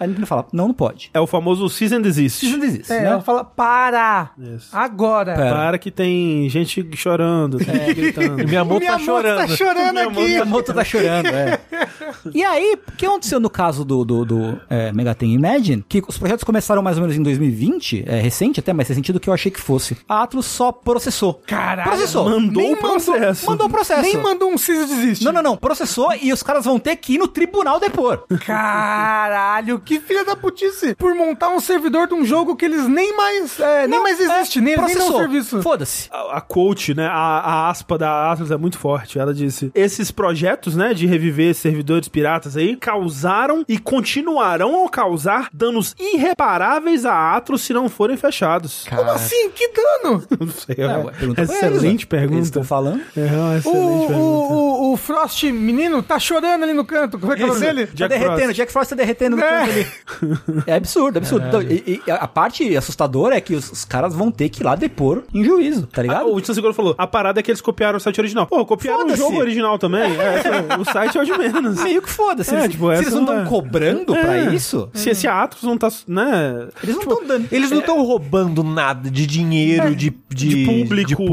A- A Nintendo fala, não, não pode. É o famoso season desist. Isso não existe, É, ela né? fala, para, Isso. agora. Pera. Para que tem gente chorando, tem É. gente gritando. Minha mão Minha tá chorando. moça tá chorando Minha aqui. A moto tá chorando, é. E aí, o que aconteceu no caso do, do, do é, Megaten Imagine? Que os projetos começaram mais ou menos em 2020, é recente até, mas recente do que eu achei que fosse. A Atlus só processou. Caralho, Processou. mandou o processo. Mandou o processo. um Nem mandou um Cisa desiste. Não, não, não. Processou e os caras vão ter que ir no tribunal depor. Caralho, que filha da putice. Por montar um servidor de um jogo que eles nem mais, é, nem mais existe, nem, nem dão serviço. Foda-se. A, a quote, né? A, a aspa da Atlas é muito forte. Ela disse: Esses projetos, né, de reviver servidores piratas aí, causaram e continuarão a causar danos irreparáveis a Atlas se não forem fechados. Como assim? Que dano? Não sei, É, é, ué, pergunta pra eles, excelente ué. Eles pergunta. estão falando. É uma O, excelente o, pergunta. o, o Frost, menino, tá chorando ali no canto. Como é que é o nome dele? Jack tá derretendo, Frost. Jack Frost tá derretendo no É. canto ali. É absurdo, é absurdo. Então, e, e a a parte assustadora é que os, os caras vão ter que ir lá depor em juízo, tá Ah, ligado? o Tio Seguro falou: a parada é que eles copiaram o site original. Pô, copiaram o Foda-se. jogo original também? É, isso- o site é o de menos. Meio que foda-se. É, eles, tipo, se essa eles não não estão é. cobrando pra É. isso, Se esse Atlas não tá, né? eles não estão dando. Eles não estão roubando nada de dinheiro, de, de, É, de público, de de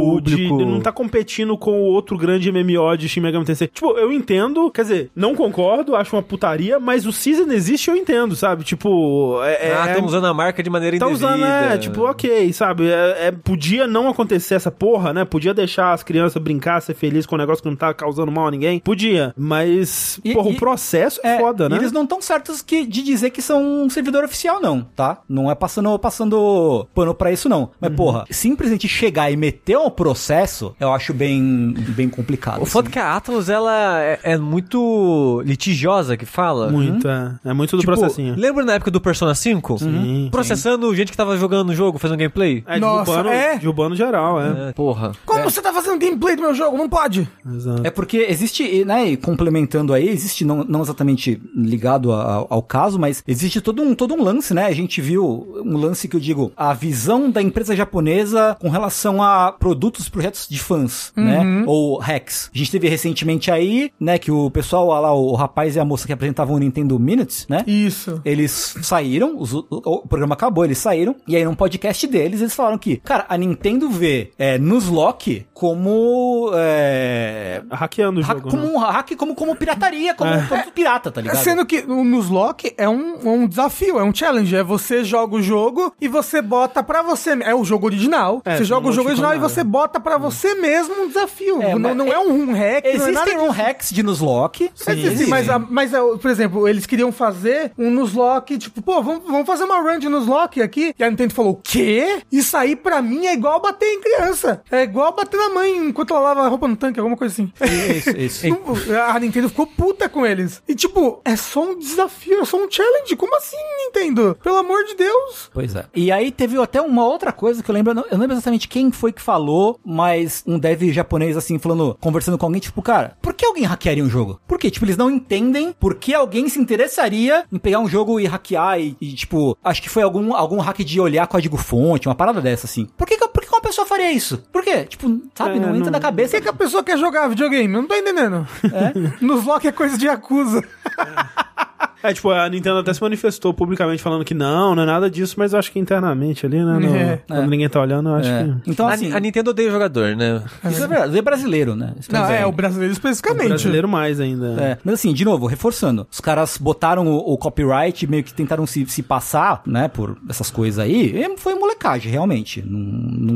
público. de não tá competindo com o outro grande MMO de Shin Megami Tensei. Tipo, eu entendo, quer dizer, não concordo, acho uma putaria, mas o Season existe, eu entendo, sabe? Tipo, é, Ah, é, estão usando a marca de maneira Tá indevida. usando, é, tipo, ok, sabe? É, é, podia não acontecer essa porra, né? Podia deixar as crianças brincar, ser feliz com um negócio que não tá causando mal a ninguém. Podia, mas, E- Porra, o processo é, foda, né? Eles não estão certos que, de dizer que são um servidor oficial, não, tá? Não é passando, passando pano pra isso, não. Mas, porra, simplesmente chegar e meter um processo, eu acho bem, bem complicado. O foda é assim. que a Atlas, ela é, é muito litigiosa, que fala. Muito, Uhum. é. É muito do Tipo, processinho. Lembra na época do Persona 5? Sim, Processando gente que tava jogando o jogo, fazendo gameplay? É, Nossa, derrubando, é? derrubando geral, é. É, Porra. Como você tá fazendo gameplay do meu jogo? Não pode. Exato. É porque existe, e, né, e complementando aí, existe, não, não exatamente ligado a- a- ao caso, mas existe todo um, todo um lance, né? A gente viu um lance que eu digo, a visão da empresa japonesa com relação a produtos, projetos de fãs, né? Ou hacks. A gente teve recentemente aí, né, que o pessoal, ah lá, o rapaz e a moça que apresentavam o Nintendo Minutes, né? Isso. Eles saíram, os- o, o programa acabou, eles saíram, e aí num podcast deles eles falaram que, cara, a Nintendo vê é, nos lock como. É, Hackeando o hack- jogo. como né? É. um hack, como, como pirataria, como um produto pirata, tá ligado? É, Sendo que o- nos lock é um, é um desafio, é um challenge. É você joga o jogo e você bota pra você. É o jogo original. É, você tu joga não o jogo modifica original e nada. você bota pra você mesmo um desafio. É, não, mas não é, um hack, não é nada Existem disso. um hacks de nos lock. Existe, mas, a- mas, a- por exemplo, eles queriam fazer um Nuzlocke, tipo, pô, vamos, vamos fazer uma run de Nuzlocke aqui. E a Nintendo falou, quê? Isso aí pra mim é igual bater em criança. É igual bater na mãe enquanto ela lava a roupa no tanque, alguma coisa assim. Isso, isso. Não, A Nintendo ficou puta com eles. E tipo, é só um desafio, é só um challenge. Como assim, Nintendo? Pelo amor de Deus. Pois é. E aí teve até uma outra coisa que eu lembro, eu não eu não lembro exatamente quem foi que falou, mas um dev japonês assim, falando, conversando com alguém, tipo, cara, por que alguém hackearia um jogo? Por quê? Tipo, eles não entendem por que alguém se interessaria em pegar um jogo e hackear e, e, tipo, acho que foi algum, algum hack de olhar código-fonte, uma parada dessa, assim. Por que, que- por que uma pessoa faria isso? Por quê? Tipo, sabe, É, não entra não- na Por cabeça. que, que a pessoa quer jogar videogame? Eu não tô entendendo. É? Nuzlocke é coisa de acusa. É, tipo, a Nintendo até se manifestou publicamente falando que não, não é nada disso, mas eu acho que internamente ali, né? no- É. Quando ninguém tá olhando, eu acho É. que. Então, A- assim, a, Nintendo odeia jogador, né? isso é verdade, é brasileiro, né? Isso Não, quer é, dizer- o brasileiro especificamente. Brasileiro mais ainda. É, mas assim, de novo, reforçando. Os caras botaram o, o copyright, meio que tentaram se, se passar, né, por essas coisas aí. E foi molecagem, realmente. Não,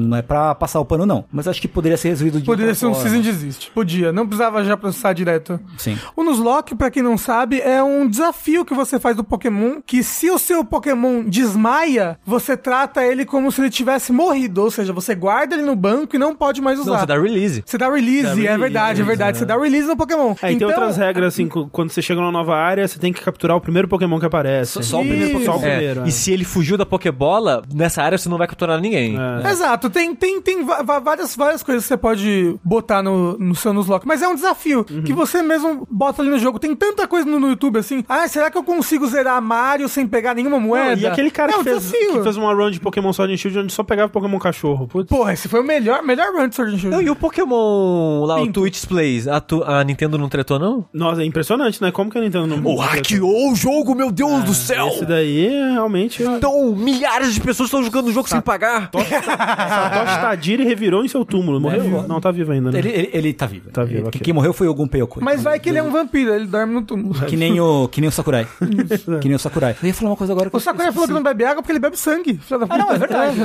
não é pra passar o pano, não. Mas acho que poderia ser resolvido de Poderia outra ser um forma. Season Desist. Podia, não precisava já processar direto. Sim. O Nuzlocke, pra quem não sabe, é um desafio que você faz do Pokémon, que se o seu Pokémon desmaia, você trata ele como se ele tivesse morrido, ou seja, você guarda ele no banco e não pode mais usar. Não, você dá release. Você dá release, Dá é release, verdade, é verdade. Você dá release no Pokémon. Então, É, e tem outras regras, assim, cu- quando você chega numa nova área, você tem que capturar o primeiro Pokémon que aparece. Só- só o primeiro Só o Pokémon. primeiro. É, é. E se ele fugiu da Pokébola, nessa área você não vai capturar ninguém. É. Exato, tem, tem, tem va- va- várias, várias coisas que você pode botar no, no seu Nuzlocke, mas é um desafio que você mesmo bota ali no jogo. Tem tanta coisa no, no YouTube assim, ah, será que eu consigo zerar Mario sem pegar nenhuma moeda? Não, e aquele cara é um que, fez, desafio. que fez uma run de Pokémon Sword and Shield onde só pegava Pokémon cachorro. Putz. Porra, esse foi o melhor, melhor run de Sword and Shield. Não, e o Pokémon lá, o Twitch Plays, a, tu- a Nintendo não tretou, não? Nossa, é impressionante, né? Como que a Nintendo não. hackeou o jogo, meu Deus do céu! Esse daí é realmente. Só Então, milhares de pessoas estão jogando o jogo sem pagar. Tostadira e revirou em seu túmulo. Morreu? Não, tá vivo ainda, né? Ele, ele, ele tá vivo. Tá vivo, Ele- ok. Quem morreu foi o Uhum. Gunpei Yokoi. Mas vai que ele é um vampiro, ele dorme no túmulo. Que nem o, que nem o Sakurai. que nem o Sakurai. Eu ia falar uma coisa agora que né? O eu Sakurai falou que não bebe água porque ele bebe sangue. filha da Ah, não, puta. é verdade.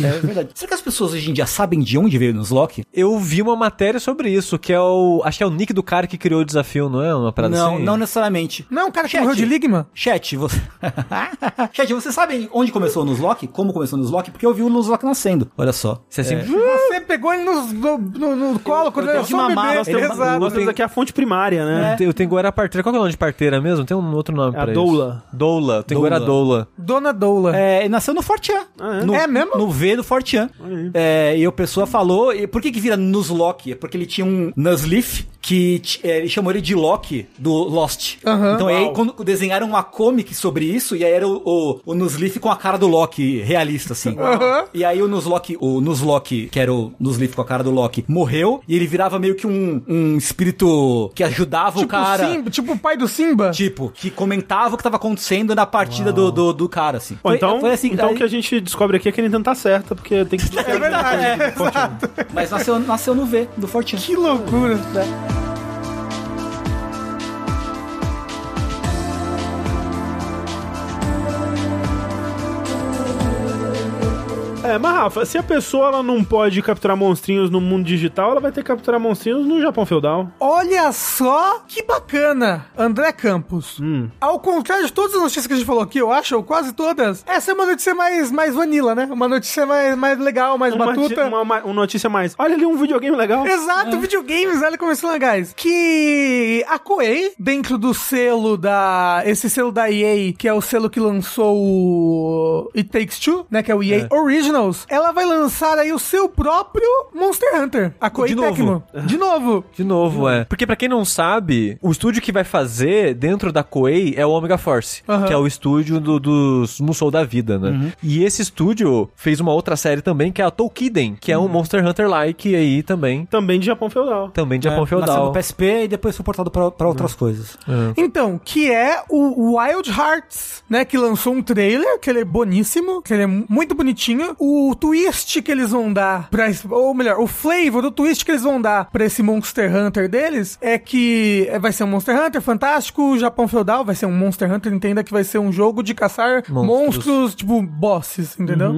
É verdade. Será que as pessoas hoje em dia sabem de onde veio o Nuzlocke? Eu vi uma matéria sobre isso, que é o. Acho que é o nick do cara que criou o desafio, não é? Uma parada Não, assim? não necessariamente. Não, o cara que Chat. morreu de Ligma. Chat, você. Chat, você sabe onde começou o Nuzlocke? Como começou o Nuzlocke? Porque eu vi o Nuzlocke nascendo. Olha só. Você é assim, sempre. Você pegou ele nos- no, no, no colo quando ele tenho era que só um mamar, bebê. Nós temos, Exato. nós temos aqui é a fonte primária, né? Eu tenho- Eu tenho Guará Parteira. Qual que é o nome de parteira mesmo? Tem um outro nome É a pra isso. doula. Doula. Tem Doula. Guará Doula. Dona Doula. É, ele nasceu no Fortean. Ah, é? No, É mesmo? No V do Fortean. É, e o pessoa falou. E por que que vira Nuzlocke? É porque ele tinha um Nuzleaf que t- é, ele chamou ele de Loki do Lost. Aham. Então aí Uau. quando desenharam uma comic sobre isso e aí era o, o, o Nuzleaf com a cara do Loki realista assim. Aham. E aí o Nuzlocke, o Nuzlocke, que era o Nuzleaf com a cara do Loki, morreu e ele virava meio que um, um espírito que ajudava o tipo, cara. Simba, tipo o pai do Simba. Tipo, que comentava o que estava acontecendo na partida do, do, do cara, assim. Bom, então, então aí- o que a gente descobre aqui é que a Nintendo tá certa, porque tem que. É verdade, Mas nasceu, nasceu no V, do Fortinho. Que loucura. tá? É, É, mas Rafa, se a pessoa ela não pode capturar monstrinhos no mundo digital, ela vai ter que capturar monstrinhos no Japão feudal. Olha só que bacana, André Campos. Hum. Ao contrário de todas as notícias que a gente falou aqui, eu acho, ou quase todas, essa é uma notícia mais, mais vanilla, né? Uma notícia mais, mais legal, mais Uma, batuta. ti- uma, uma- uma notícia mais. Olha ali um videogame legal. Exato, videogames, olha como isso é legal. Que a Koei, dentro do selo da. Esse selo da EA, que é o selo que lançou o It Takes Two, né? Que é o EA Originals, ela vai lançar aí o seu próprio Monster Hunter. A Koei De novo. Tecmo. De novo. De novo, é. Porque pra quem não sabe, o estúdio que vai fazer dentro da Koei é o Omega Force, Aham. que é o estúdio do- dos Musou da vida, né? E esse estúdio fez uma outra série também, que é a Tolkiden, que é um Monster Hunter-like aí também, Também de Japão feudal. também de Japão É, nasceu feudal. no PSP e depois foi portado pra, pra outras coisas. Então, que é o Wild Hearts, né? Que lançou um trailer, que ele é boníssimo, que ele é mu- muito bonitinho. O twist que eles vão dar pra esse, ou melhor, o flavor do twist que eles vão dar pra esse Monster Hunter deles é que é- vai ser um Monster Hunter fantástico, Japão feudal, vai ser um Monster Hunter, entenda que vai ser um jogo de caçar monstros, Monstros. tipo bosses, entendeu?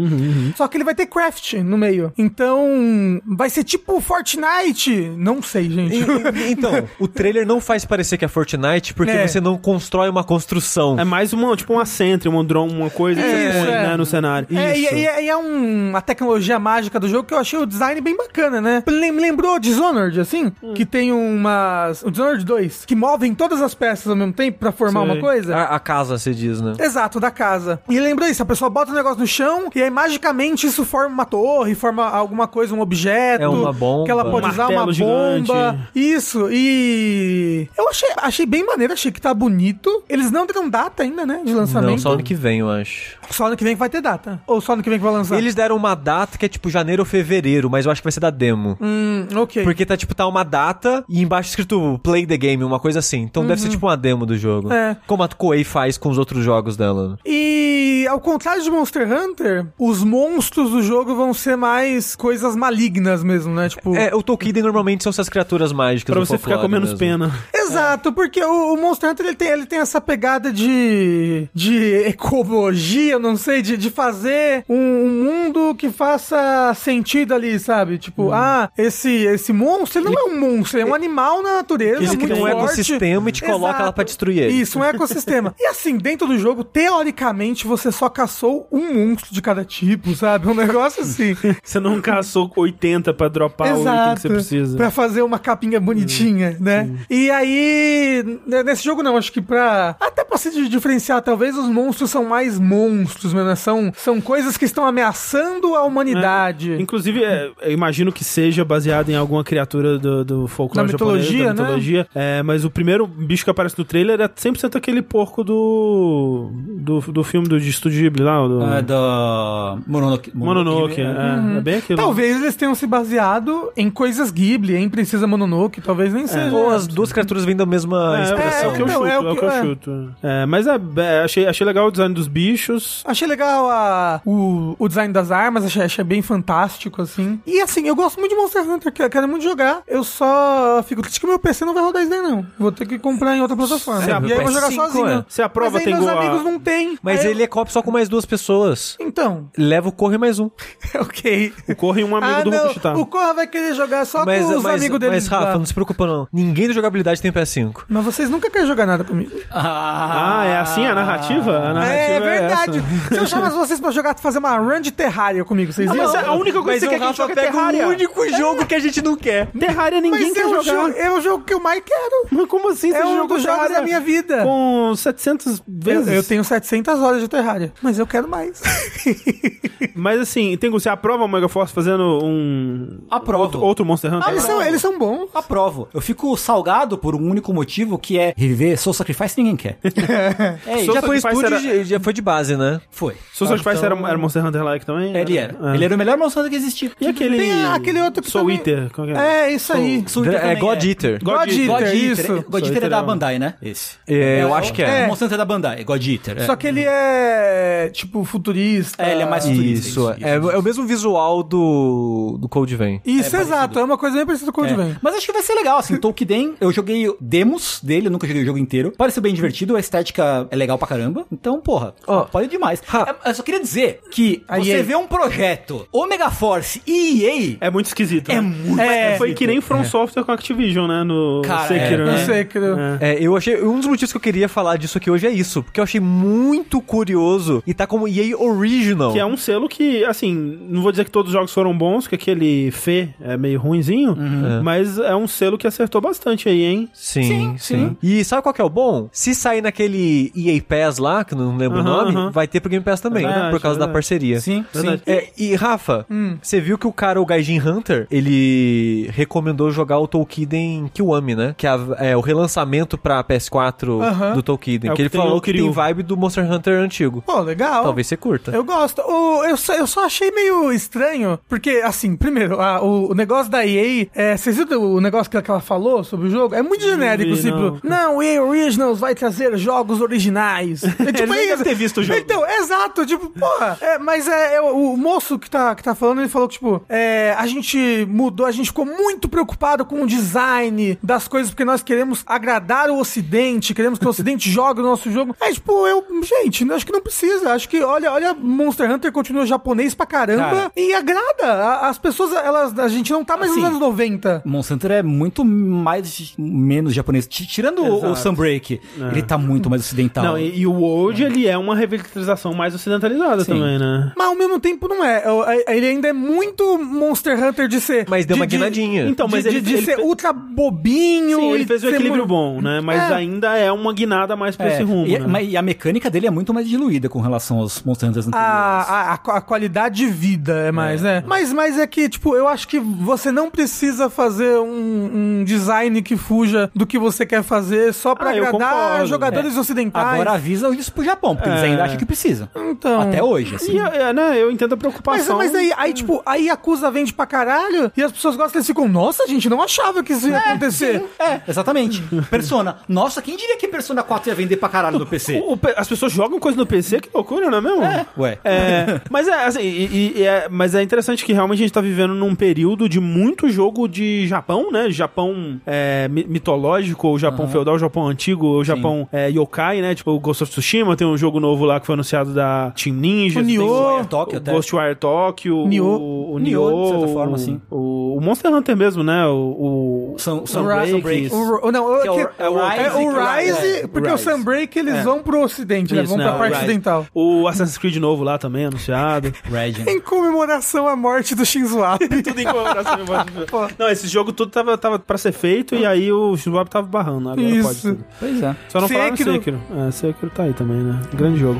Só que ele vai ter craft no meio. Então, vai ser tipo Fortnite, não sei, gente. E- e- então, o trailer não faz parecer que é Fortnite porque É. você não constrói uma construção. É mais uma, tipo uma sentry, um drone, uma coisa que É, você põe, é. né, no cenário. É, e, Isso. e- e é um- uma tecnologia mágica do jogo que eu achei o design bem bacana, né? Lem- Me lembrou Dishonored, assim? Hum. Que tem umas. O Dishonored 2, que movem todas as peças ao mesmo tempo pra formar Sei. uma coisa. A, a casa, se diz, né? Exato, da casa. E lembrou isso, a pessoa bota o negócio no chão e aí magicamente isso forma uma torre, forma alguma coisa, um objeto. É uma bomba. Que ela pode Um usar uma bomba. martelo gigante. Isso, e... Eu achei, achei bem maneiro, achei que tá bonito. Eles não deram data ainda, né, de lançamento. Não, só ano que vem, eu acho. Só ano que vem que vai ter data. Ou só ano que vem que vai lançar. Eles deram uma data que é tipo janeiro ou fevereiro, mas eu acho que vai ser da demo. Hum, ok. Porque tá, tipo, tá uma data e embaixo tá escrito play the game, uma coisa assim. Então deve ser tipo uma demo do jogo. É. Como a Koei faz com os outros jogos dela. E ao contrário de Monster Hunter, os monstros do jogo vão ser mais coisas malignas mesmo, né? Tipo. É, o Tolkien normalmente são essas criaturas mágicas. Pra do você ficar folclore com menos mesmo. pena. Exato, porque o, o Monster Hunter ele tem, ele tem essa pegada de. de ecologia, eu não sei, de, de fazer um, um mundo que faça sentido ali, sabe? Tipo, Hum. ah, esse, esse monstro, ele não é um monstro, ele é um animal na natureza. Ele é muito cria um forte. ecossistema e te coloca lá pra destruir ele. Isso, um ecossistema. e assim, dentro do jogo, teoricamente, você só caçou um monstro de cada tipo, sabe? Um negócio assim. Você não caçou 80 pra dropar o item que você precisa. Hum, Pra fazer uma capinha bonitinha, né? E aí, n- nesse jogo não, acho que pra. Até pra se di- diferenciar, talvez os monstros são mais monstros, mesmo, né? São, são coisas que estão ameaçando a humanidade. Inclusive, é, eu imagino que seja baseado em alguma criatura do, do folclore Da japonês, mitologia, da né? mitologia. É, mas o primeiro bicho que aparece no trailer é 100% aquele porco do, do, do filme do de Estúdio Ghibli lá, do Ah, É da Mononoke. Mononoke. É, é bem aquilo. né? Talvez eles tenham se baseado em coisas Ghibli, em Princesa Mononoke, talvez nem seja. É, assim. Ou as duas criaturas vêm da mesma É, é, expressão. o que eu Então, chuto, é o que eu é. chuto. É, mas é, é, achei, achei legal o design dos bichos. Achei legal a- o, o design das armas, achei, achei bem fantástico, assim. E assim, eu gosto muito de Monster Hunter, que- quero muito jogar. Eu só fico triste que meu PC não vai rodar isso daí, não. Vou ter que comprar em outra plataforma. Será É, e que aí eu o vou jogar PS5 sozinho. é? Se a prova Mas aí tem meus gol, amigos a- é não tem. Mas Aí eu- ele é copo só com mais duas pessoas. Então, Leva o corre mais um. ok. O Corra e um amigo ah, do não. Rokushita. O Corra vai querer jogar só mas, com os mas, amigos dele. mas, lá. Rafa, não se preocupa não. Ninguém da jogabilidade tem PS5. Mas vocês nunca querem jogar nada comigo. Ah, Ah, é assim a narrativa? A narrativa É, é verdade. essa. Se eu chamasse vocês pra jogar, fazer uma run de Terraria comigo, vocês iam? Mas a única coisa que você quer que a gente jogue é um Terraria. único jogo que a gente não quer. Terraria ninguém Mas é quer o, jogar. jogo, é o jogo que eu mais quero. Mas como assim? É um tá dos jogos da minha vida. Com 700 Eu, vezes. eu tenho 700 horas de Terraria, mas eu quero mais. Mas assim, tem você aprova o Mega Force fazendo um. Aprovo. Outro, outro Monster Hunter? eles, são, eles são bons. Aprovo. Eu fico salgado por um único motivo, que é reviver Soul Sacrifice ninguém quer. é isso. Soul Já foi Sacrifice estúdio, era- de- já foi de base, né? Foi. Soul Sacrifice Então, era, era Monster Hunter like também? Ah. Ele era. um Ele era o melhor monstro que existia. É. E aquele. Tem aquele outro que Soul também- Eater. Qual que é? É, isso aí. Soul Eater É também God Eater. God God Eater. Eater, God Eater, isso. God Soul Eater Eater é é da um- Bandai, né? Esse. É, eu acho que é. O Monsanto é da Bandai, é God Eater. é. Só que ele é, tipo, futurista. É, ele é mais futurista. Isso, é, é o mesmo visual do, do Cold Vein. Isso, exato. É uma coisa bem parecida com o É. de vem. Mas acho que vai ser legal, assim, Tolkien, eu joguei joguei demos dele, eu nunca joguei o jogo inteiro. Pareceu bem divertido, a estética é legal pra caramba. Então, porra, Ó. pode demais. Ha. É, Eu só queria dizer que A você EA. vê um projeto Omega Force e EA É muito esquisito. né? é muito É, foi esquisito. que nem From Software com Activision, né? No Cara, Sekiro, é, Eu né? sei que... É, eu achei. Um dos motivos que eu queria falar disso aqui hoje é isso, porque eu achei muito curioso e tá como EA Original. Que é um selo que, assim, não vou dizer que todos os jogos foram bons, que aquele Fê é meio ruinzinho, Uhum. mas é um selo que acertou bastante aí, hein? Sim, sim, Sim, E sabe qual que é o bom? Se sair naquele EA Pass lá, que não lembro Aham, o nome, aham. É vai ter pro Game Pass também, Verdade, né? Por causa da verdade. parceria. Sim, Verdade. sim. É, e Rafa, você viu que o cara, o Gaijin Hunter, ele recomendou jogar o Tolkien Kiwami, né? Que é, a- é o relançamento pra PS4 Aham. do Tolkien. É o que ele que tem falou o que Kiryu. tem vibe do Monster Hunter antigo. Pô, legal. Talvez você curta. Eu gosto. O, eu, só, eu só achei meio estranho, porque, assim, primeiro, a- o, o negócio da EA, é, vocês viram o negócio que, ela- que ela falou sobre o jogo? É muito genérico, vi, tipo, não, EA Originals vai trazer jogos originais. É Ele nem deve isso. ter visto o jogo. Então, exato, tipo, porra. É, mas é, é, o, o moço que tá, que tá falando, ele falou que, tipo, é, a gente mudou, a gente ficou muito preocupado com o design das coisas, porque nós queremos agradar o Ocidente, queremos que o Ocidente jogue o nosso jogo. Mas, tipo, eu, gente, acho que não precisa. Acho que, olha, olha, Monster Hunter continua japonês pra caramba Cara. e agrada. A- as pessoas, elas, a gente não tá mais Assim, nos anos 90. Monster Hunter é muito mais menos japonês. T- Tirando o- o Exato. É. Sunbreak, ele tá muito mais ocidental. Não, e, e o World, ele é uma revitalização mais ocidentalizada Uhum. Sim. também, né? Mas ao mesmo tempo não é. Eu- a- Ele ainda é muito Monster Hunter de ser. Mas deu de- uma de- guinadinha. Então, de, mas de- ele- de ele ser fe- ultra bobinho. Sim, ele e fez o ser equilíbrio muito- bom, né? Mas É. ainda é uma guinada mais pra É, esse rumo. e, né? Ah, mas- e a mecânica dele é muito mais diluída com relação aos Monster Hunters anteriores. A, a, Ah, a qu- a qualidade de vida é mais, né? Mas, mas é que, tipo, eu acho que você não precisa fazer um, um design que fuja do que você quer fazer só pra Ah, eu agradar concordo. é. jogadores ocidentais. Agora avisa isso pro Japão, porque eles ainda acham que precisa. Então. Até hoje, assim. E, é, né, eu entendo a Mas, preocupação. mas aí, aí, tipo, aí a Yakuza vende pra caralho e as pessoas gostam, eles ficam, nossa, gente, não achava que isso ia acontecer. É, exatamente. Persona. Nossa, quem diria que Persona 4 ia vender pra caralho no PC? O- o pe- as pessoas jogam coisa no PC, que loucura, não é mesmo? É. Ué. mas, é, assim, e- e- e é- mas é interessante que realmente a gente tá vivendo num período de muito jogo de Japão, né? Japão é, mi- mitológico, ou Japão feudal, Japão antigo, ou Japão é, yokai, né? Tipo, o Ghost of Tsushima tem um jogo novo lá que foi anunciado da Team Ninja. O tem Nioh. o- Tóquio o até. Ghostwire Tokyo, Nioh. o, o Nioh, Nioh, de certa forma, sim. O, o Monster Hunter mesmo, né? O, o São, são Sunbreak, Sunbreak. isso. O, Ro- não, Que é o- que- é o Rise é o que- Rise, é, porque Rise. o Sunbreak eles vão pro ocidente, né? Isso, Vão não, pra parte Rise. ocidental. É. o Assassin's Creed novo lá também, anunciado. Red. Em comemoração à morte do Shinzo Abe. tudo em comemoração em volta do- Não, esse jogo tudo tava, tava pra ser feito e aí o Shinobi tava barrando. Agora pode Isso. tudo. Pois é. Só não falaram Sekiro. Sekiro. É, Sekiro tá aí também, né? Grande jogo.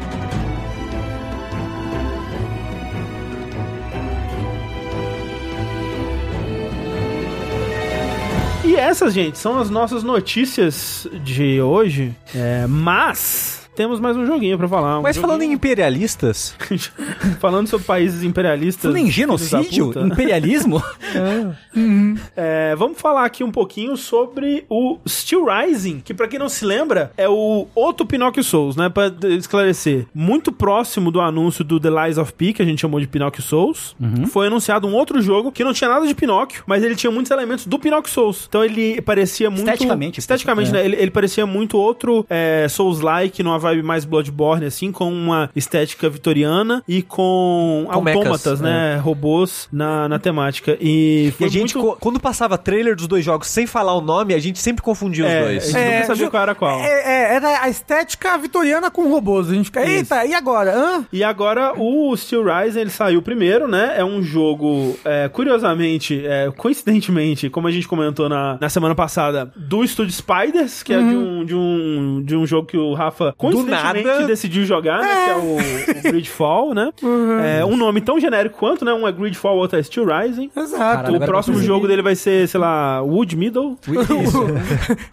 E essas, gente, são as nossas notícias de hoje. É, mas temos mais um joguinho pra falar. um Mas falando joguinho- em imperialistas, tá falando sobre países imperialistas. Tudo em filhos genocídio? da puta. Imperialismo? É, vamos falar aqui um pouquinho sobre o Steel Rising, que pra quem não se lembra, é o outro Pinocchio Souls, né? Pra d- esclarecer, muito próximo do anúncio do The Lies of P, que a gente chamou de Pinocchio Souls, foi anunciado um outro jogo que não tinha nada de Pinóquio, mas ele tinha muitos elementos do Pinocchio Souls. Então ele parecia muito... Esteticamente, Esteticamente, é. né? Ele, ele parecia muito outro é, Souls-like, numa vibe mais Bloodborne, assim, com uma estética vitoriana e com, Com mechas, autômatas, né? Robôs na, na temática. E e foi a gente, muito... co- quando passava trailer dos dois jogos sem falar o nome, a gente sempre confundia É, os dois. é. nunca sabia ju- qual era qual. É, é, era a estética vitoriana com robôs. A gente fica, eita, e agora? Hã? E agora o Steel Rising, ele saiu primeiro, né? É um jogo, é, curiosamente, é, coincidentemente, como a gente comentou na, na semana passada, do estúdio Spiders, que é de um, de, um, de um jogo que o Rafa coincidentemente nada. decidiu jogar, né? Que é o, o Gridfall, né? É, um nome tão genérico quanto, né? Um é Gridfall, outro é Steel Rising. Exato. Caralho, o agora eu próximo percebi. jogo dele vai ser, sei lá, Wood Middle.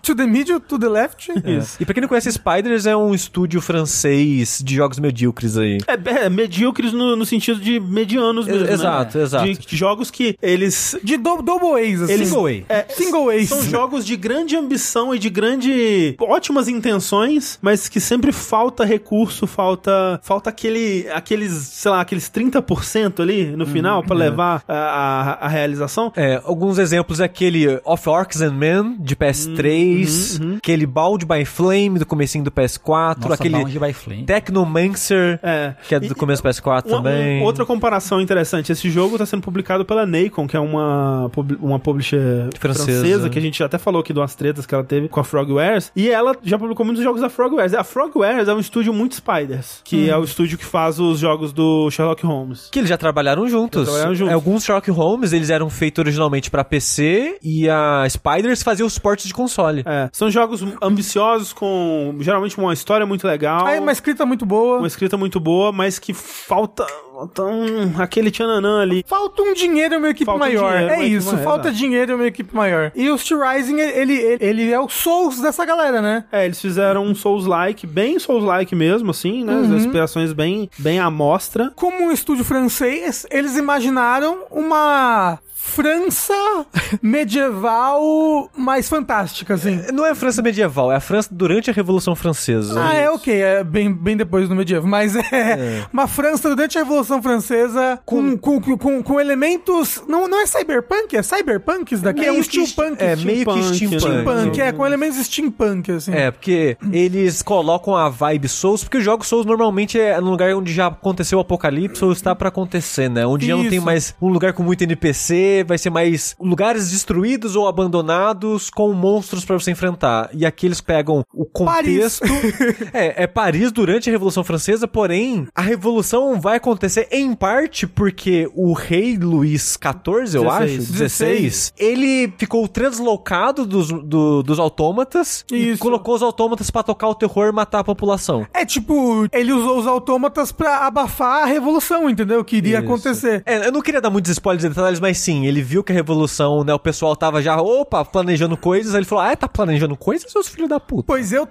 to the middle, to the left. Isso. E pra quem não conhece, Spiders é um estúdio francês de jogos medíocres aí. É, é medíocres no, no sentido de medianos mesmo. né? exato, exato. De jogos que eles De do, double A's, assim. Eles- Single way. É, Single Ace. São jogos de grande ambição e de grande. ótimas intenções, mas que sempre sempre falta recurso, falta falta aquele, aqueles, sei lá, aqueles 30% ali no final pra levar a, a, a realização. É, alguns exemplos é aquele Of Orcs and Men de PS3, aquele Bald by Flame do comecinho do PS4, Nossa, um aquele Bound by Flame. Technomancer É. que é do E- começo do PS4 Uma- também. um- outra comparação interessante, esse jogo está sendo publicado pela Nacon, que é uma, pub- uma publisher Francesa. francesa. que a gente já até falou aqui de umas tretas que ela teve com a Frogwares, e ela já publicou muitos jogos da Frogwares. A Frogwares é um estúdio muito Spiders, que é o estúdio que faz os jogos do Sherlock Holmes. Que eles já trabalharam juntos. É, Já trabalharam juntos. Alguns Sherlock Holmes, eles eram feitos originalmente pra PC e a Spiders fazia os portes de console. É, são jogos ambiciosos com geralmente uma história muito legal. Aí uma escrita muito boa. Uma escrita muito boa, mas que falta, falta um- aquele tchananã ali. Falta um dinheiro e uma equipe Falta um maior. dinheiro, uma é equipe isso, maior, falta exato. dinheiro e uma equipe maior. E o Steel Rising, ele, ele, ele é o Souls dessa galera, né? É, eles fizeram um Souls-like, bem Souls-like mesmo, assim, né? Uhum. As inspirações bem, bem à mostra. Como um estúdio francês, eles imaginaram uma França medieval mais fantástica, assim. Não é a França medieval, é a França durante a Revolução Francesa. Ah, é ok, é bem, bem depois do medievo, mas é, uma França durante a Revolução Francesa com, com, com, com, elementos. Não, não é cyberpunk, é cyberpunk isso daqui, é, um que steampunk. É, meio steampunk, que steampunk. né? steampunk, é, com elementos steampunk, assim. É, porque eles colocam a vibe Souls, porque o jogo Souls normalmente é num lugar onde já aconteceu o apocalipse ou está pra acontecer, né? Onde já não tem Isso. mais um lugar com muito NPC, vai ser mais lugares destruídos ou abandonados com monstros pra você enfrentar. E aqui eles pegam o Paris. contexto. é, é Paris durante a Revolução Francesa, porém a revolução vai acontecer em parte porque o rei Luís XIV, eu 16. acho, 16, ele ficou translocado dos, do- dos autômatas e Isso. colocou os autômatas pra tocar o terror e matar a população. É tipo, ele usou os autômatas pra abafar a revolução, entendeu? Que iria acontecer. É, eu não queria dar muitos spoilers e detalhes, mas sim, ele viu que a revolução, né, o pessoal tava já, opa, planejando coisas, aí ele falou, ah, é, tá planejando coisas, seus filhos da puta. Pois eu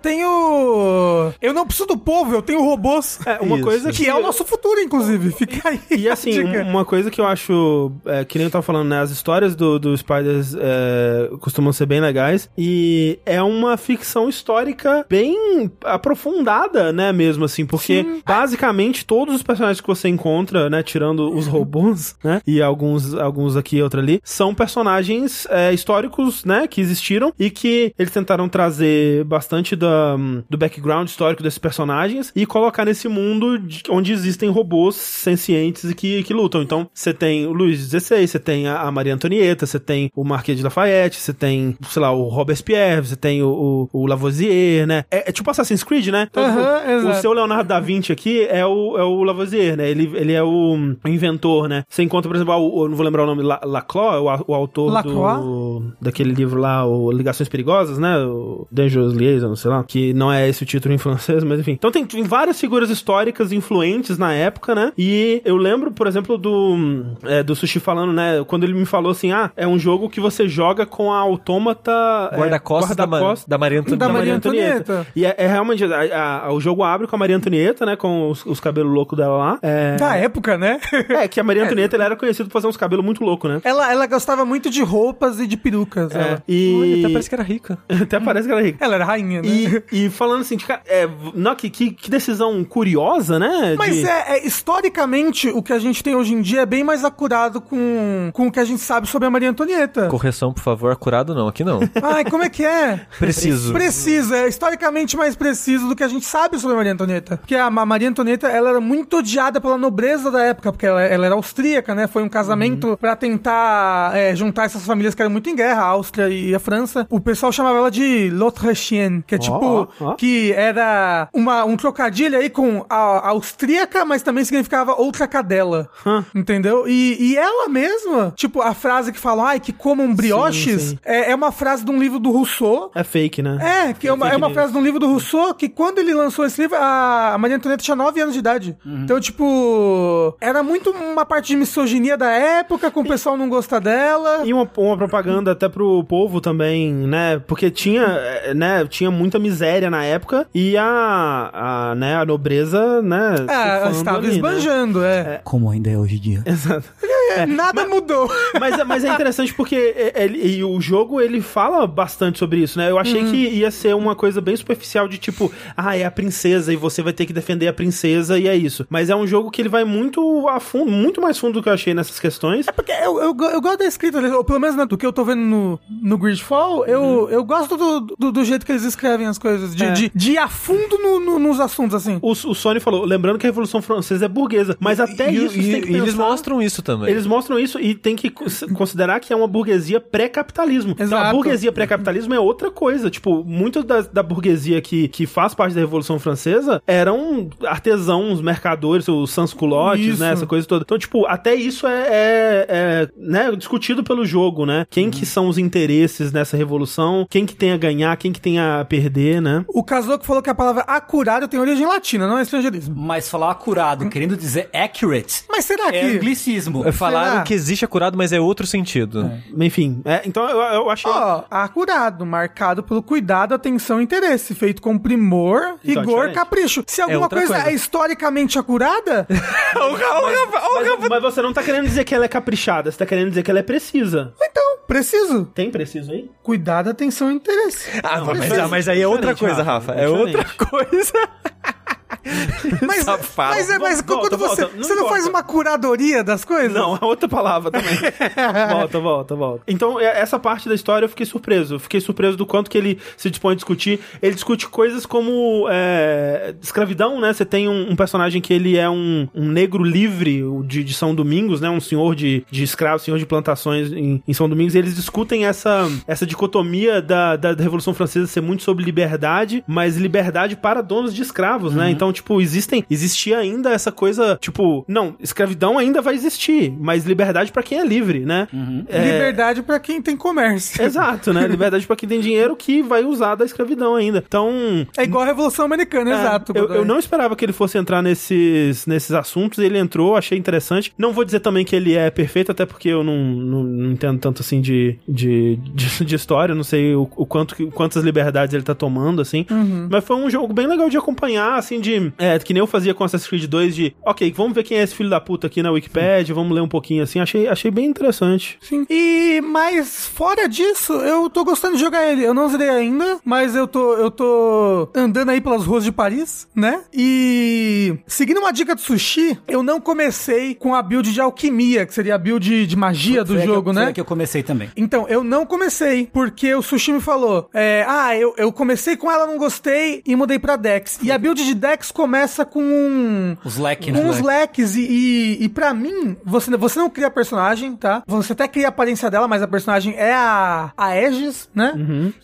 tenho. Eu não preciso do povo, eu tenho robôs. É, uma Isso. coisa Que é o nosso futuro, inclusive. Fica aí. E a assim, dica. um- uma coisa que eu acho, é, que nem eu tava falando, né? As histórias do, do Spiders é, costumam ser bem legais. E é uma ficção histórica bem aprofundada, né? Mesmo assim, porque basicamente todos os personagens que você encontra, né? Tirando Uhum. os robôs, né? E alguns, alguns aqui e outro ali, são personagens é, históricos, né? Que existiram e que eles tentaram trazer bastante da, do background histórico desses personagens e colocar nesse mundo de- onde existem robôs sencientes e que, que lutam. Então, você tem o Luiz XVI, você tem a, a Maria Antonieta, você tem o Marquês de Lafayette, você tem, sei lá, o Robespierre, você tem o, o, o Lavoisier, né? É, é tipo Assassin's Creed, né? Então, Aham, o- o exato. seu Leonardo da Vinci aqui é o, é o Lavoisier, né? Ele, ele é o, o inventor, né? Você encontra, por exemplo, o, o- eu não vou lembrar o nome, La- Laclau, é o, a- o autor Laclau? do do- daquele livro lá, o Ligações Perigosas, né? O Dangerous Liaison, sei lá, que não é esse o título em francês, mas enfim. Então tem, tem várias figuras históricas influentes na época, né? E eu lembro, por exemplo, do, é, do Sushi falando, né? Quando ele me falou assim, ah, é um jogo que você joga com a autômata... é, Guarda-costas da, Ma- guarda-costas da Maria Antoni- Da da Maria Maria Antonieta. Antonieta. E é, é realmente. a- a- o jogo abre com a Maria Antonieta, né? Com os, os cabelos loucos dela lá. É, Da época, né? é, que a Maria Antonieta ela era conhecida por fazer uns cabelos muito loucos, né? Ela, ela gostava muito de roupas e de perucas. Ela, É, E... Olha, até parece que era rica. até parece que ela é rica. ela era rainha, né? E, e falando assim, de cara, é, não, que, que, que decisão curiosa, né? Mas de- é, é, historicamente, o que a gente tem hoje em dia é bem mais acurado com, com o que a gente sabe sobre a Maria Antonieta. Correção, por favor, acurado não, aqui não. Ai, como é que é? Preciso. Preciso, é historicamente mais preciso do que a gente sabe sobre a Maria Antonieta. Porque a Ma- Maria Antonieta, ela era muito odiada pela nobreza da época, porque ela, ela era austríaca, né? Foi um casamento Uhum. pra tentar é, juntar essas famílias que eram muito em guerra, a Áustria e a França. O pessoal chamava ela de L'autre Chienne, que é tipo, ó, ó. que era uma, um trocadilho aí com a, a austríaca, mas também significava outra cadela. Entendeu? E, e ela mesma, tipo, a frase que falam, ai, que comam brioches, sim. É, é uma frase de um livro do Rousseau, É fake, né? é, que é uma, é uma frase de um livro do Rousseau que quando ele lançou esse livro, a a Maria Antonieta tinha 9 anos de idade. Uhum. Então, tipo, era muito uma parte de misoginia da época, com o pessoal não gostar dela. E uma, uma propaganda até pro povo também, né? Porque tinha, eh, né, tinha muita miséria na época e a, a, né, a nobreza, né? É, surfando estava ali, né? esbanjando, é. Como ainda é hoje em dia. Exato. Nada mudou. Mas, é- mas é interessante porque é- ele- e o jogo ele fala bastante sobre isso, né? Eu achei Uhum. que ia ser uma coisa bem superficial de tipo, ah, é a princesa e você vai ter que defender a princesa e é isso. Mas é um jogo que ele vai muito a fundo, muito mais fundo do que eu achei nessas questões. Porque eu, eu, go- eu gosto da escrita, ou pelo menos né, do que eu tô vendo no, no Gridfall, eu, eu gosto do, do, do jeito que eles escrevem as coisas, de, Uhum. É. de, de ir a fundo no- no- nos assuntos, assim. O, o Sony falou, lembrando que a Revolução Francesa é burguesa, mas até e, isso e- você tem que e eles pensar- mostram isso também. Eles mostram isso e tem que cons- considerar que é uma burguesia pré-capitalismo. Então, a Exato. burguesia pré-capitalismo é outra coisa. Tipo, muito da, da burguesia que, que faz parte da Revolução Francesa eram artesãos, mercadores, os sans-culottes, Isso. né? Essa coisa toda. Então, tipo, até isso é, é- é, né, discutido pelo jogo, né? Quem Uhum. que são os interesses nessa revolução, quem que tem a ganhar, quem que tem a perder, né? O Kazoku falou que a palavra acurado tem origem latina, não é estrangeirismo. Mas falar acurado, querendo dizer accurate, Mas será que... é anglicismo. Falaram Será? que existe acurado, mas é outro sentido. Enfim, é, então eu, eu achei... Ó, acurado, marcado pelo cuidado, atenção e interesse, feito com primor, Então, rigor, diferente. capricho. Se alguma outra coisa, coisa. é historicamente acurada, Mas, mas você não tá querendo dizer que ela é caprichada, você tá querendo dizer que ela é precisa. então, preciso. Tem preciso aí? Cuidado, atenção e interesse. Ah, mas- diferente. mas aí é outra Diferente, coisa, Rafa. Rafa. É Diferente. outra coisa. Mas, Safado. mas, é- mas Volta, quando você, volta, não você não faz importa. uma curadoria das coisas? Não, é outra palavra também. volta, volta, volta. Então, é- essa parte da história eu fiquei surpreso. Eu fiquei surpreso do quanto que ele se dispõe a discutir. Ele discute coisas como é, escravidão, né? Você tem um, um personagem que ele é um, um negro livre o de, de São Domingos, né? Um senhor de, de escravos, senhor de plantações em, em São Domingos. E eles discutem essa, essa dicotomia da, da, da Revolução Francesa ser muito sobre liberdade, mas liberdade para donos de escravos, né? Então, tipo, existem, existia ainda essa coisa, tipo, não, escravidão ainda vai existir, mas liberdade para quem é livre, né? É, Liberdade pra quem tem comércio. Exato, né? Liberdade para quem tem dinheiro que vai usar da escravidão ainda. Então, É igual a Revolução Americana, é, exato. Eu, Godoy. eu não esperava que ele fosse entrar nesses, nesses assuntos, ele entrou, achei interessante. Não vou dizer também que ele é perfeito, até porque eu não, não, não entendo tanto assim de, de, de, de história, não sei o, o quanto, que- quantas liberdades ele tá tomando, assim. Uhum. Mas foi um jogo bem legal de acompanhar, assim, de. é, que nem eu fazia com Assassin's Creed 2, de ok, vamos ver quem é esse filho da puta aqui na Wikipedia, vamos ler um pouquinho assim. Achei, achei bem interessante. Sim. E, mas fora disso, eu tô gostando de jogar ele. Eu não zerei ainda, mas eu tô, eu tô andando aí pelas ruas de Paris, né? E seguindo uma dica de sushi, eu não comecei com a build de alquimia, que seria a build de magia do Foi aí que eu- jogo, foi né? aí que eu comecei também. Então, eu não comecei, porque o Sushi me falou: é, ah, eu, eu comecei com ela, não gostei, e mudei pra Dex. E a build de Dex começa com um. Os leques, né? Com os leques, e, e, e pra mim, você, você não cria a personagem, tá? Você até cria a aparência dela, mas a personagem é a, a Aegis, né?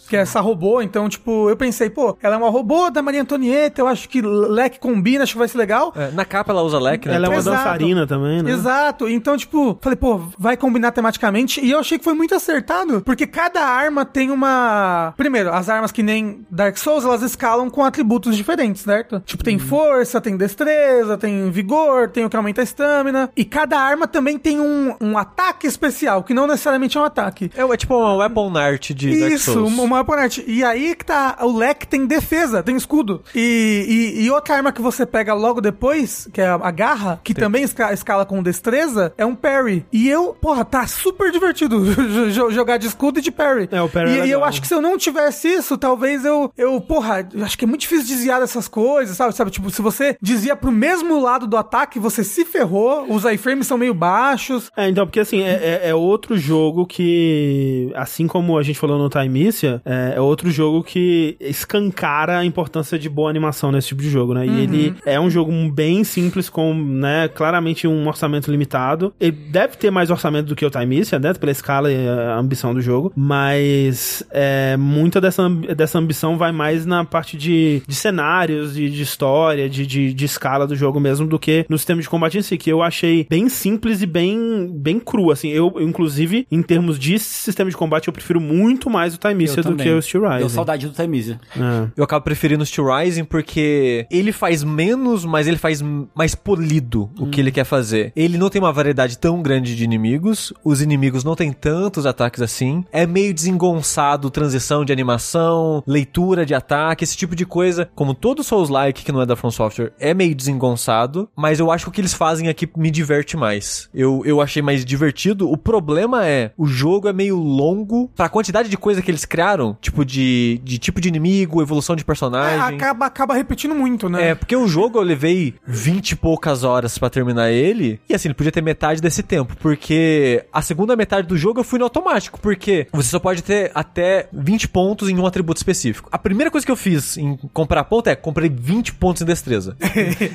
que é essa robô, então, tipo, eu pensei, pô, ela é uma robô da Maria Antonieta, eu acho que leque combina, acho que vai ser legal. É, na capa ela usa leque, né? Ela é uma Exato. dançarina também, né? Exato. Então, tipo, falei, pô, vai combinar tematicamente. E eu achei que foi muito acertado, porque cada arma tem uma. Primeiro, as armas que nem Dark Souls, elas escalam com atributos diferentes, certo? Tipo, Uhum. tem força, tem destreza, tem vigor, tem o que aumenta a estamina. E cada arma também tem um, um ataque especial, que não necessariamente é um ataque. É, é tipo uma weapon art de Dark Isso, Souls. uma, uma oponente. E aí que tá. O leque tem defesa, tem escudo. E, e, e outra arma que você pega logo depois, que é a garra, que também esca- escala com destreza, é um parry. E eu, porra, tá super divertido jo- jo- jogar de escudo e de parry. É, o parry é E, e eu legal. acho que se eu não tivesse isso, talvez eu. Eu, porra, eu acho que é muito difícil desviar dessas coisas, sabe? Sabe, tipo, se você desvia pro mesmo lado do ataque, você se ferrou, os iframes são meio baixos. É, então, porque assim, é, é- é outro jogo que, assim como a gente falou no Timeicia, é, é outro jogo que escancara a importância de boa animação nesse tipo de jogo, né? E ele é um jogo bem simples, com, né, claramente um orçamento limitado. Ele deve ter mais orçamento do que o Timeicia, né? Pela escala e a ambição do jogo, mas é, muita dessa, ambi- dessa ambição vai mais na parte de, de cenários, de, de história, de, de, de escala do jogo mesmo, do que no sistema de combate em si, que eu achei bem simples e bem, bem cru, assim. Eu, inclusive, em termos de sistema de combate, eu prefiro muito mais o Time Missile Eu é do também. que o Steel Deu Rising. saudade do Timizia. É. Eu acabo preferindo o Steel Rising porque ele faz menos, mas ele faz m- mais polido o que ele quer fazer. Ele não tem uma variedade tão grande de inimigos, os inimigos não têm tantos ataques assim. É meio desengonçado transição de animação, leitura de ataque, esse tipo de coisa. Como todo Souls-like que não é da From Software é meio desengonçado, mas eu acho que o que eles fazem aqui me diverte mais. Eu, eu achei mais divertido. O problema é, o jogo é meio longo pra quantidade de coisa que eles criaram, tipo de, de tipo de inimigo, evolução de É, personagem. acaba, acaba repetindo muito, né? É, porque o jogo eu levei 20 e poucas horas pra terminar ele. E assim, ele podia ter metade desse tempo. Porque a segunda metade do jogo eu fui no automático. Porque você só pode ter até 20 pontos em um atributo específico. A primeira coisa que eu fiz em comprar ponto é comprei 20 pontos em destreza.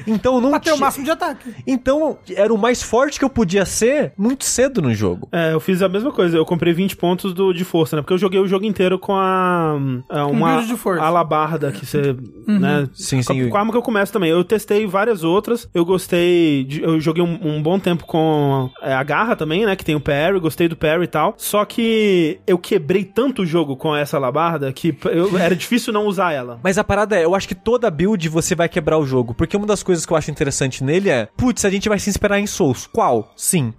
então eu não pra ter o ti- máximo de ataque. Então era o mais forte que eu podia ser muito cedo no jogo. É, eu fiz a mesma coisa, eu comprei 20 pontos do, de força, né? Porque eu joguei o jogo inteiro com a. a uma build de força. Uhum. alabarda que você. Né? Sim, sim. Com, com a arma que eu começo também. Eu testei várias outras, eu gostei. de- eu joguei um, um bom tempo com é, a garra também, né? Que tem o parry, gostei do parry e tal. Só que eu quebrei tanto o jogo com essa alabarda que p- eu- era difícil não usar ela. Mas a parada é, eu acho que toda build você vai quebrar o jogo. Porque uma das coisas que eu acho interessante nele é, putz, a gente vai se inspirar em Souls. Qual? Sim.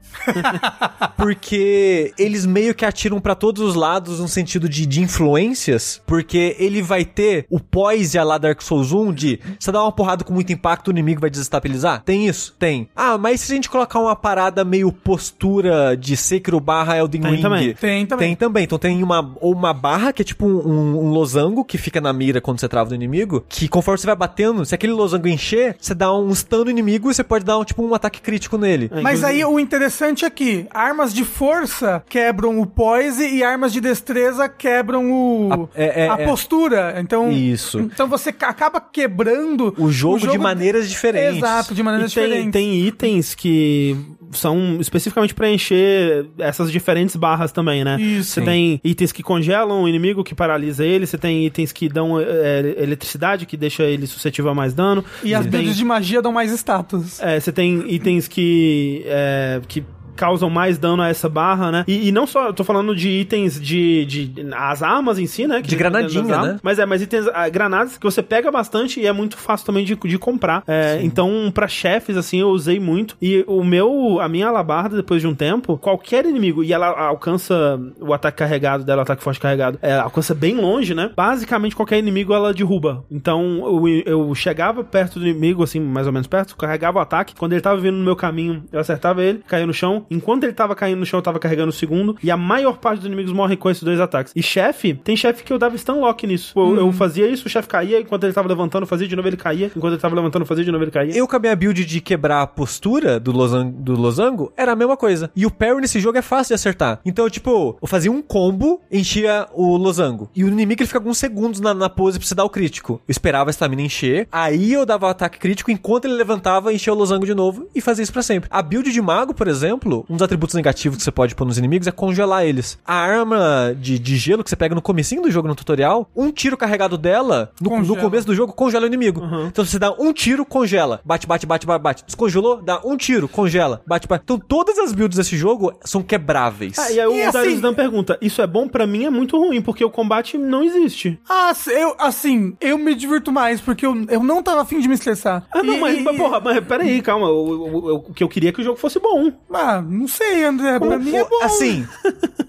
porque eles meio que atiram pra todos os lados no sentido de, de influências. Porque ele vai ter o poise a lá Dark Souls 1 de você dá uma porrada com muito impacto, o inimigo vai desestabilizar. Tem isso? Tem. Ah, mas se a gente colocar uma parada meio postura de Sekiro barra Elden Tem Ring. também. Tem também. Tem também. Então tem uma, ou uma barra, que é tipo um, um- um losango que fica na mira quando você trava do inimigo, que conforme você vai batendo, se aquele losango encher, você dá um stun no inimigo e você pode dar um, tipo, um ataque crítico nele. Mas aí o interessante é que armas de força quebram o poise e armas de destreza quebram o A- é- é- a é. postura. Então Isso. Então você ca- acaba quebrando O jogo de maneiras diferentes. Exato, de maneiras E tem, diferentes. tem itens que são especificamente pra encher essas diferentes barras também, né? Isso. Você tem itens que congelam o inimigo, que paralisa ele. Você tem itens que dão é, eletricidade, que deixa ele suscetível a mais dano. E as Você tem- builds de magia dão mais status. é, você tem itens que. é, que causam mais dano a essa barra, né? E, e não só, eu tô falando de itens de, de- as armas em si, né? Que De granadinha, das armas. né? Mas é, mas itens, ah, granadas que você pega bastante e é muito fácil também de, de comprar. É, então, pra chefes, assim, eu usei muito. E o meu, a minha alabarda, depois de um tempo, qualquer inimigo, e ela alcança o ataque carregado dela, o ataque forte carregado, é, alcança bem longe, né? Basicamente, qualquer inimigo ela derruba. Então, eu, eu chegava perto do inimigo, assim, mais ou menos perto, carregava o ataque. Quando ele tava vindo no meu caminho, eu acertava ele, caía no chão. Enquanto ele tava caindo no chão, eu tava carregando o segundo. E a maior parte dos inimigos morre com esses dois ataques. E chefe, tem chefe que eu dava stunlock nisso. Eu, Uhum. eu fazia isso, o chefe caía, enquanto ele tava levantando, eu fazia de novo, ele caía. Enquanto ele tava levantando, eu fazia de novo, ele caía. Eu com a minha build de quebrar a postura do losango, do losango era a mesma coisa. E o parry nesse jogo é fácil de acertar. Então, tipo, eu fazia um combo, enchia o losango. E o inimigo ele fica alguns segundos na, na pose pra você dar o crítico. Eu esperava a estamina encher, aí eu dava o ataque crítico, enquanto ele levantava, enchia o losango de novo e fazia isso pra sempre. A build de mago, por exemplo, um dos atributos negativos que você pode pôr nos inimigos é congelar eles. A arma de, de gelo que você pega no comecinho do jogo, no tutorial, um tiro carregado dela, no, no Congela. começo começo do jogo, congela o inimigo. Então se você dá um tiro, congela. Bate, bate, bate, bate, bate. Descongelou, dá um tiro, congela. Bate, bate. Então todas as builds desse jogo são quebráveis. Ah, e aí E o Darius assim- Dan pergunta: Isso é bom pra mim? É muito ruim, porque o combate não existe. Ah, se- eu, assim, eu me divirto mais, porque eu, eu não tava afim de me estressar. Ah, não, E- mas, e- mas porra, mas peraí, calma. O, o- o- o que eu queria é que o jogo fosse bom. Ah, não sei, André. Pra mim é O- bom. Assim,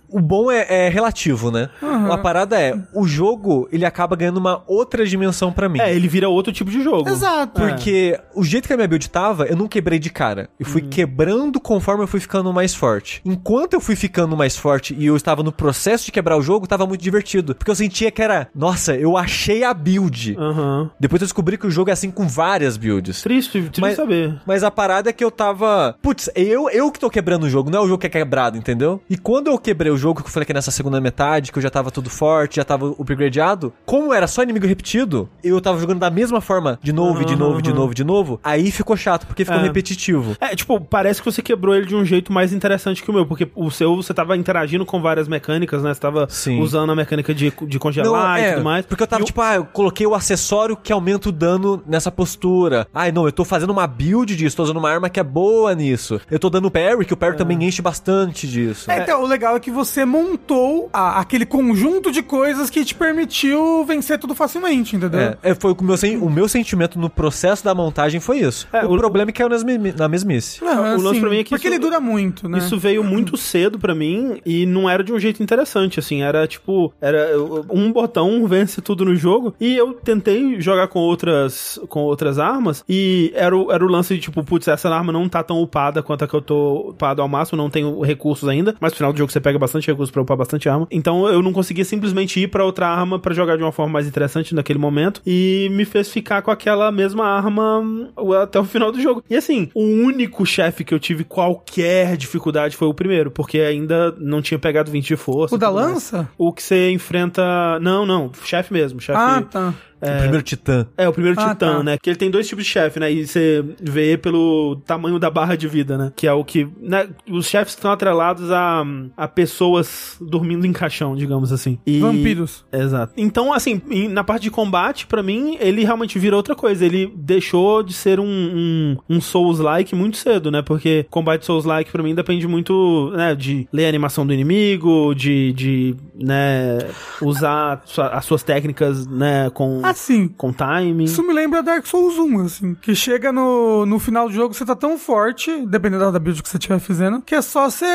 o bom é, é relativo, né? A parada é, o jogo, ele acaba ganhando uma outra dimensão pra mim. É, ele vira outro tipo de jogo. Exato. é. Porque o jeito que a minha build tava, eu não quebrei de cara. Eu fui quebrando conforme eu fui ficando mais forte. Enquanto eu fui ficando mais forte e eu estava no processo de quebrar o jogo, tava muito divertido. Porque eu sentia que era, nossa, eu achei a build. Aham. Depois eu descobri que o jogo é assim com várias builds. Triste, triste Mas- saber. Mas a parada é que eu tava. Putz, eu, eu que tô quebrando o jogo, não é o jogo que é quebrado, entendeu? E quando eu quebrei o jogo, que eu falei que nessa segunda metade, que eu já tava tudo forte, já tava upgradeado, como era só inimigo repetido, eu tava jogando da mesma forma, de novo, e de novo, e de novo, e de novo. Aí ficou chato, porque ficou É. repetitivo. É, tipo, parece que você quebrou ele de um jeito mais interessante que o meu, porque o seu você tava interagindo com várias mecânicas, né? Você tava Sim. usando a mecânica de, de congelar e tudo mais. Porque eu tava, E o- tipo, ah, eu coloquei o acessório que aumenta o dano nessa postura. Ai, não, eu tô fazendo uma build disso, tô usando É. uma arma que é boa nisso. Eu tô dando parry, que o parry também enche bastante disso. É, então, o legal é que você montou a- aquele conjunto de coisas que te permitiu vencer tudo facilmente, entendeu? É, é, foi o, que o meu, sen- o meu sentimento no processo da montagem foi isso. É, o, o- problema é que é na, mesmi- na mesmice. Não, assim, O lance pra mim é que porque isso- ele dura muito, né? Isso veio muito cedo pra mim e não era de um jeito interessante, assim, era tipo, era eu- um botão vence tudo no jogo e eu tentei jogar com outras com outras armas e era o, era o lance de tipo, putz, essa arma não tá tão upada quanto a que eu tô upado ao máximo, não tenho recursos ainda, mas no final do É um jogo você pega bastante recursos pra upar bastante arma. Então eu não conseguia simplesmente ir pra outra arma pra jogar de uma forma mais interessante naquele momento e me fez ficar com aquela mesma arma hum, até o final do jogo. E assim, o único chefe que eu tive qualquer dificuldade foi o primeiro, porque ainda não tinha pegado 20 de força. O da tudo mais. lança? O que você enfrenta. Não, não, chefe mesmo. Chefe. Ah, tá. O primeiro titã. É, o primeiro Ah, titã, tá. né? Que ele tem dois tipos de chefe, né? E você vê pelo tamanho da barra de vida, né? Que é o que. né? Os chefes estão atrelados a, a pessoas dormindo em caixão, digamos assim. E- Vampiros. Exato. Então, assim, em- na parte de combate, pra mim, ele realmente vira outra coisa. Ele deixou de ser um, um, um Souls-like muito cedo, né? Porque combate Souls-like, pra mim, depende muito, né? De ler a animação do inimigo, de, de né? Usar sua- as suas técnicas, né? Com, Assim, com timing. isso me lembra Dark Souls 1, assim. Que chega no, no final do jogo, você tá tão forte, dependendo da build que você estiver fazendo, que é só você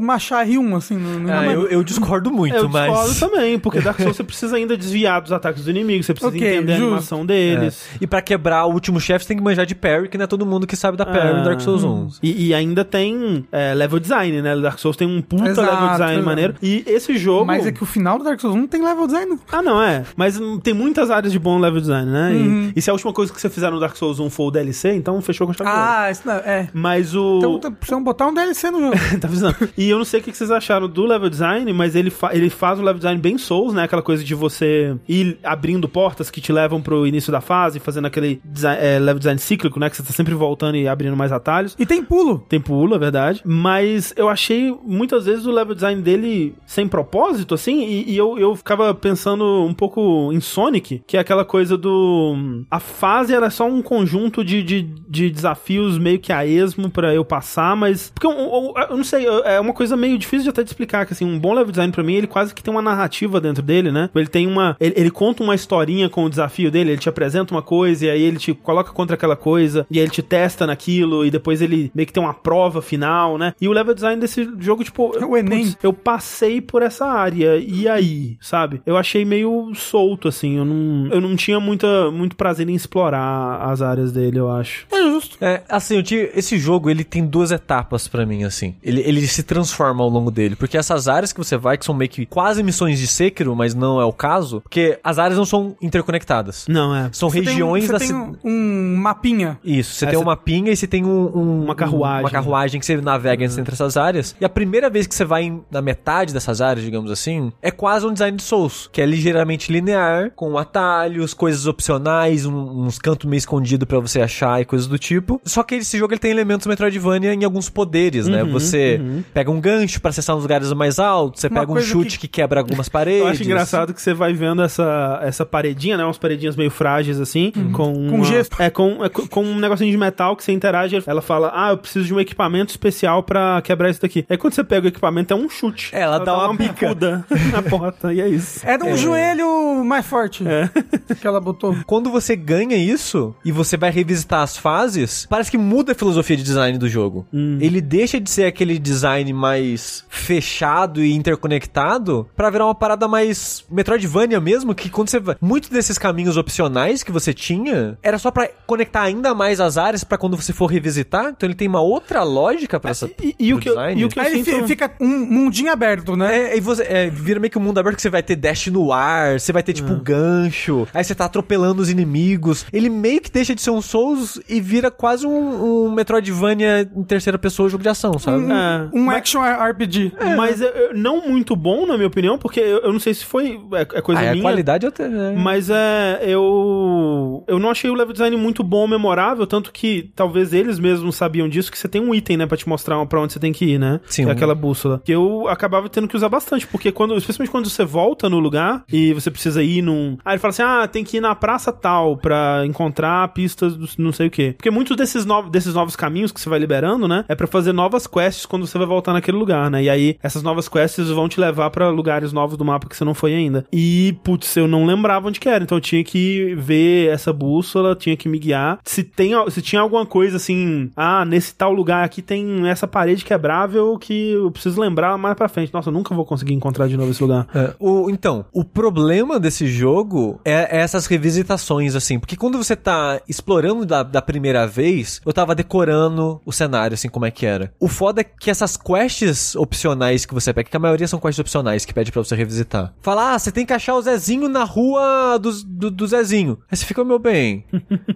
machar R1, assim. No, no- É, Ah, mas- eu, eu discordo muito, Eu mas. discordo também, porque Dark Souls você precisa ainda desviar dos ataques do inimigo, você precisa Ok, entender justo. a animação É. deles. E pra quebrar o último chefe, você tem que manjar de parry, que não é todo mundo que sabe da parry Ah. em Dark Souls 1. E, e ainda tem é, level design, né? Dark Souls tem um puta Exato, level design exato. maneiro. E esse jogo. Mas é que o final do Dark Souls 1 não tem level design. não. Ah, não, é. Mas hum, tem muitas áreas de bom level design, né? E- Uhum. E, se a última coisa que você fizer no Dark Souls 1 for o DLC, então fechou com a chave de ouro. isso não é. Mas o. Ah. Então tá- precisamos botar um DLC no jogo. tá avisando. E eu não sei o que que vocês acharam do level design, mas ele, fa- ele faz um level design bem Souls, né? Aquela coisa de você ir abrindo portas que te levam pro início da fase, fazendo aquele desi- é, level design cíclico, né? Que você tá sempre voltando e abrindo mais atalhos. E tem pulo. Tem pulo, é verdade. Mas eu achei muitas vezes o level design dele sem propósito, assim. E, e eu, eu ficava pensando um pouco em Sonic, que é aquela coisa do. A fase era só um conjunto de, de, de desafios meio que a esmo pra eu passar, mas. Porque um, eu, eu- eu não sei, eu- é uma coisa meio difícil de até de explicar. Que assim, um bom level design pra mim, ele quase que tem uma narrativa dentro dele, né? Ele tem uma. Ele, ele conta uma historinha com o desafio dele, ele te apresenta uma coisa e aí ele te coloca contra aquela coisa e aí ele te testa naquilo e depois ele meio que tem uma prova final, né? E o level design desse jogo, tipo. É o Enem. putz, eu passei por essa área e aí, sabe? Eu achei meio solto, assim. Eu não, eu não tinha muita, muito prazer em explorar as áreas dele, eu acho. É justo. É, assim, eu tive- esse jogo, ele tem duas etapas pra mim, assim. Ele, ele se transforma ao longo dele, porque essas áreas que você vai, que são meio que quase missões de Sekiro, mas não é o caso, porque as áreas não são interconectadas. Não, é. São Você tem um- regiões você da tem ci- um, um mapinha. Isso, você É, tem você- uma pinha e você tem um, um- Uma carruagem. Uhum. Uma carruagem que você navega entre essas áreas. E a primeira vez que você vai em- na metade dessas áreas, digamos assim, é quase um design de Souls, que é ligeiramente linear, com atalhos, coisas opcionais, um- uns cantos meio escondidos pra você achar e coisas do tipo. Só que esse jogo ele tem elementos Metroidvania em alguns poderes, né? Uhum, Você pega um gancho pra acessar uns lugares mais altos, você Uma pega um coisa chute que... quebra algumas paredes. Eu acho engraçado que você vai vendo essa, essa paredinha, né? Umas paredinhas meio frágeis, assim, com... uma- Uhum. gesso. É, com, é, co- com um negocinho de metal que você interage. Ela fala, ah, eu preciso de um equipamento especial pra quebrar isso daqui. Aí quando você pega o equipamento, é um chute. Ela dá uma bica. bicuda na porta, e é isso. Era um joelho mais forte que ela botou. Quando você ganha isso e você vai revisitar as fases, parece que muda a filosofia de design do jogo. Uhum. Ele deixa de ser aquele design mais fechado e interconectado pra virar uma parada mais Metroidvania mesmo, que quando você vai, muitos desses caminhos opcionais que você tinha, era só pra conectar ainda mais as áreas pra quando você for revisitar, então ele tem uma outra lógica pra essa É, E, e o pro que eu, design. e o que eu Aí sinto... fi- fica um mundinho aberto, né? É, e você é, vira meio que um mundo aberto que você vai ter dash no ar, você vai ter tipo É. gancho, aí você tá atropelando os inimigos. Ele meio que deixa de ser um Souls e vira quase um, um Metroidvania em terceira pessoa jogo de ação, sabe? É. um action RPG. Mas é, é, não muito bom, na minha opinião, porque eu, eu não sei se foi... É, é coisa Aí a minha. qualidade até. é. Mas é, eu. Eu não achei o level design muito bom, memorável, tanto que talvez eles mesmos sabiam disso, que você tem um item, né, pra te mostrar pra onde você tem que ir, né? Sim, Que é um- aquela bússola. Que eu acabava tendo que usar bastante, porque quando. Especialmente quando você volta no lugar e você precisa ir num. Ah, ele fala assim: assim, ah, tem que ir na praça tal pra encontrar pistas do não sei o quê. Porque muitos desses, novos desses novos caminhos que você vai liberando, né, é pra fazer novas quests quando você vai voltar naquele lugar, né? E aí essas novas quests vão te levar pra lugares novos do mapa que você não foi ainda. E, putz, eu não lembrava onde que era, então eu tinha que ver essa bússola, tinha que me guiar. Se, tem, al- se tinha alguma coisa assim, ah, nesse tal lugar aqui tem essa parede quebrável que eu preciso lembrar mais pra frente. Nossa, eu nunca vou conseguir encontrar de novo esse lugar. É, o- então, o problema desse jogo é, é essas revisitações, assim. Porque quando você tá explorando da, da primeira vez, eu tava decorando o cenário, assim, como é que era. O foda é que essas quests opcionais que você pega, que a maioria são quests opcionais que pede pra você revisitar. Fala, ah, você tem que achar o Zezinho na rua dos- do, do Zezinho. Aí você fica, meu bem,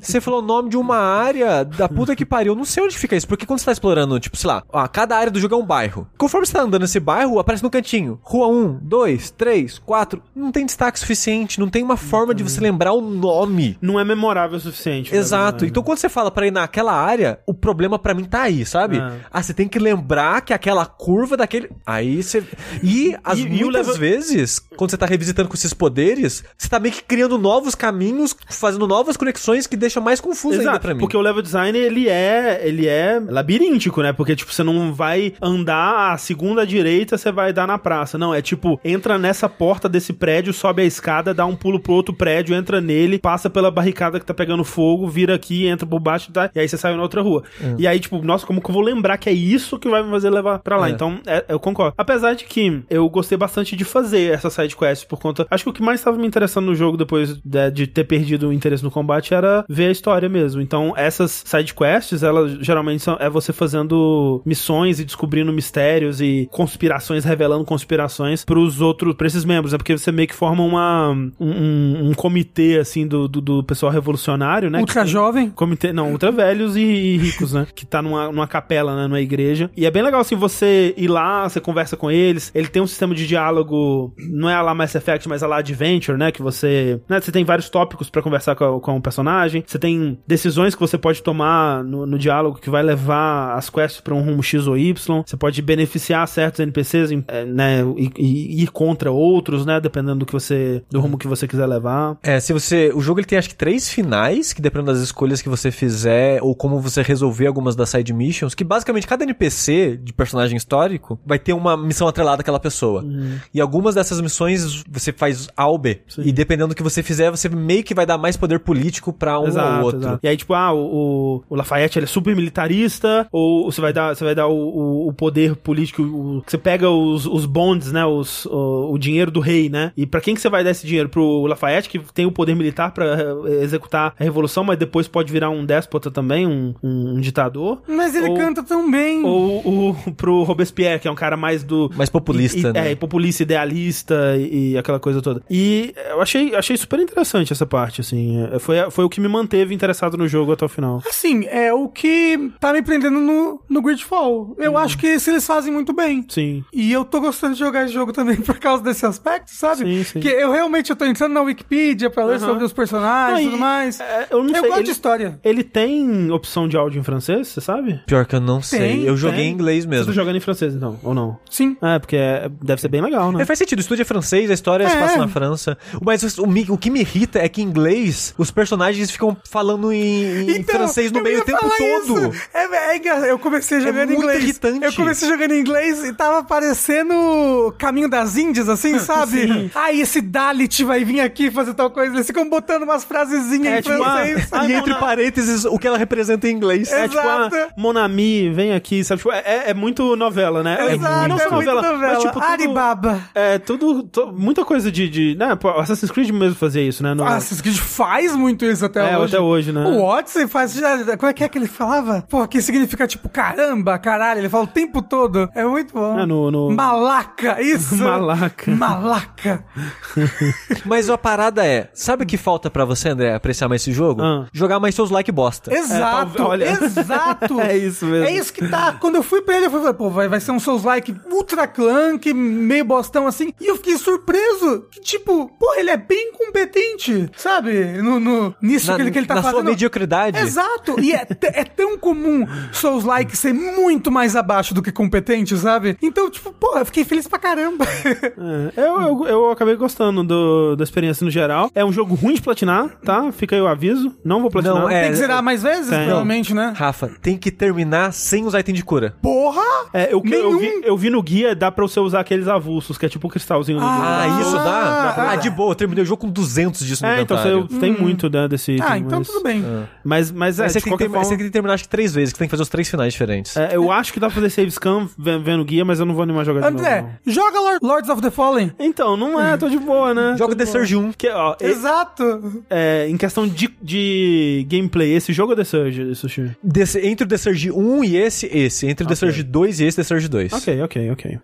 você falou o nome de uma área da puta que pariu. Eu não sei onde fica isso, porque quando você tá explorando, tipo, sei lá, ó, cada área do jogo é um bairro. Conforme você tá andando nesse bairro, aparece no cantinho. Rua 1, 2, 3, 4. Não tem destaque suficiente, não tem uma forma de você lembrar o nome. Não é memorável o suficiente. pra Exato. lembrar, né? Então quando você fala pra ir naquela área, o problema pra mim tá aí, sabe? Ah. Ah, você tem que lembrar que aquela curva daquele. Aí você. E, as, e o muitas leva- vezes, quando você tá revisitando com esses poderes, você tá meio que criando novos caminhos, fazendo novas conexões que deixam mais confuso ainda pra mim. Porque o level design ele é, ele é labiríntico, né? Porque tipo, você não vai andar a segunda direita, você vai dar na praça. Não, é tipo, entra nessa porta desse prédio, sobe a escada, dá um pulo pro outro prédio, entra nele, passa pela barricada que tá pegando fogo, vira aqui, entra por baixo, tá? e aí você sai na outra rua. É. E aí tipo, nossa, como que eu vou lembrar que é isso que vai me fazer levar pra lá? É. Então, é- eu concordo. Apesar de que eu gostei bastante de fazer essa side quest por conta, acho que o que mais estava me interessando no jogo depois de, de ter perdido o interesse no combate era ver a história mesmo. Então, essas side quests, elas geralmente são é você fazendo missões e descobrindo mistérios e conspirações, revelando conspirações pros outros, pra esses membros, né? Porque você meio que forma uma um, um- um comitê assim do, do, do pessoal revolucionário, né? Ultra Que- jovem. Comitê, não, ultra velhos e, e ricos, né? Que tá numa, numa capela, né? Numa igreja. E é bem legal, assim, você ir lá, você conversa com eles. Ele tem um sistema de diálogo, não é a lá Mass Effect, mas a lá Adventure, né? Que você. Né, você tem vários tópicos pra conversar com, a- com o personagem. Você tem decisões que você pode tomar no, no diálogo que vai levar as quests pra um rumo X ou Y. Você pode beneficiar certos NPCs, em- eh, né? E, e ir contra outros, né? Dependendo do que você. do rumo que você quiser levar. É, se você. O jogo ele tem acho que três finais, que dependendo das escolhas que você fizer, ou como você resolver algumas das side missions, que basicamente cada NPC de personagem histórico vai ter uma missão atrelada àquela pessoa. Uhum. E algumas dessas missões você faz A ou B. E dependendo do que você fizer, você meio que vai dar mais poder político pra um ou outro. E aí, tipo, ah, o, o- o Lafayette ele é super militarista, ou você vai dar, você vai dar o, o- o poder político, o- que você pega os, os bonds, né? Os, o, o dinheiro do rei, né? E pra quem que você vai dar esse dinheiro? Pro Lafayette, que tem o poder militar pra eh, executar a revolução, mas depois pode virar um déspota também, um, um ditador. Mas ele Ou- canta tão bem. Ou o, pro Robespierre, que é um cara mais do. Mais populista, e- e- né? É, e populista, idealista e, e aquela coisa toda. E eu achei, achei super interessante essa parte, assim. É, Foi, foi o que me manteve interessado no jogo até o final. Assim, é o que tá me prendendo no, no Gridfall. Uhum. Eu acho que isso eles fazem muito bem. Sim. E eu tô gostando de jogar esse jogo também por causa desse aspecto, sabe? Sim, sim. Que eu realmente eu tô entrando na Wikipedia pra ler Aham. sobre os personagens Não, e e- tudo mais. é, eu não sei, gosto ele- de história. Ele tem opção de áudio em francês, você sabe? Pior que eu não sei. Tem, eu joguei tem. em inglês Você tá mesmo. jogando em francês, então, ou não? Sim. É, porque é- deve ser bem legal, né? É, faz sentido, o estúdio é francês, a história se É. passa na França. Mas o, mi- o que me irrita é que em inglês os personagens ficam falando em, em Então, francês no eu meio ia o tempo falar todo. isso. É, é engra- eu comecei jogando em muito inglês. irritante. Eu comecei jogando em inglês e tava parecendo Caminho das Índias, assim, sabe? Ai, esse Dalit vai vir aqui fazer tal coisa. Eles ficam botando umas frasezinhas É, em tipo, francês. ah, e não, entre não. parênteses, o que ela representa em inglês. É tipo, ah, Exato. Monami, vem aqui, sabe? Tipo, é, é- é muito novela, né? Exato, não é só muito novela. mas tipo, tudo- Alibaba. É, tudo, to- muita coisa de, de, né, pô, Assassin's Creed mesmo fazia isso, né? No- Ah, Assassin's Creed faz muito isso até É, hoje. até hoje, né? O Odyssey faz. já- Como é que é que ele falava? Pô, que significa tipo caramba, caralho. Ele fala o tempo todo. É muito bom. É, no- no- Malaca, isso. Malaca. Malaca. Mas a parada é, sabe o que falta pra você, André, apreciar mais esse jogo? Ah. Jogar mais seus like bosta. Exato, É, talvez- olha. exato. É isso mesmo. É isso que tá. Quando eu fui pra ele, eu falei, pô, vai, vai ser um Souls-like ultra clunk, meio bostão assim. E eu fiquei surpreso. Que, tipo, porra, ele é bem competente, sabe? No, no- nisso Na, que, ele, que ele tá na fazendo. sua mediocridade. Exato! E é, t- é tão comum Souls Like ser muito mais abaixo do que competente, sabe? Então, tipo, porra, eu fiquei feliz pra caramba. É, eu, eu, eu acabei gostando do- da experiência no geral. É um jogo ruim de platinar, tá? Fica aí o aviso. Não vou platinar. Não, é- Tem que zerar mais vezes, Tem. provavelmente, né? Rafa, tem que terminar sem usar item de cura. Porra! É, eu, que- eu Nenhum. vi, eu vi no guia, dá pra você usar aqueles avulsos, que é tipo um cristalzinho no guia. Ah, isso dá pra dá? Ah, usar. de boa, eu terminei o jogo com 200 disso no É, então você inventário. tem muito né, desse item, Ah, então mas- tudo bem. Mas, mas é, Aí você, de tem que qualquer ter- forma... você tem que terminar acho que três vezes, que tem que fazer os três finais diferentes. é, eu acho que dá pra fazer save scan ve- vendo o guia, mas eu não vou animar jogar de novo. André, joga Lord- Lords of the Fallen. não. Então, não é, tô de boa, Ah, né? Joga The Surge é, 1. Que, ó, e- Exato. é, em questão de, de gameplay, esse jogo é The Surge, Sushi? Desse- entre o The Surge 1 e esse, esse. Entre o The Surge 2 e esse, The Surge 2. Ok, ok, ok.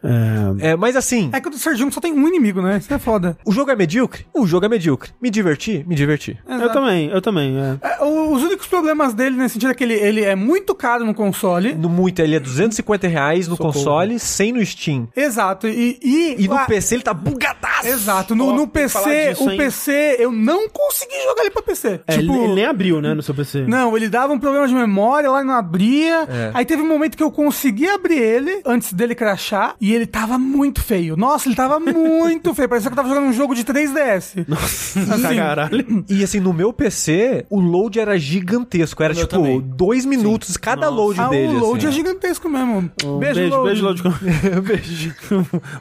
É, É, mas assim, É que o do Serginho só tem um inimigo, né? Isso é foda. o jogo é medíocre? O jogo é medíocre. Me diverti? Me diverti. eu também, eu também. é. É, o- os únicos problemas dele nesse sentido é que ele, ele é muito caro no console. No muito, ele é 250 reais no console, 100 no Steam. Exato. E, e, E no a- PC ele tá bugadaço. Exato. No, Ó, no tem que falar PC, disso, o hein? PC, eu não consegui jogar ele pra PC. É, tipo, ele, ele nem abriu, né, no seu PC. Não, ele dava um problema de memória, lá não abria. É. Aí teve um momento que eu consegui abrir ele antes dele crashar e ele tava muito feio. Nossa, ele tava muito feio. Parecia que eu tava jogando um jogo de 3DS. Assim, Ah, Caralho. E assim, no meu PC, o load era gigantesco. Era meu tipo também. dois minutos cada load ah, dele. o load assim. é gigantesco mesmo. Um beijo, beijo, load. beijo, Lodicon. beijo.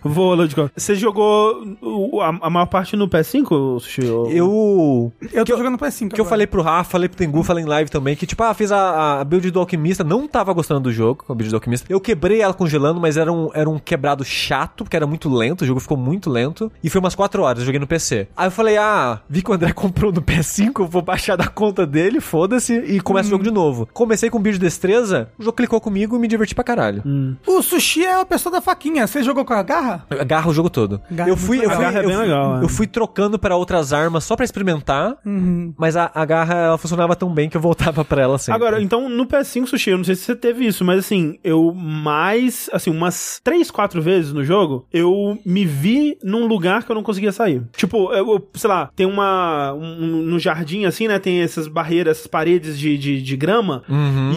Vou, Lodicon. Você jogou o- a, a maior parte no PS5, Sushi? Ou- Eu. Eu tô jogando PS5. Que eu Tá agora. falei pro Rafa, falei pro Tengu, falei em live também, que tipo, ah, fiz a, a build do Alquimista, não tava gostando do jogo, a build do Alquimista. Eu quebrei ela congelando, mas era um, era um quebrado chato, porque era muito lento, o jogo ficou muito lento. E foi umas 4 horas, eu joguei no PC. Aí eu falei, ah, vi que o André comprou no PS5, eu vou baixar da conta dele, foda-se, e começa o jogo Hum. de novo. Comecei com um build de destreza, o jogo clicou comigo e me diverti pra caralho. Hum. O sushi é a pessoa da faquinha. Você jogou com a garra? Eu agarro o jogo todo. Garra eu fui, é muito eu fui, legal. Garra é eu bem fui- legal, Hum. é. eu fui trocando pra outras armas só pra experimentar, mas a, a garra ela funcionava tão bem que eu voltava pra ela sempre. Agora, então, no PS5, Sushi, eu não sei se você teve isso, mas assim, eu mais, assim, umas três, quatro vezes no jogo, eu me vi num lugar que eu não conseguia sair. Tipo, eu, eu, sei lá, tem uma. um- um- no jardim, assim, né? Tem essas barreiras, essas paredes de, de, de grama.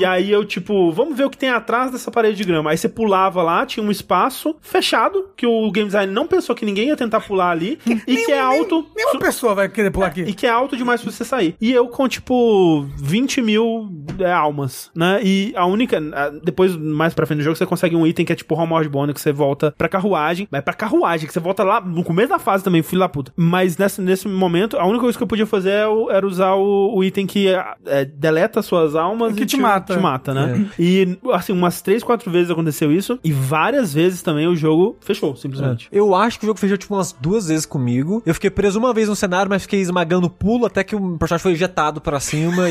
E aí eu, tipo, vamos ver o que tem atrás dessa parede de grama. Aí você pulava lá, tinha um espaço fechado, que o game design não pensou que ninguém ia tentar pular ali. e que é alto. Nenhuma pessoa vai querer pular E aqui. que é alto demais pra você sair. E eu com, tipo, 20 mil é, almas, né? E a única. a- Depois, mais pra frente do jogo, você consegue um item que é tipo Romor de Bono, que você volta pra carruagem. Mas é pra carruagem, que você volta lá no começo da fase também, filho da puta. Mas nessa, nesse momento, a única coisa que eu podia fazer é o- era usar o, o item que é, é, deleta suas almas Que te mata. Te mata, né? E, assim, umas 3, 4 vezes aconteceu isso. E várias vezes também o jogo fechou, simplesmente. Eu acho que o jogo fechou tipo umas duas vezes comigo. Eu fiquei preso uma vez no cenário, mas fiquei esmagando o pulo até que o personagem foi ejetado pra cima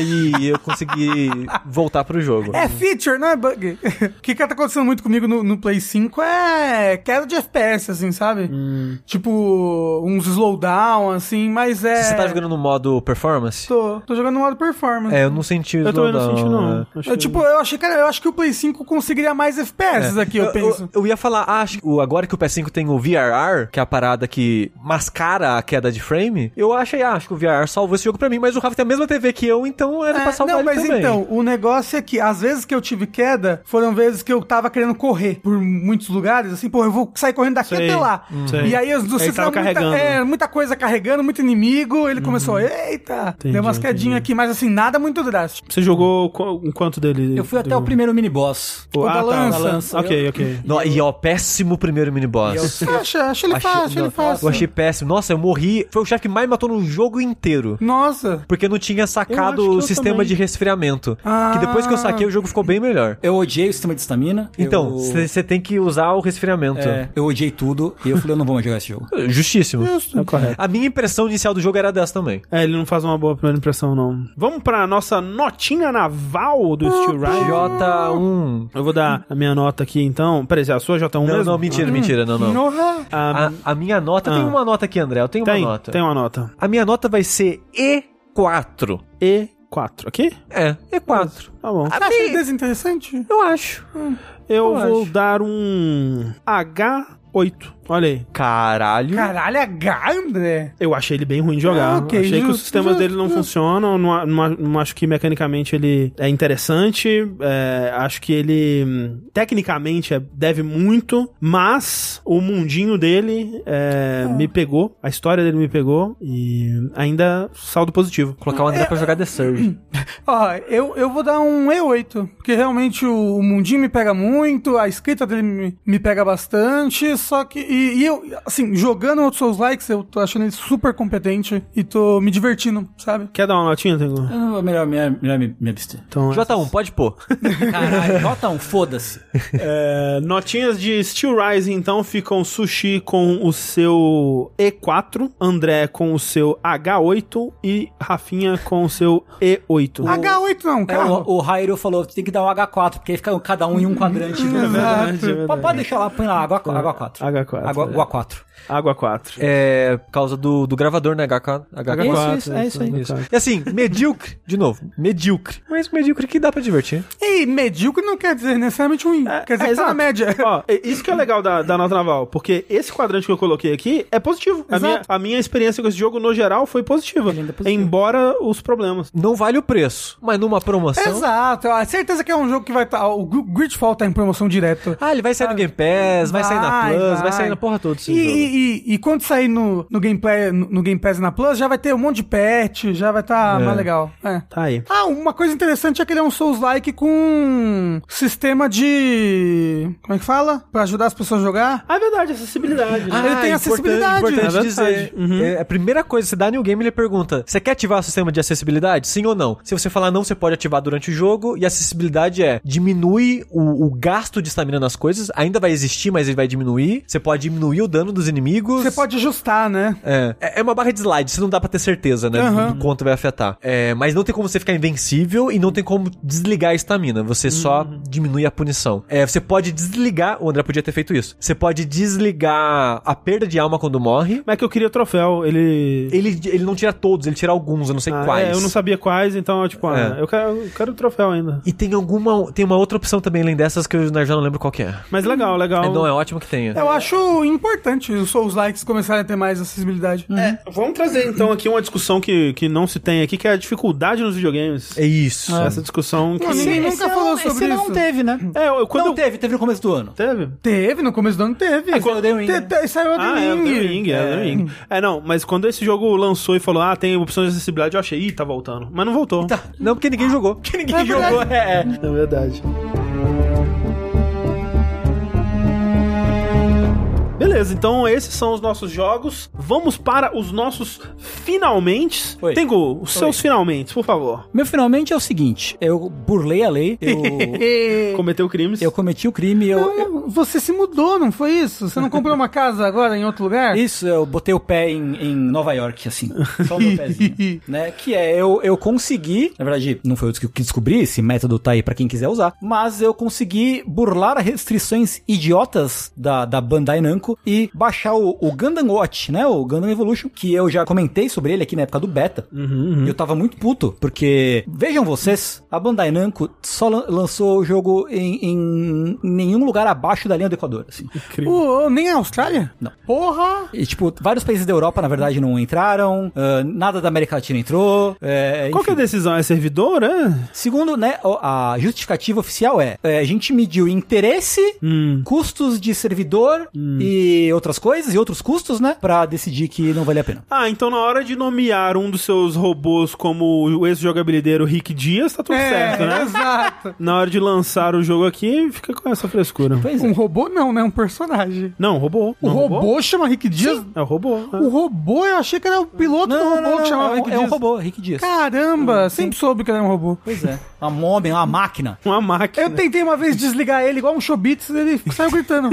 e eu consegui voltar pro jogo. É feature, não é bug. o que que tá acontecendo muito comigo no, no Play 5 é queda de FPS, assim, sabe? Hum. Tipo, uns slowdown, assim, mas é... Você tá jogando no modo performance? Tô, tô jogando no modo performance. É, eu não senti o Eu também não slowdown, senti, não. né? Acho Eu, que- tipo, eu achei, cara, eu acho que o Play 5 conseguiria mais FPS aqui, eu, penso. É. Eu, ia falar, ah, acho que o- agora que o PS5 tem o VRR, que é a parada que mascara a queda de frame, eu achei, ah, acho que o VRR salvou esse jogo pra mim, mas o Rafa tem a mesma TV que eu, então era É, pra salvar não, ele mas também. então, o negócio é que às vezes que eu tive queda, foram vezes que eu tava querendo correr por muitos lugares, assim, pô, eu vou sair correndo daqui Sei, até lá. sei. E aí as Ele você tava tá muita, carregando. é, muita coisa carregando, muito inimigo, ele começou, eita, Entendi, deu umas quedinhas aqui, mas assim, nada muito drástico. Você jogou qu- em quanto dele? Eu fui até o primeiro mini-boss. O da tá, lança. um Ok, ok. No- e ó, péssimo primeiro é mini-boss. Acha, acha ele Achei- fácil, acha não, ele fácil. Eu achei péssimo. Nossa, eu morri. Foi o chefe que mais matou no jogo inteiro. Nossa. Porque não tinha Eu acho sacado que eu o sistema também. de resfriamento. Ah. Que depois que eu saquei, o jogo ficou bem melhor. Eu odiei o sistema de estamina. Então, eu, você tem que usar o resfriamento. é, eu odiei tudo. E eu falei, eu não vou mais jogar esse jogo. Justíssimo. É correto. A minha impressão inicial do jogo era dessa também. É, ele não faz uma boa primeira impressão, não. Vamos pra nossa notinha naval do Steel Rider. J1. Eu vou dar a minha nota aqui, então. Peraí, a sua J1 Não, mesmo? Hum. não, mentira, mentira, não, não. Nossa. Ah, A, a minha nota. Tem uma nota aqui, André. Eu tenho tem, uma nota. tem um. uma nota. A minha nota vai ser E4. E4, aqui? É, E4. Tá bom. Você acha ele desinteressante? Eu acho. Eu eu vou acho. dar um H8. Olha aí. Caralho. Caralho, H, André? Eu achei ele bem ruim de jogar. Ah, ok, achei que os justo, sistemas justo, dele não justo. funcionam, não, a- não a- não acho que mecanicamente ele é interessante, é, acho que ele hum, tecnicamente é- deve muito, mas o mundinho dele Ah. é, me pegou, a história dele me pegou e ainda saldo positivo. Colocar o André é, pra jogar The Surge. Ó, eu, eu vou dar um E8, porque realmente o, o mundinho me pega muito, a escrita dele me, me pega bastante, só que. E, e eu, assim, jogando outros Souls Likes, eu tô achando ele super competente e tô me divertindo, sabe? Quer dar uma notinha, Tengu? Ah. Eu não- Ah, é melhor, melhor, melhor me, me abster. Então, J1, pode pôr. Caralho, nota um, foda-se. É, notinhas de Steel Rising, então, ficam Sushi com o seu E4, André com o seu H8 e Rafinha com o seu E8. H8 não, É, cara. o, o Jairo falou que tem que dar um H4, porque aí fica cada um em um É quadrante. Exato. Pode- Pode deixar lá, põe lá, H4. H4. H4. Água, é água 4. Água 4. É, por causa do, do gravador, né? HK, HK4. Isso, isso, é isso aí. Isso. E assim, medíocre, de novo, medíocre. Mas medíocre que dá pra divertir. E medíocre não quer dizer necessariamente ruim. quer dizer é, que tá na exato. média. Ó, e- isso que é legal da, da nota naval, porque esse quadrante que eu coloquei aqui é positivo. A Exato. minha, a minha experiência com esse jogo, no geral, foi positiva. Ele ainda é positivo. Embora os problemas. Não vale o preço, mas numa promoção. Exato, a certeza que é um jogo que vai estar. o Gr- Gridfall tá em promoção direto. Ah, ele vai sair no Game Pass, vai, sair na Vai, Plus, vai. vai. sair na porra toda. esse E, jogo. e- e- e quando sair no, no, Game Pass, no, no Game Pass na Plus, já vai ter um monte de patch, já vai estar mais legal. É. Tá aí. Ah, uma coisa interessante é que ele é um Souls-like com sistema de. Como é que fala? Pra ajudar as pessoas a jogar? Ah, é verdade, acessibilidade. né? Ah, ele tem importante- acessibilidade. É Importante verdade. dizer. Uhum. É, a primeira coisa, você dá New Game, ele pergunta: você quer ativar o sistema de acessibilidade? Sim ou não? Se você falar não, você pode ativar durante o jogo. E a acessibilidade é: diminui o, o gasto de estamina nas coisas. Ainda vai existir, mas ele vai diminuir. Você pode diminuir o dano dos inimigos. Você pode ajustar, né? É, é é uma barra de slide, isso não dá pra ter certeza, né? Do quanto vai afetar. É, mas não tem como você ficar invencível e não tem como desligar a estamina. Você só diminui a punição. É, você pode desligar. O André podia ter feito isso. Você pode desligar a perda de alma quando morre. Mas é que eu queria troféu, ele... Ele, ele não tira todos, ele tira alguns, eu não sei Ah, quais. é, eu não sabia quais, então, tipo, ah, É. eu, quero, eu quero o troféu ainda. E tem alguma. Tem uma outra opção também além dessas que eu já não lembro qual que é. Mas legal, legal. É, não, é ótimo que tenha. Eu acho importante os Souls-likes começarem a ter mais acessibilidade. Uhum. É. um- Vamos trazer então aqui uma discussão que, que não se tem aqui, que é a dificuldade nos videogames. É isso. Essa discussão que. Não, ninguém Esse- nunca esse falou não- sobre esse isso. não teve, né? É, eu, quando não eu... teve, teve no começo do ano. teve. Teve, no começo do ano É teve. quando deu em, Te- né? te- Saiu a Ah, é, o The Ring, é, o The Ring. É, não, mas quando esse jogo lançou e falou, ah, tem opção de acessibilidade, eu achei, ih, tá voltando. Mas não Então, voltou. Tá, Não, porque ninguém jogou. Ah. Porque ninguém É verdade. jogou, é. é. É verdade. Beleza, então esses são os nossos jogos. Vamos para os nossos finalmente. Oi. Tengo, os seus finalmente, por favor. Meu finalmente é o seguinte: eu burlei a lei, eu, E- Cometeu crimes. eu cometi o crime, eu. Então, você se mudou, não foi isso? Você não comprou uma casa agora em outro lugar? Isso, eu botei o pé em, em Nova York, assim. Só o meu pezinho. né? Que é, eu, eu consegui. Na verdade, não foi eu que que descobri, esse método tá aí pra quem quiser usar. Mas eu consegui burlar as restrições idiotas da, da Bandai Namco e baixar o, o Gundam Watch, né? O Gundam Evolution, que eu já comentei sobre ele aqui na época do beta. Uhum, E eu tava muito puto, porque, vejam vocês, a Bandai Namco só lan- lançou o jogo em, em nenhum lugar abaixo da linha do Equador, assim. Uou, nem a Austrália? Não. Porra! E, tipo, vários países da Europa, na verdade, não entraram, ah, nada da América Latina entrou. é, Qual que é a enfim. decisão? É servidor, né? Segundo, né, o- a justificativa oficial é, é, a gente mediu interesse, Hum. custos de servidor e outras coisas, e outros custos, né, pra decidir que não vale a pena. Ah, então na hora de nomear um dos seus robôs como o ex-jogabilideiro Rick Dias, tá tudo É. certo, né? Exato. Na hora de lançar o jogo aqui, fica com essa frescura. Pois é. Um robô não, né? Um personagem. Não, robô. O Não, robô, chama Rick Dias? É o robô. né? O robô, eu achei que era o piloto do robô que chamava é, um, Rick é Dias. um robô, Rick Dias. Caramba, sempre soube que era um robô. Pois é. Um homem, uma máquina. Uma máquina. Eu tentei uma vez desligar ele igual um Chobits, ele saiu gritando.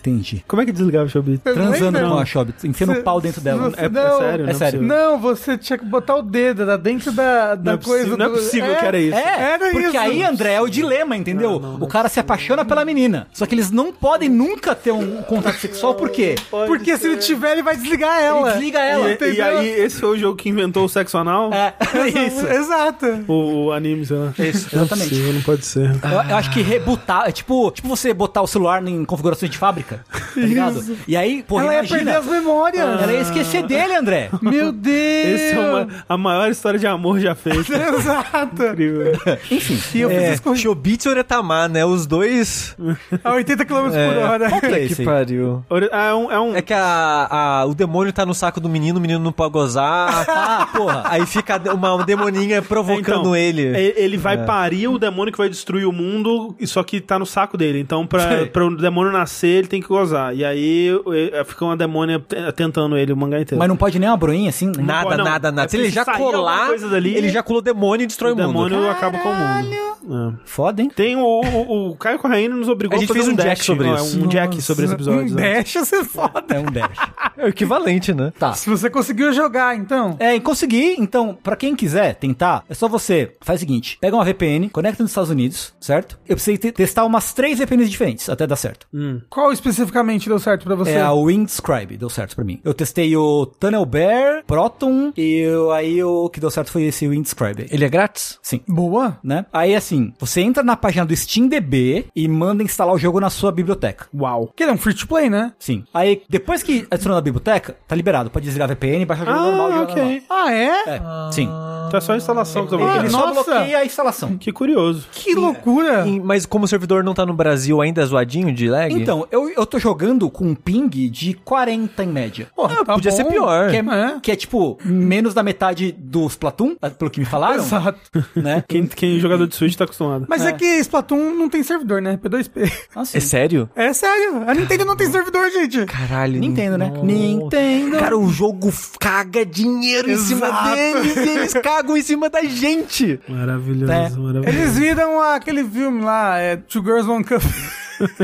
Entendi. Como é que desligava o Showbiz? Transando Lembra? com a Shobit, enfiando o pau dentro dela. Você- É, Não, é sério, é sério. Não. Não, você tinha que botar o dedo era dentro da, Não da é coisa. possível- não é do- possível que era isso. É, Era porque isso. aí, André, é o dilema, entendeu? o cara se apaixona pela menina. Só que eles não podem nunca ter um contato sexual, por quê? Porque se ele tiver, ele vai desligar ela. Ele desliga ela. possível. E, e aí, esse foi o jogo que inventou o sexo anal? É, isso. Isso. Exato. O, o anime, sei lá. Isso, Não é exatamente. possível, não pode ser. Eu, eu acho que rebutar, é tipo, tipo você botar o celular em configuração de fábrica. boca. Tá ligado? Isso. E aí, pô, ela ia imagina. perder as Ah. memórias. Ela ia esquecer dele, André. Meu Deus. Essa é uma- É. a maior história de amor já feita. Exato. Incrível. Enfim. E eu fiz É, isso com Chobits e Oretama, né? Os dois. a 80 km por hora. Qual que é esse? que pariu. Ori- Ah, é um. É um... É que a, a- o demônio tá no saco do menino, o menino não pode gozar. Ah, porra. aí fica uma demoninha provocando Então, ele. é- Ele vai parir o demônio que vai destruir o mundo, e só que tá no saco dele. Então, pra, pra o demônio nascer, ele tem que gozar. E aí e- fica uma demônia te- tentando ele o mangá inteiro. Mas não pode nem uma broinha assim, né? Nada, pode, não. nada, É nada. Se ele preciso já sair alguma colar, coisa dali. ele já colou demônio e destrói o o, mundo. demônio acaba com o mundo. É. Foda, hein? Tem o, o, o Caio Corraine nos obrigou A gente fazer fez um dash, jack sobre ó, isso. Um jack sobre esse episódio. Um né? dash, você é foda. É um dash. É o equivalente, né? Tá. Se você conseguiu jogar, então. É, e consegui. Então, pra quem quiser tentar, é só você. Faz o seguinte: pega uma VPN, conecta nos Estados Unidos, certo? Eu precisei te- testar umas três VPNs diferentes até dar certo. Qual especificamente deu certo pra você? É a Windscribe, deu certo pra mim. Eu testei o Tunnel Bear, Proton, e eu- aí o que deu certo foi esse Windscribe. aí. Ele é grátis? Sim. Boa. Né? Aí assim, você entra na página do SteamDB e manda instalar o jogo na sua biblioteca. Uau. Que ele é um free to play, né? Sim. Aí, depois que adicionou na biblioteca, tá liberado. Pode desligar a VPN, baixar o jogo normal. Ah, jogar normal. ok. Ah, é? É, sim. Então é só a instalação que eu vou Ah, fazer. Ele só nossa. bloqueia a instalação. Que curioso. Que loucura. E- Mas como o servidor não tá no Brasil ainda é zoadinho de lag? Então, eu, eu tô jogando com um ping de 40 em média. Porra, tá podia ser bom. pior. Que é, É. que é, tipo menos da metade dos Splatoon, pelo que me falaram, Exato. né? Quem, quem é jogador de Switch tá acostumado. Mas é. que Splatoon não tem servidor, né? P2P. Assim, É sério? É sério. A Nintendo não tem servidor, gente. Caralho. Nintendo, né? não. Nintendo. Cara, o jogo f- caga dinheiro em cima Exato. deles e eles cagam em cima da gente. Maravilhoso, É. maravilhoso. Eles viram aquele filme lá, é, Two Girls One Cup,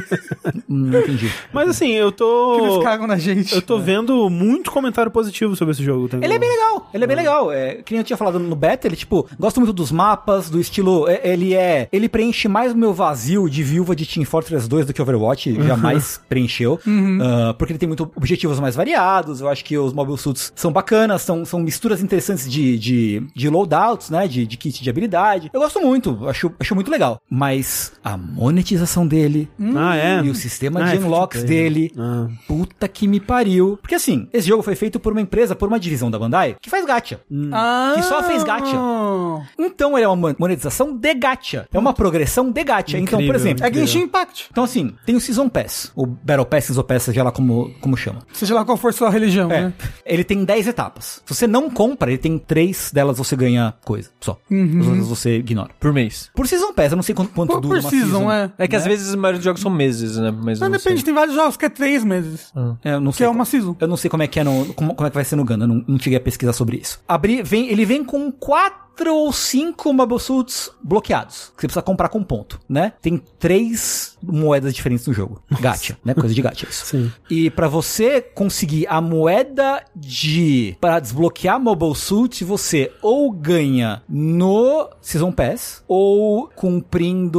Hum, Não entendi. Mas assim, eu que eles tô. cagam na gente. Eu tô vendo muito comentário positivo sobre esse jogo. tá Tem Ele é bem legal, ele é bem legal. É, que nem eu tinha falado no beta, ele, tipo, gosto muito dos mapas, do estilo. é- Ele é. Ele preenche mais o meu vazio de viúva de Team Fortress 2 do que Overwatch Uhum. jamais preencheu. Ah, porque ele tem muito objetivos mais variados. Eu acho que os mobile suits são bacanas, são, são misturas interessantes de, de, de loadouts, né? De, de kit de habilidade. Eu gosto muito, acho, acho muito legal. Mas a monetização dele Ah, é? e o sistema Ah, de é, unlocks free-to-play, né? dele. Ah. Puta que me pariu. Porque assim, esse jogo foi feito por uma empresa, por uma divisão da Bandai, que faz gacha. Ah. Que só fez gacha. Então ele é uma monetização de gacha. É uma progressão de gacha. então, por Incrível, exemplo, É Genshin Impact. então assim, tem o Season Pass, o Battle Pass, Season Pass, seja lá como, como chama. Seja lá qual for sua religião, É. né? Ele tem 10 etapas. Se você não compra, ele tem três delas você ganha coisa, só. As outras você ignora. Por mês. Por Season Pass, eu não sei quanto, quanto Uhum. Por, dura por uma né? season, é. É que às vezes a maioria dos jogos são meses, né? Mas Não, eu não Ah, depende, sei. tem vários jogos que é três meses. É, eu não Que sei é qual- uma season. Eu não sei como é que é no, como, como é que vai ser no Ganda, não, não cheguei a pesquisar sobre isso. Abri, vem, ele vem com quatro ou cinco Mobile Suits bloqueados, que você precisa comprar com ponto, né? Tem três moedas diferentes no jogo. Gacha, né? Coisa de gacha isso. Sim. E pra você conseguir a moeda de para desbloquear Mobile Suit, você ou ganha no Season Pass ou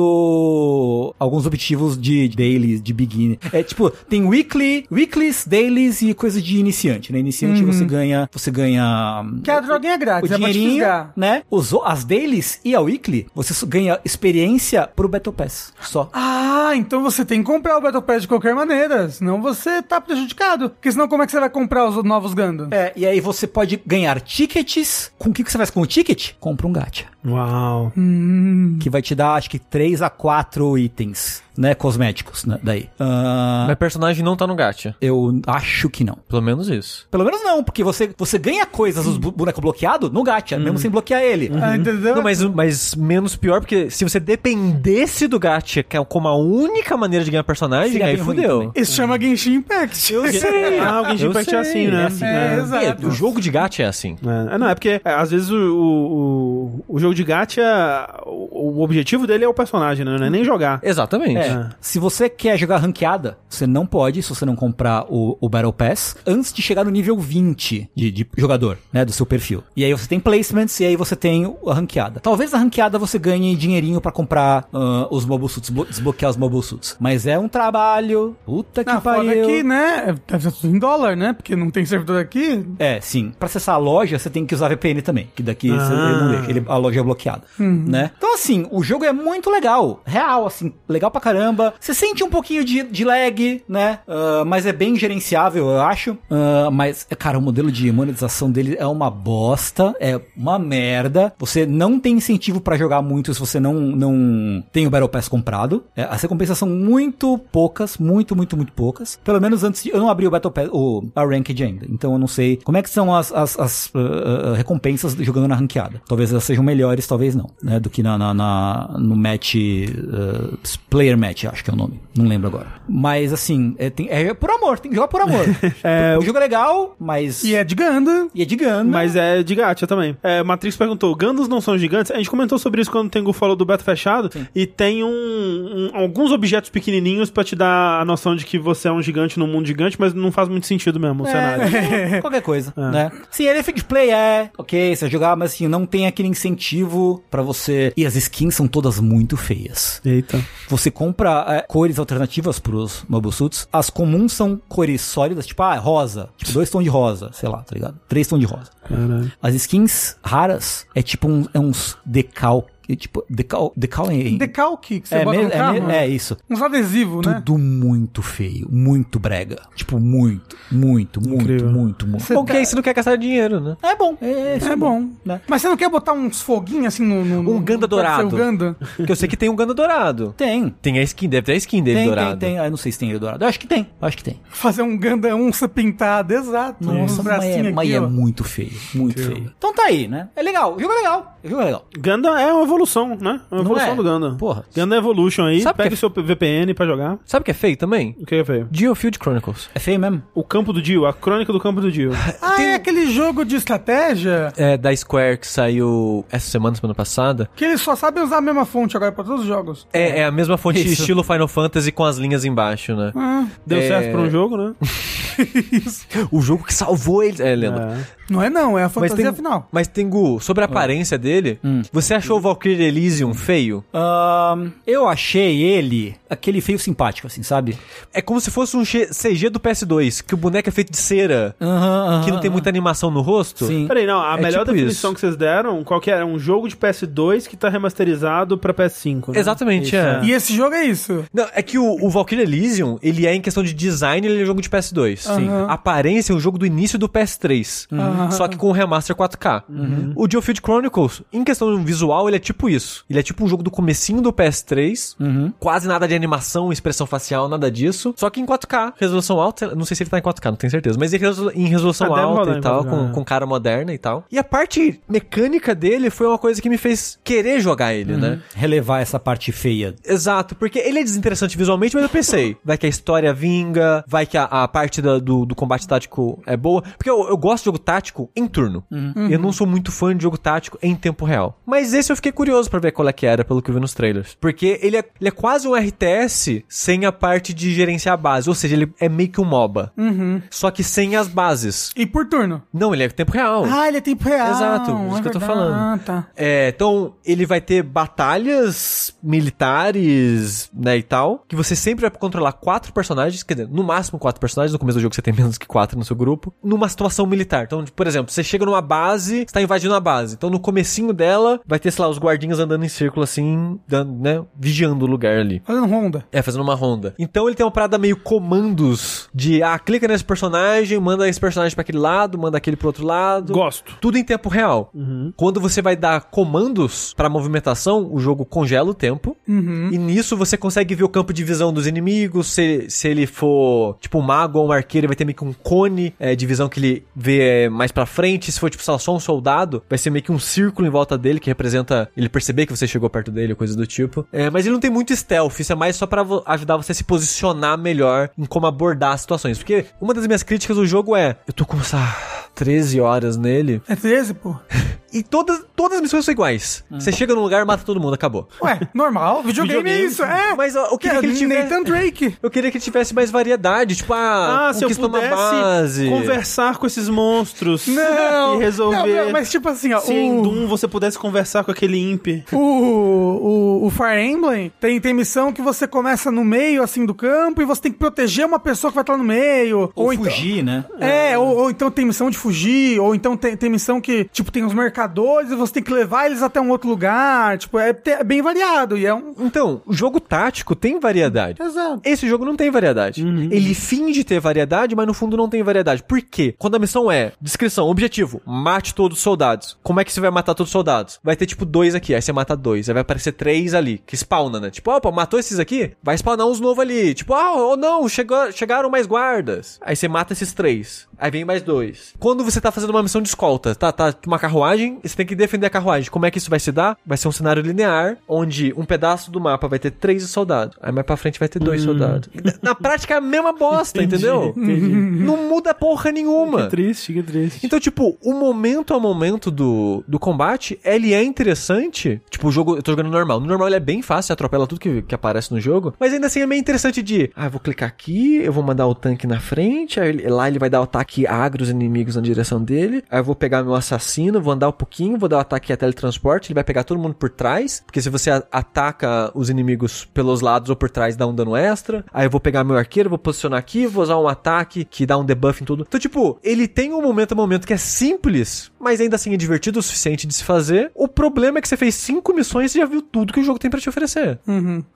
cumprindo alguns objetivos de dailies, de beginner. É tipo, tem weekly, weeklies, dailies e coisa de iniciante, né? Iniciante você ganha, você ganha Uhum. Que a droguinha é o grátis, é pra te dinheirinho, fisgar. né? Os, o- as dailies e a weekly, você só ganha experiência pro Battle Pass, só. Ah, então você tem que comprar o Battle Pass de qualquer maneira, senão você tá prejudicado. Porque senão como é que você vai comprar os novos Gundam? É, e aí você pode ganhar tickets. Com o que que você faz com o ticket? Compra um gacha. Uau. Que vai te dar, acho que, 3 a 4 itens, né? Cosméticos, né, daí. Ah, Mas personagem não tá no gacha. eu acho que não. Pelo menos isso. Pelo menos não, porque você, você ganha coisas dos bu- boneco bloqueado no gacha, mesmo sem bloquear ele. Ah, entendeu? Não, mas, mas menos pior, porque se você dependesse do gacha que é como a única maneira de ganhar personagem, Seria aí bem ruim fudeu. também. Isso chama Genshin Impact. Eu sei. Ah, o Genshin Eu Impact é sei, assim, né? é assim. É, É. exato. o jogo de gacha é assim. É, não, é porque é, às vezes o, o, o- o jogo de gacha, o, o objetivo dele é o personagem, né? Não é nem jogar. Exatamente. É. Se você quer jogar ranqueada, você não pode, se você não comprar o, o Battle Pass, antes de chegar no nível 20 de, de jogador, né? Do seu perfil. E aí você tem placements e aí você tem o- a ranqueada. Talvez na ranqueada você ganhe dinheirinho pra comprar ah, os mobile suits, blo- desbloquear os mobile suits. Mas é um trabalho. Puta que Na foda pariu. aqui, né? Deve ser tudo em dólar, né? Porque não tem servidor aqui. É, sim. Pra acessar a loja, você tem que usar VPN também. Que daqui você- Ah. ele não deixa. Ele- a loja é bloqueada. Né? Então, assim, assim, o jogo é muito legal. Real, assim, legal pra caramba. Você sente um pouquinho de, de lag, né? Ah, mas é bem gerenciável, eu acho. Ah, mas, cara, o modelo de monetização dele é uma bosta. É uma merda. Você não tem incentivo pra jogar muito se você não, não tem o Battle Pass comprado. É, as recompensas são muito poucas. Muito, muito, muito poucas. Pelo menos antes de, Eu não abri o Battle Pass, o, a Ranked ainda. Então eu não sei como é que são as, as, as, ah, ah, recompensas jogando na ranqueada. Talvez elas sejam melhores, talvez não. Né? Do que na, na- na- no match. ah, player match, acho que é o nome. Não lembro agora. Mas assim, é, tem- é por amor, tem que jogar por amor. o jogo é legal, mas. E é de Ganda. E é de Ganda. Mas é de gacha também. É, Matrix perguntou: Gandas não são gigantes? A gente comentou sobre isso quando o Tengu falou do Beto Fechado. E tem um, um- alguns objetos pequenininhos pra te dar a noção de que você é um gigante num mundo gigante, mas não faz muito sentido mesmo o cenário. É, qualquer coisa, né? Sim, ele é free to play, é. Ok, você vai jogar, mas assim, não tem aquele incentivo pra você. E as skins são todas muito feias. Eita. Você compra é, cores alternativas pros mobile suits. As comuns são cores sólidas, tipo, ah, rosa. Tipo, dois tons de rosa, sei lá, tá ligado? Três tons de rosa. Caralho. As skins raras é tipo um, é uns decal. é tipo, decal, decal em... Decalque que você é, bota mesmo- no é carro. né? mesmo- é isso. Uns adesivos, né? Tudo muito feio, muito brega. Tipo, muito, muito, muito, Incrível. muito, muito. Você Porque aí você não quer gastar dinheiro, né? É bom. É, É bom. Né? Mas você não quer botar uns foguinhos assim no. no Um no- Ganda no- dourado. seu Ganda? Porque eu sei que tem um Ganda Dourado. Tem. Tem a skin, deve ter a skin dele Tem, dourado. tem, tem. Ah, eu não sei se tem ele dourado. Eu acho que tem. Eu acho que tem. Fazer um Ganda onça pintada, exato. Nossa, um mas é, bracinho mas aqui, é ó. muito feio. Muito feio. Então tá aí, né? É legal. O jogo é legal. O jogo é legal. Ganda é uma evolução, né? É Uma Não evolução é? do Ganda. Porra. Ganda Evolution aí, Sabe pega que- o seu VPN pra jogar. Sabe o que é feio também? O que é feio? Geofield Chronicles. É feio mesmo. O campo do Dio, a crônica do campo do Dio. Ah, um é aquele jogo de estratégia É, da Square que saiu essa semana, semana passada. que eles só sabem usar a mesma fonte agora pra todos os jogos. É, é a mesma fonte Isso. estilo Final Fantasy com as linhas embaixo, né? Ah, Deu É. certo pra um jogo, né? O jogo que salvou eles. É, Leandro. É. não é não, é a Mas fantasia tem, um final. mas tem Gu, Ah. sobre a aparência dele, Hum. você achou o Valkyrie Elysium feio? Ahn, eu achei ele aquele feio simpático, assim, sabe? É como se fosse um che- CG do PS2, que o boneco é feito de cera, Aham, que não tem muita animação no rosto. Sim. Peraí, não, a É melhor tipo definição isso. que vocês deram, qual que era? Um jogo de PS2 que tá remasterizado pra PS5, né? Exatamente, é. E esse jogo é isso. Não, é que o, o Valkyrie Elysium, ele é em questão de design, ele é jogo de PS2. Sim. A aparência é um jogo do início do PS3. Só que com o remaster 4K. O Geofield Chronicles, em questão de visual, ele é tipo isso. Ele é tipo um jogo do comecinho do PS3. Quase nada de animação, expressão facial, nada disso. Só que em 4K, resolução alta. Não sei se ele tá em 4K, não tenho certeza. Mas em resolu- em resolução Ah, deve alta rodar e em tal, 4K, com, né? com cara moderna e tal. E a parte mecânica dele foi uma coisa que me fez querer jogar ele, Uhum. né? Relevar essa parte feia. Exato, porque ele é desinteressante visualmente, mas eu pensei, vai que a história vinga, vai que a, a parte da- do, do combate tático é boa. Porque eu, eu gosto de jogo tático em turno. E eu não sou muito fã de jogo tático em tempo real. Mas esse eu fiquei curioso pra ver qual é que era, pelo que eu vi nos trailers. Porque ele é, ele é quase um RTS sem a parte de gerenciar a base. Ou seja, ele é meio que um MOBA. Só que sem as bases. E por turno. Não, ele é tempo real. Ah, ele é tempo real. Exato, isso é que eu tô verdade. falando. Ah, tá. É, então ele vai ter batalhas militares, né, e tal, que você sempre vai controlar quatro personagens, quer dizer, no máximo quatro personagens, no começo do jogo você tem menos que quatro no seu grupo, numa situação militar. Então, por exemplo, você chega numa base, você tá invadindo a base, então no comecinho dela vai ter, sei lá, os guardinhas andando em círculo assim, dando, né, vigiando o lugar ali. Fazendo ronda. É, fazendo uma ronda. Então ele tem uma parada meio comandos de, ah, clica nesse personagem, manda esse personagem pra aquele lado, manda aquele pro outro lado. Gosto. Tudo em tempo real. Quando você vai dar comandos pra movimentação, o jogo congela o tempo. E nisso você consegue ver o campo de visão dos inimigos. Se, se ele for tipo um mago ou um arqueiro, ele vai ter meio que um cone é, de visão que ele vê é, mais pra frente. Se for tipo sei lá, só um soldado, vai ser meio que um círculo em volta dele que representa ele perceber que você chegou perto dele, coisa do tipo. É, mas ele não tem muito stealth. Isso é mais só pra vo- ajudar você a se posicionar melhor em como abordar as situações. Porque uma das minhas críticas do jogo é: eu tô com, sei lá, 13 horas nele. É 13, pô. E todas, todas as missões são iguais. Você chega num lugar, mata todo mundo, acabou. Ué, normal. Videogame, é Videogame. isso, é. Mas ó, eu Que é queria que ele tivesse. Nathan Drake. Eu queria que ele tivesse mais variedade. Tipo, ah, Ah, se eu conquista uma pudesse base. conversar com esses monstros Não. e resolver. Não, mas tipo assim, ó. Se em o- Doom você pudesse conversar com aquele imp. O, o, o Fire Emblem tem, tem missão que você começa no meio, assim, do campo e você tem que proteger uma pessoa que vai estar lá no meio. Ou, então- fugir, né? É, ou, ou então tem missão de fugir, ou então tem, tem missão que, tipo, tem os mercadores e você tem que levar eles até um outro lugar. Tipo, é, te- é bem variado e é um. Então, o jogo tático tem variedade. Exato. Esse jogo não tem variedade. Ele finge ter variedade, mas no fundo não tem variedade. Por quê? Quando a missão é descrição, objetivo, mate todos os soldados. Como é que você vai matar todos os soldados? Vai ter tipo dois aqui, aí você mata dois, aí vai aparecer três ali, que spawna, né? Tipo, opa, matou esses aqui? Vai spawnar uns novos ali. Tipo, ah, ou não, chegou, chegaram mais guardas. Aí você mata esses três. Aí vem mais dois. Quando você tá fazendo uma missão de escolta, tá, tá uma carruagem, e você tem que defender a carruagem. Como é que isso vai se dar? Vai ser um cenário linear, onde um pedaço do mapa vai ter três soldados. Aí mais pra frente vai ter dois soldados. Na- Na prática é a mesma bosta, entendeu? Hum. Entendi. Não muda porra nenhuma. Que triste, que triste. Então, tipo, o momento a momento do, do combate, ele é interessante. Tipo, o jogo, eu tô jogando no normal. No normal ele é bem fácil, você atropela tudo que, que aparece no jogo. Mas ainda assim é meio interessante de, ah, eu vou clicar aqui, eu vou mandar o tanque na frente, aí ele- lá ele vai dar o ataque agro os inimigos na direção dele. Aí eu vou pegar meu assassino, vou andar um pouquinho, vou dar o ataque a teletransporte, ele vai pegar todo mundo por trás. Porque se você a- ataca os inimigos pelos lados ou por trás, dá um dano extra. Aí eu vou pegar meu arqueiro, vou posicionar aqui, vou usar um ataque que dá um debuff em tudo. Então, tipo, ele tem um momento a momento que é simples, mas ainda assim é divertido o suficiente de se fazer. O problema é que você fez cinco missões e já viu tudo que o jogo tem pra te oferecer.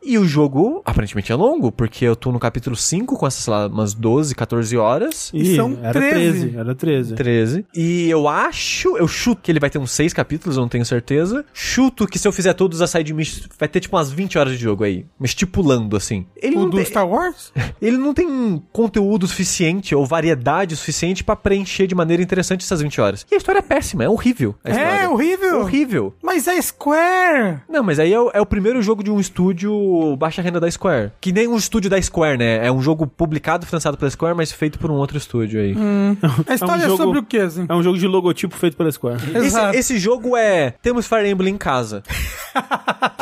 E o jogo, aparentemente, é longo, porque eu tô no capítulo 5 com essas, sei lá, umas 12, 14 horas. Ih, Então, são era 13. Era 13. 13. E eu acho, eu chuto que ele vai ter uns 6 capítulos, eu não tenho certeza. Chuto que se eu fizer todos as side missions, vai ter tipo umas 20 horas de jogo aí. Mas estipulando, assim. Ele O não do tem- Star Wars? ele não tem conteúdo suficiente ou variedade suficiente pra preencher de maneira interessante essas 20 horas. E a história é péssima, é horrível. A história. É, horrível. Horrível. Mas é Square. Não, mas aí é o, é o primeiro jogo de um estúdio baixa renda da Square. Que nem um estúdio da Square, né? É um jogo publicado, financiado pela Square, mas feito por um outro estúdio Uhum. aí. A história é, jogo- sobre o quê, assim? É um jogo de logotipo feito pela Square. Esse, Exato. esse jogo é. Temos Fire Emblem em casa.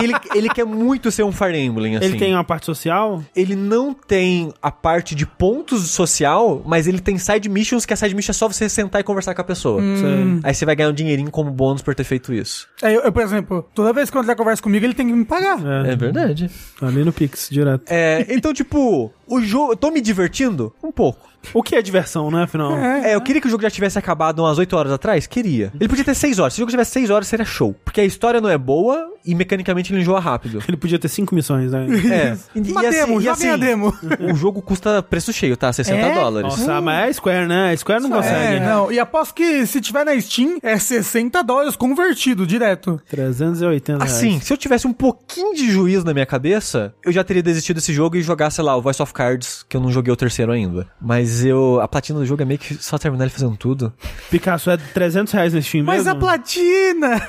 ele, ele quer muito ser um Fire Emblem, assim. Ele tem um- uma parte social? ele não tem a parte de pontos social, mas ele tem side missions, que a side mission é só você sentar e conversar com a pessoa. Sei. Aí você vai ganhar um dinheirinho como bônus por ter feito isso. É, eu, eu, por exemplo, toda vez que o André conversa comigo, ele tem que me pagar. É, verdade. ali no Pix, direto. então, tipo, o jogo. Eu tô me divertindo? Um pouco. O que é diversão, né, afinal? É, eu queria que o jogo já tivesse acabado umas 8 horas atrás? Queria. Ele podia ter 6 horas. Se o jogo tivesse 6 horas, seria show. Porque a história não é boa e mecanicamente ele enjoa rápido. Ele podia ter cinco missões, né? É. E, assim, Uma demo, já vem a demo. O jogo custa preço cheio, tá? 60 É? dólares. Nossa, mas é Square, né? A Square não consegue. É, não. E aposto que se tiver na Steam, é 60 dólares convertido direto. 380 reais. Assim, se eu tivesse um pouquinho de juízo na minha cabeça, eu já teria desistido desse jogo e jogar, sei lá, o Voice of Cards, que eu não joguei o terceiro ainda. Mas eu. A platina do jogo é meio que só terminar ele fazendo tudo. Picasso, é 300 reais nesse time Mas a mesmo? platina!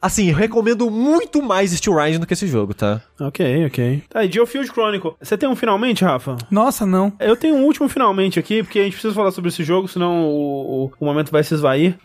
Assim, eu recomendo muito mais Steel Rising do que esse jogo, tá? Ok, ok. Tá, e Geofield Chronicle. Você tem um finalmente, Rafa? Nossa, não. Eu tenho um último finalmente aqui, porque a gente precisa falar sobre esse jogo, senão o, o- o momento vai se esvair.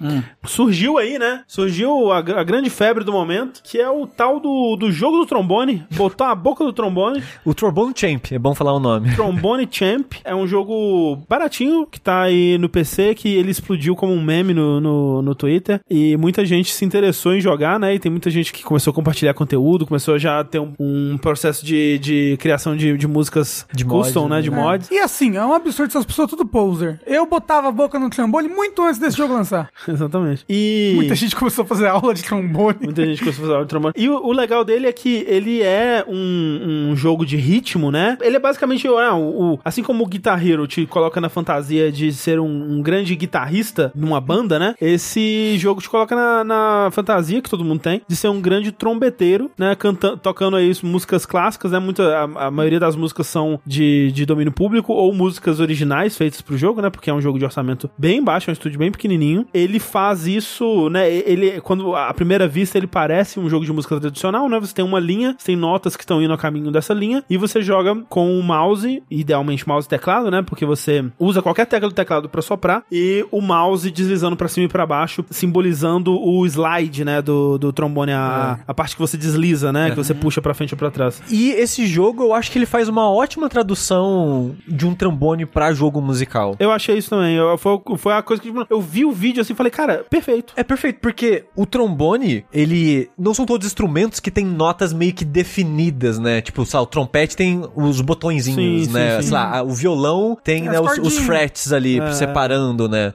Surgiu aí, né? Surgiu a, gr- a grande febre do momento, que é o tal do, do jogo do trombone. Botou a boca do trombone. O Trombone Champ, é bom falar o nome. Trombone Champ é um jogo baratinho que tá aí no PC, que ele explodiu como um meme no, no, no Twitter. E muita gente se interessou em jogar, né? E tem muita gente que começou a compartilhar conteúdo, começou já a ter um, um processo de, de criação de, de músicas De custom, mods, né? De né? mods. E assim, é um absurdo essas pessoas tudo poser. Eu botava a boca no trambone muito antes desse jogo lançar. Exatamente. E. Muita gente começou a fazer aula de trombone. Muita gente costuma falar de trombone. E o, o legal dele é que ele é um, um jogo de ritmo, né? Ele é basicamente, ah, o, o- assim como o Guitar Hero te coloca na fantasia de ser um, um grande guitarrista numa banda, né? Esse jogo te coloca na, na fantasia que todo mundo tem de ser um grande trombeteiro, né? Canta, tocando aí músicas clássicas, né? Muita, a, a maioria das músicas são de, de domínio público ou músicas originais feitas pro jogo, né? Porque é um jogo de orçamento bem baixo, é um estúdio bem pequenininho. Ele faz isso, né? Ele, quando à primeira vista, ele parece um jogo de música tradicional, né? Você tem uma linha, você tem notas que estão indo a caminho dessa linha e você joga com o mouse, idealmente mouse e teclado, né? Porque você usa qualquer tecla do teclado pra soprar e o mouse deslizando pra cima e pra baixo, simbolizando o slide, né? Do, do trombone, a, a parte que você desliza, né? Que você puxa pra frente ou pra trás. E esse jogo, eu acho que ele faz uma ótima tradução de um trombone pra jogo musical. Eu achei isso também. Eu, foi, foi a coisa que tipo, eu vi o vídeo assim e falei, cara, perfeito. É perfeito, porque o trombone, ele. Não são todos instrumentos que tem notas meio que definidas, né? Tipo, sei lá, o trompete tem os botõezinhos, Sim, né? sim, sim. Sei lá, o violão tem Tem né, as os, os cordinhas. frets ali, É. separando, né?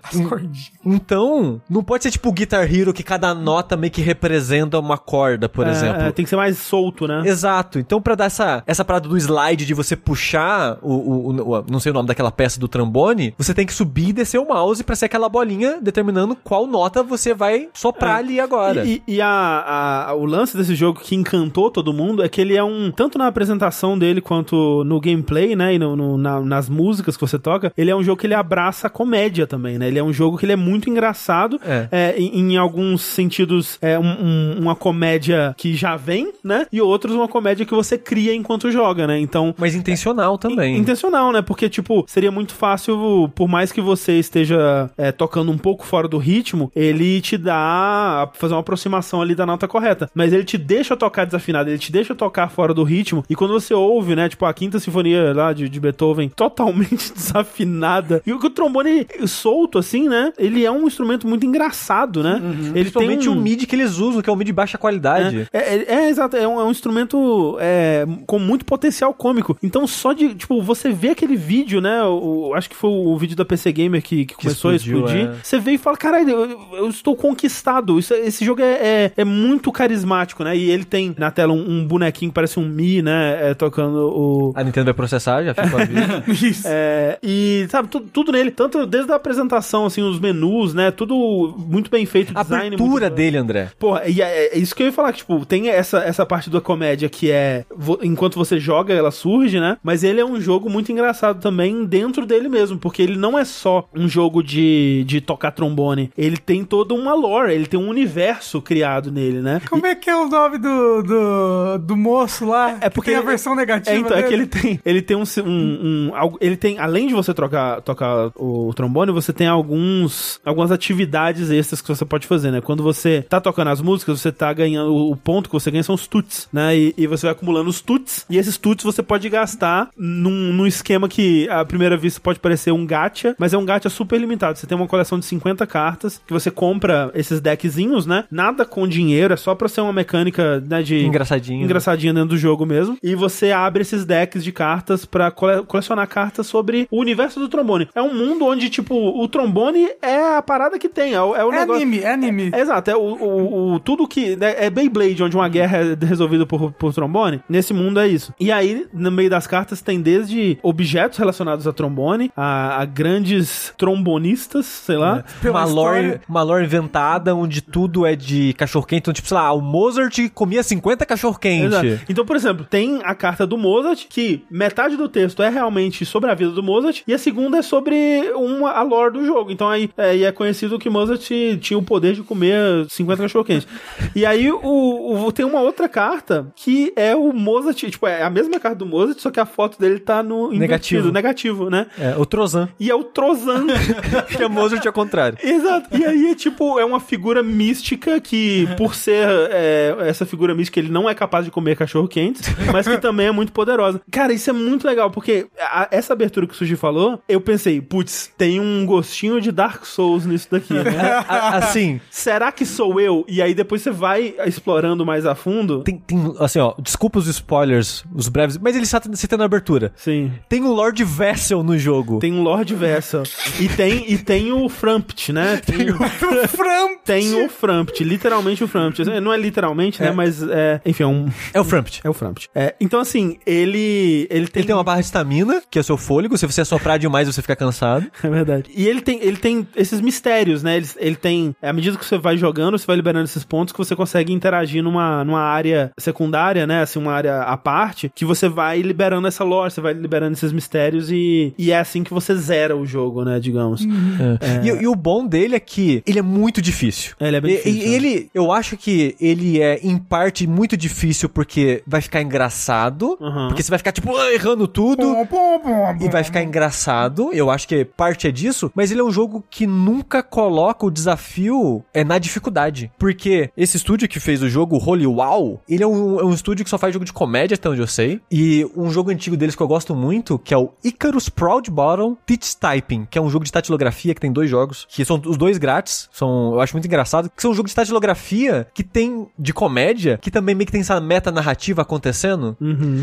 Então, não pode ser tipo o Guitar Hero que cada nota meio que representa uma corda, por É, exemplo. é, tem que ser mais solto, né? Exato. Então, pra dar essa, essa parada do slide de você puxar o, o- o- o- Não sei o nome daquela peça do trambone, você tem que subir e descer o mouse pra ser aquela bolinha determinando qual nota você vai soprar ali agora. É. E, e- e a- a- o lance desse jogo que encantou todo mundo é que ele é um. Tanto na apresentação dele quanto no gameplay, né? E no- no- na- nas músicas que você toca, ele é um jogo que ele abraça a comédia também, né? Ele é um jogo que ele é muito engraçado. É. é, em, em alguns sentidos, é um- um- uma comédia que já vem, né? E outros, uma comédia que você cria enquanto joga, né? Então, Mas intencional também. In- Intencional, né? Porque, tipo, seria muito fácil, por mais que você esteja é, tocando um pouco fora do ritmo, ele te dá. fazer uma aproximação ali da nota correta. Mas ele te deixa tocar desafinado, ele te deixa tocar fora do ritmo. E quando você ouve, né? Tipo, a quinta sinfonia lá de, de Beethoven, totalmente desafinada. E o que o trombone solto, assim, né? Ele é um instrumento muito engraçado, né? Ele tem Uhum. Principalmente um... o MIDI que eles usam, que é o MIDI de baixa qualidade. É, é, é, é, exato, é um, é um instrumento é, com muito potencial cômico. Então, só de, tipo, você vê aquele vídeo, né? o- o- acho que foi o vídeo da PC Gamer que, que começou explodiu, a explodir. Você vê e fala: caralho, eu, eu estou conquistado. Isso- esse jogo é, é, é muito carismático, né? E ele tem na tela um, um bonequinho que parece um Mi, né? é, tocando o, A Nintendo vai processar, já fica com a vida. Isso. é, e, sabe, tu- tudo nele. Tanto desde a apresentação, assim, os menus, né? Tudo muito bem feito. A design abertura muito... dele, André. Porra, e é, é isso que eu ia falar, que, tipo, tem essa, essa parte da comédia que é, vo- enquanto você joga, ela surge, né? Mas ele é um jogo muito engraçado também dentro dele mesmo, porque ele não é só um jogo de, de tocar trombone, ele tem toda uma lore, ele tem um universo criado nele, né? Como é que é o nome do, do, do moço lá? É porque Que tem a ele- versão negativa. né? É, então, é dele? que ele tem, ele tem um, um- um- algo- ele tem, além de você trocar, tocar o trombone, você tem alguns, algumas atividades extras que você pode fazer, né? Quando você tá tocando as músicas, você tá ganhando, o o ponto que você ganha são os tuts, né? E, e você vai acumulando os tuts, e esses tuts você pode gastar num, num esquema que, à primeira vista, pode parecer um gacha, mas é um gacha super limitado. Você tem uma coleção de 50 cartas, que você compra esses deckzinhos, né? Nada com dinheiro, é só pra ser uma mecânica, né, de... Engraçadinho. né? Engraçadinha dentro do jogo mesmo. E você abre esses decks de cartas pra cole- colecionar cartas sobre o universo do trombone. É um mundo onde, tipo, o trombone é a parada que tem, é o, é o É negócio. anime, é anime. É, exato, é o, o- o- tudo que. né, é Beyblade, onde uma guerra é resolvida por, por trombone. Nesse mundo é isso. E aí, no meio das cartas, tem desde objetos relacionados a trombone, a, a grandes trombonistas, sei lá. Pela uma lore, história. uma lore inventada onde tudo é de cachorro-quente. Então, tipo, sei lá, o Mozart comia 50 cachorro-quente. Exato. Então, por exemplo, tem a carta do Mozart, que metade do texto é realmente sobre a vida do Mozart, e a segunda é sobre uma, a lore do jogo. Então aí é, e é conhecido que Mozart tinha o poder de comer 50 cachorro-quentes. E aí o, o- tem uma outra carta que é o Mozart, tipo, é a mesma carta do Mozart, só que a foto dele tá no Negativo. invertido, negativo, né? É, o Trozan, E é o Trozan. que é Mozart ao contrário. Exato. E aí, é tipo, é uma figura mística que, por ser é, essa figura mística, ele não é capaz de comer cachorro quente, mas que também é muito poderosa. Cara, isso é muito legal, porque a- essa abertura que o Suji falou, eu pensei, putz, tem um gostinho de Dark Souls nisso daqui, né? A- assim, Será que sou eu? E aí depois você vai explorando mais a fundo. tem, tem, assim, ó, desculpa os spoilers, os breves, mas ele está citando a abertura. Sim. Tem o Lord Vessel no jogo. Tem o Lord Vessa. E tem, e tem o Frampt, né? Tem o O Fran Tem o Frampt, literalmente o Frampt. Não é literalmente, né? Mas, é, enfim, é, um, É o Frampt. é o Frampt. É, então, assim, ele, ele tem... Ele tem uma barra de estamina, que é o seu fôlego. Se você assoprar demais, você fica cansado. É verdade. E ele tem, ele tem esses mistérios, né? Ele, ele tem... À medida que você vai jogando, você vai liberando esses pontos que você consegue interagir numa, numa área secundária, né? Assim, uma área à parte, que você vai liberando essa lore, você vai liberando esses mistérios e, e é assim que você zera o jogo, né? Digamos. É. E, e o bom dele é que ele é muito difícil. É, ele é bem E- difícil, E, né? ele, eu acho que ele é, em parte, muito difícil porque vai ficar engraçado. Uhum. Porque você vai ficar, tipo, ah, errando tudo. Pum, pum, pum, E pum. vai ficar engraçado, eu acho que parte é disso, mas ele é um jogo que nunca coloca o desafio é, na dificuldade. Porque esse estúdio que fez o jogo, o Holy Wow, ele é um, é um estúdio estúdio que só faz jogo de comédia, até onde eu sei. E um jogo antigo deles que eu gosto muito, que é o Icarus Proud Bottom Teach Typing, que é um jogo de tatilografia que tem dois jogos, que são os dois grátis, são, eu acho muito engraçado, que são um jogo de tatilografia que tem de comédia, que também meio que tem essa meta narrativa acontecendo,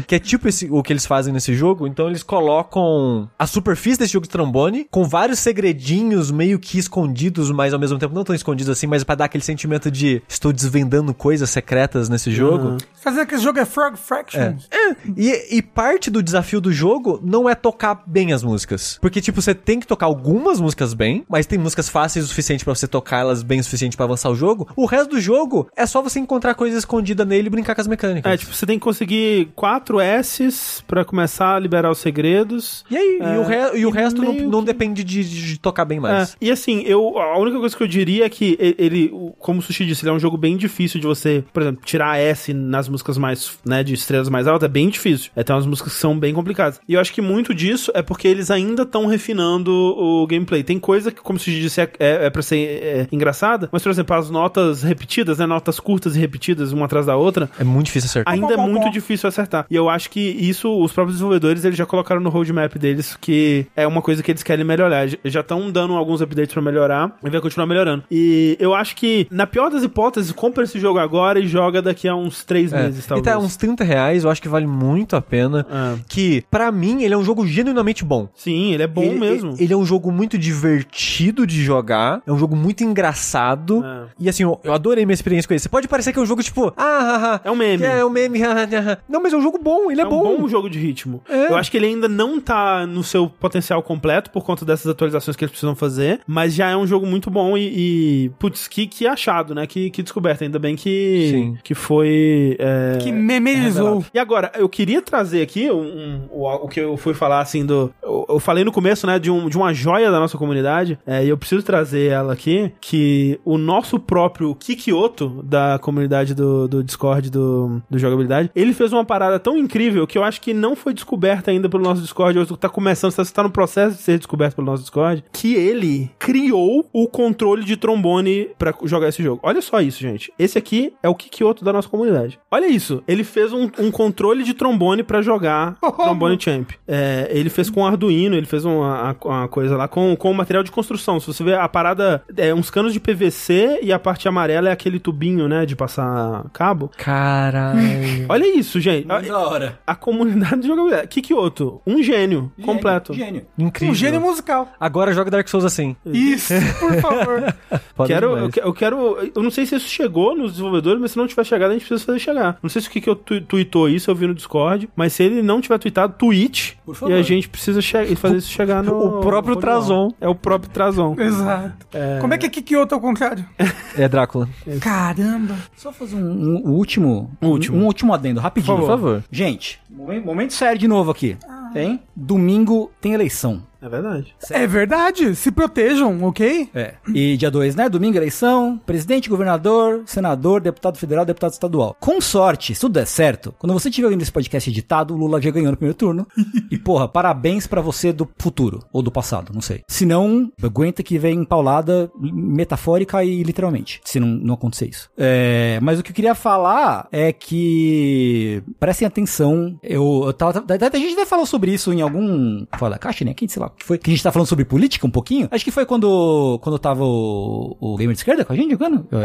que é tipo esse, o que eles fazem nesse jogo. Então eles colocam a superfície desse jogo de trombone com vários segredinhos meio que escondidos, mas ao mesmo tempo não tão escondidos assim, mas pra dar aquele sentimento de estou desvendando coisas secretas nesse jogo. Você tá dizendo que esse jogo é Frog Fraction? É. E, e parte do desafio do jogo não é tocar bem as músicas. Porque, tipo, você tem que tocar algumas músicas bem, mas tem músicas fáceis o suficiente pra você tocar elas bem o suficiente pra avançar o jogo. O resto do jogo é só você encontrar coisa escondida nele e brincar com as mecânicas. É, tipo, você tem que conseguir quatro S's pra começar a liberar os segredos. E aí? É, e o, re- e o e resto não, meio não que- depende de, de- de tocar bem É, mais. e assim, eu a única coisa que eu diria é que e- ele, o- como o Sushi disse, ele é um jogo bem difícil de você, por exemplo, tirar S nas músicas mais, né, de estrelas mais altas, é bem difícil. É, tem umas músicas que são bem complicadas. E eu acho que muito disso é porque eles ainda estão refinando o gameplay. Tem coisa que, como o Sushi disse, é, é, é pra ser é, engraçada, mas, por exemplo, as notas repetidas, né, notas curtas e repetidas uma atrás da outra, É, muito difícil acertar. Ainda é muito difícil acertar. E eu acho que isso, os próprios desenvolvedores, eles já colocaram no roadmap deles que é uma coisa que eles querem melhorar. J- Já estão dando alguns updates pra melhorar e vai continuar melhorando. E eu acho que, na pior das hipóteses, compra esse jogo agora e joga daqui a uns três É. meses, talvez. Então, uns 30 reais, eu acho que vale muito a pena. É. Que, pra mim, ele é um jogo genuinamente bom. Sim, ele é bom ele, mesmo. Ele é um jogo muito divertido de jogar, é um jogo muito engraçado. É. E assim, eu, eu adorei minha experiência com ele. Você pode parecer que é um jogo tipo, ah, ah, ah, É um meme. É, é um meme. ah, ah, ah. Não, mas é um jogo bom, ele é, um bom. bom jogo de ritmo. Eu acho que ele ainda não tá no seu potencial completo por conta dessas atualizações que eles precisam fazer, mas já é um jogo muito bom e, e, putz, que, que achado, né? Que, que descoberta. Ainda bem que, Sim. que foi. é, Que memerizou. e agora, eu queria trazer aqui um- um- o, o que eu fui falar, assim, do... Eu, eu falei no começo, né, de, um- de uma joia da nossa comunidade, é, e eu preciso trazer ela aqui, que o nosso próprio Kikioto, da comunidade do, do Discord, do, do Jogabilidade, ele fez uma parada tão incrível que eu acho que não foi descoberta ainda pelo nosso Discord, ou tá começando, tá, tá no processo de ser descoberto pelo nosso Discord, que ele criou o controle de trombone pra jogar esse jogo. Olha só isso, gente. Esse aqui é o Kikioto da nossa comunidade. Olha isso. Ele fez um, um controle de trombone pra jogar Trombone Champ. É, ele fez com Arduino, ele fez uma, uma coisa lá com, com material de construção. Se você ver a parada, é uns canos de PVC e a parte amarela é aquele tubinho, né, de passar cabo. Caralho. Olha isso, gente. Muito A, da hora. a comunidade de jogabilidade. Kikioto, um gênio, completo. Gênio. Incrível. Um gênio musical. Agora joga Dark Souls assim. Isso, por favor. Foda Quero, eu, demais. que- eu quero. Eu não sei se isso chegou nos desenvolvedores, mas se não tiver chegado, a gente precisa fazer chegar. Não sei se o que, que eu tu, tweetou isso, eu vi no Discord, mas se ele não tiver tweetado, tweet. Por favor. E a gente precisa che- fazer isso chegar no. O próprio no- Trazon. É o próprio Trazon. Exato. Como é que é Kikyoto ao contrário? É Drácula. Caramba. Só fazer um, um- um último, um último. Um, último adendo, rapidinho. Por favor. Gente, momento, momento sério de novo aqui. Tem? Domingo tem eleição. É verdade. É verdade. Se protejam, ok? É. E dia 2, né? Domingo, eleição, presidente, governador, senador, deputado federal, deputado estadual. Com sorte, se tudo der certo, quando você estiver ouvindo esse podcast editado, o Lula já ganhou no primeiro turno. E, porra, parabéns pra você do futuro, ou do passado, não sei. Se não, aguenta que vem paulada metafórica e literalmente, se não, não acontecer isso. É, mas o que eu queria falar é que prestem atenção, eu, eu tava, da- da- a gente até falou sobre isso em algum, foi lá, caixa, né? Quem sei lá, que foi, que a gente tá falando sobre política um pouquinho, acho que foi quando, quando tava o, o Gamer de Esquerda com a gente, quando? Eu,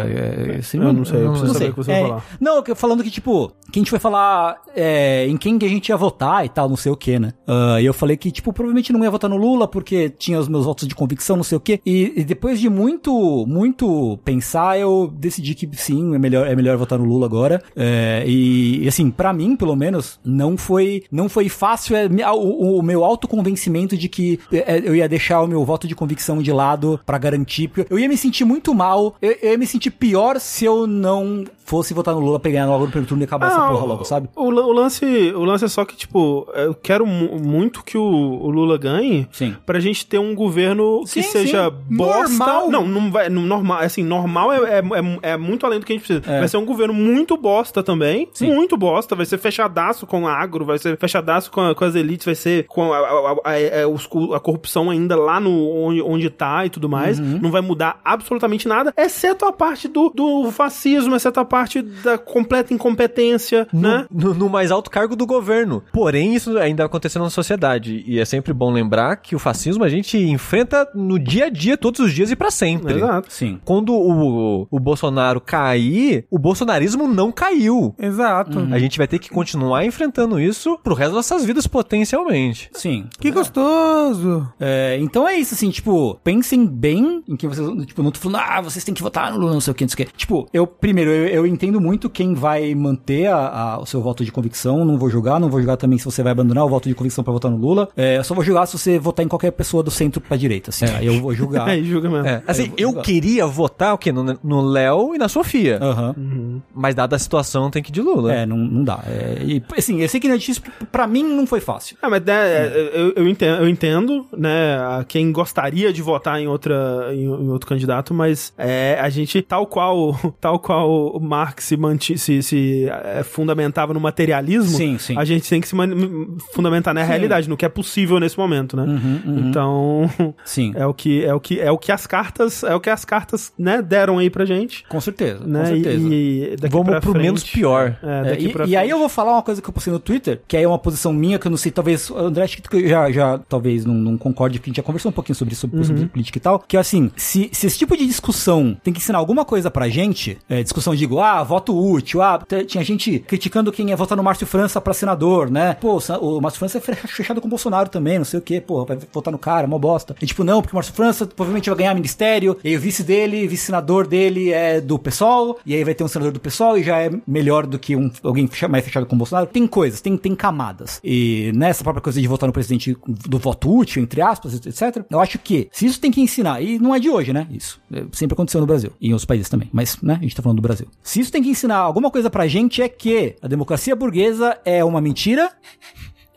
Eu não sei, eu preciso saber o que você É, vai falar. não, que- falando que, tipo, que a gente vai falar é, em quem que a gente ia votar e tal, não sei o que, né? Ah, E eu falei que, tipo, provavelmente não ia votar no Lula porque tinha os meus votos de convicção, não sei o que. E, e depois de muito, muito pensar, eu decidi que sim, é melhor, é melhor votar no Lula agora. É, e, e, assim, pra mim, pelo menos, não foi, não foi fácil é, me- o, o meu autoconvencimento de que é, é, eu ia deixar o meu voto de convicção de lado pra garantir. porque Eu ia me sentir muito mal, eu, eu ia me sentir pior se eu não fosse votar no Lula pra ele ganhar logo no primeiro turno e acabar essa Ah, porra o- logo, sabe? O, lan- o lance, o lance é só que, tipo, eu quero mu- muito que o, o Lula ganhe. Sim. Pra gente ter um governo Sim, que seja sim. bosta. Normal. Não, não vai. não- normal, assim, normal é, é, é- é muito além do que a gente precisa. Vai ser um governo muito bosta também. Muito bosta. Vai ser fechadaço com o agro, vai ser fechadaço com, a- com as elites, vai ser com a, a- a- a- a- os cu- a corrupção ainda lá no, onde, onde tá e tudo mais. Não vai mudar absolutamente nada, exceto a parte do, do fascismo, exceto a parte da completa incompetência, no, né? no- no mais alto cargo do governo. Porém, isso ainda acontecendo na sociedade. E é sempre bom lembrar que o fascismo a gente enfrenta no dia a dia, todos os dias e pra sempre. Exato. Sim. Quando o, o Bolsonaro cair, o bolsonarismo não caiu. Exato. Uhum. A gente vai ter que continuar enfrentando isso pro resto das nossas vidas, potencialmente. Sim. É. Que gostoso. É, então é isso, assim, tipo, pensem bem em que vocês. Tipo, não tô falando, ah, vocês têm que votar no Lula, não sei o que, não sei o que. Tipo, eu, primeiro, eu, eu entendo muito quem vai manter a- a- o seu voto de convicção, não vou julgar, não vou julgar também se você vai abandonar o voto de convicção pra votar no Lula. É, eu só vou julgar se você votar em qualquer pessoa do centro pra direita, assim. aí eu vou julgar. Aí julga mesmo. É, assim, vou eu, julgar. queria votar o quê? No- No Léo e na Sofia. Aham. Mas dada a situação, tem que ir de Lula. Ah. É, não, não dá. É, e, assim, eu sei que não é difícil, pra mim não foi fácil. Ah, mas É. né, eu, eu entendo, eu entendo, né, a quem gostaria de votar em, outra, em, em outro candidato, mas é, a gente, tal qual, tal qual o Marx se, manti, se, se, é, fundamentava no materialismo, Sim, sim. a gente tem que se mani- fundamentar na realidade, no que é possível nesse momento, né? Uhum, Então, Sim. é o que é o que é o que as cartas, é o que as cartas, né, deram aí pra gente, Com certeza, né? com e- certeza. E, daqui Vamos pra pro frente- menos pior. É, É, daqui e, pra e aí frente. eu vou falar uma coisa que eu postei no Twitter, que aí é uma posição minha, que eu não sei, talvez, André, acho que tu já, já talvez não, não concorde, porque a gente já conversou um pouquinho sobre isso, sobre, Uhum. sobre política e tal, que assim, se, se esse tipo de discussão tem que ensinar alguma coisa pra gente, é, discussão digo, ah, voto útil, ah, t- tinha gente criticando quem ia votar no Márcio França pra senador, né? Pô, o Sa- o Márcio França é fre- fechado com o Bolsonaro também, não sei o quê, pô, vai votar no cara, mó bosta. E tipo, não, porque o Márcio França provavelmente vai ganhar ministério, e aí o vice dele, vice-senador dele é do PSOL, e aí vai ter um senador do PSOL e já é melhor do que um, alguém fecha- mais fechado com o Bolsonaro. Tem coisas, tem, tem camadas. E nessa própria coisa de votar no presidente do voto útil, entre aspas, etc., eu acho que se isso tem que ensinar, e não é de hoje, né? Isso é, sempre aconteceu no Brasil, e em outros países também, mas né, a gente tá falando do Brasil. Se isso tem que ensinar alguma coisa pra gente é que a democracia burguesa é uma mentira.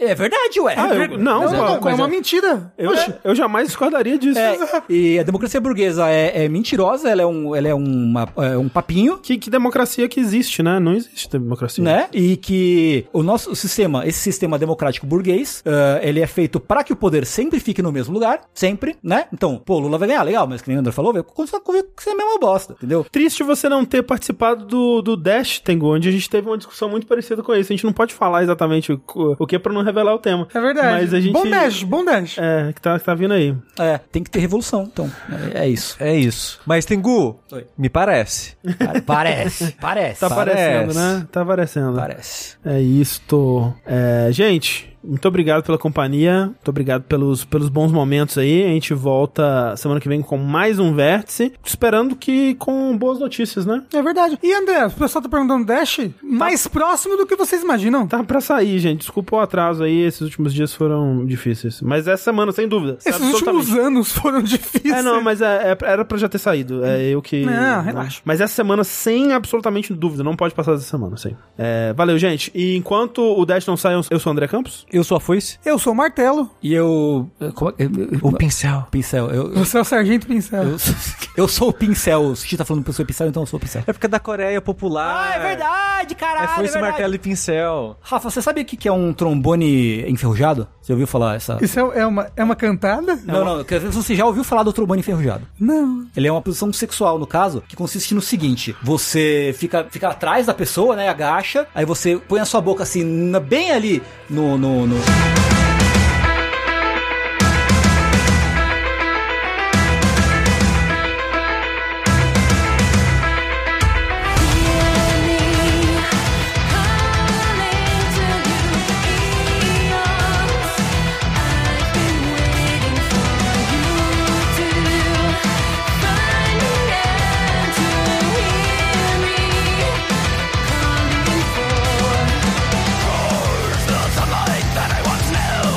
É verdade, ué. Ah, eu- não, Não, mas- não, mas é uma é- mentira. eu, eu jamais discordaria disso. É, e a democracia burguesa é, é mentirosa, ela é um, ela é uma, é um papinho, Que, que democracia que existe, né? Não existe democracia. né? E que o nosso sistema, esse sistema democrático burguês, ah, ele é feito para que o poder sempre fique no mesmo lugar, sempre, né? Então, pô, Lula vai ganhar, legal, mas que nem o André falou, vai continuar com isso é a mesma bosta, entendeu? Triste você não ter participado do, do Dash, Tengu, onde a gente teve uma discussão muito parecida com isso. A gente não pode falar exatamente o, o que pra não revelar o tema. É verdade. Mas a gente... Bom dash, bom dash. É, que tá, que tá vindo aí. É, tem que ter revolução, então, é, é isso. É isso. Mas, Tengu, Oi. me parece. Pare- Parece, parece. Tá Parece. aparecendo, né? Tá aparecendo. Parece. É isto. É, gente, muito obrigado pela companhia. Muito obrigado pelos, pelos bons momentos aí. A gente volta semana que vem com mais um vértice. Esperando que com boas notícias, né? É verdade. E André, o pessoal tá perguntando Dash mais próximo do que vocês imaginam. Tá pra sair, gente. Desculpa o atraso aí. Esses últimos dias foram difíceis. Mas essa semana, sem dúvida. Sabe Esses últimos totalmente. anos foram difíceis. É, não, mas é- é- era pra já ter saído. É eu que. Não, relaxa. Mas essa semana, sem absolutamente dúvida. Não pode passar essa semana, sem. É, valeu, gente. E enquanto o Dash não sai, eu sou o André Campos. Eu sou a foice? Eu sou o Martelo, E eu... eu- Como é? eu- eu- O pincel. pincel, eu... eu você é o Sargento Pincel. eu sou- eu sou o pincel, o Sushi tá falando que eu sou o pincel, então eu sou o pincel. É porque é da Coreia Popular. Ah, é verdade, É caralho! foice, é verdade. martelo e pincel. Rafa, você sabe o que que é um trombone enferrujado? Você ouviu falar essa? Isso é, é uma, é uma cantada? Não, não, quer dizer, você já ouviu falar do trombone enferrujado. Não. Ele é uma posição sexual, no caso, que consiste no seguinte: você fica, fica atrás da pessoa, né? Agacha, aí você põe a sua boca assim, na- bem ali no. no, no- Calling for. Cause the light that I once knew.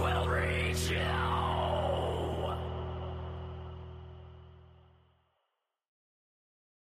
will reach you.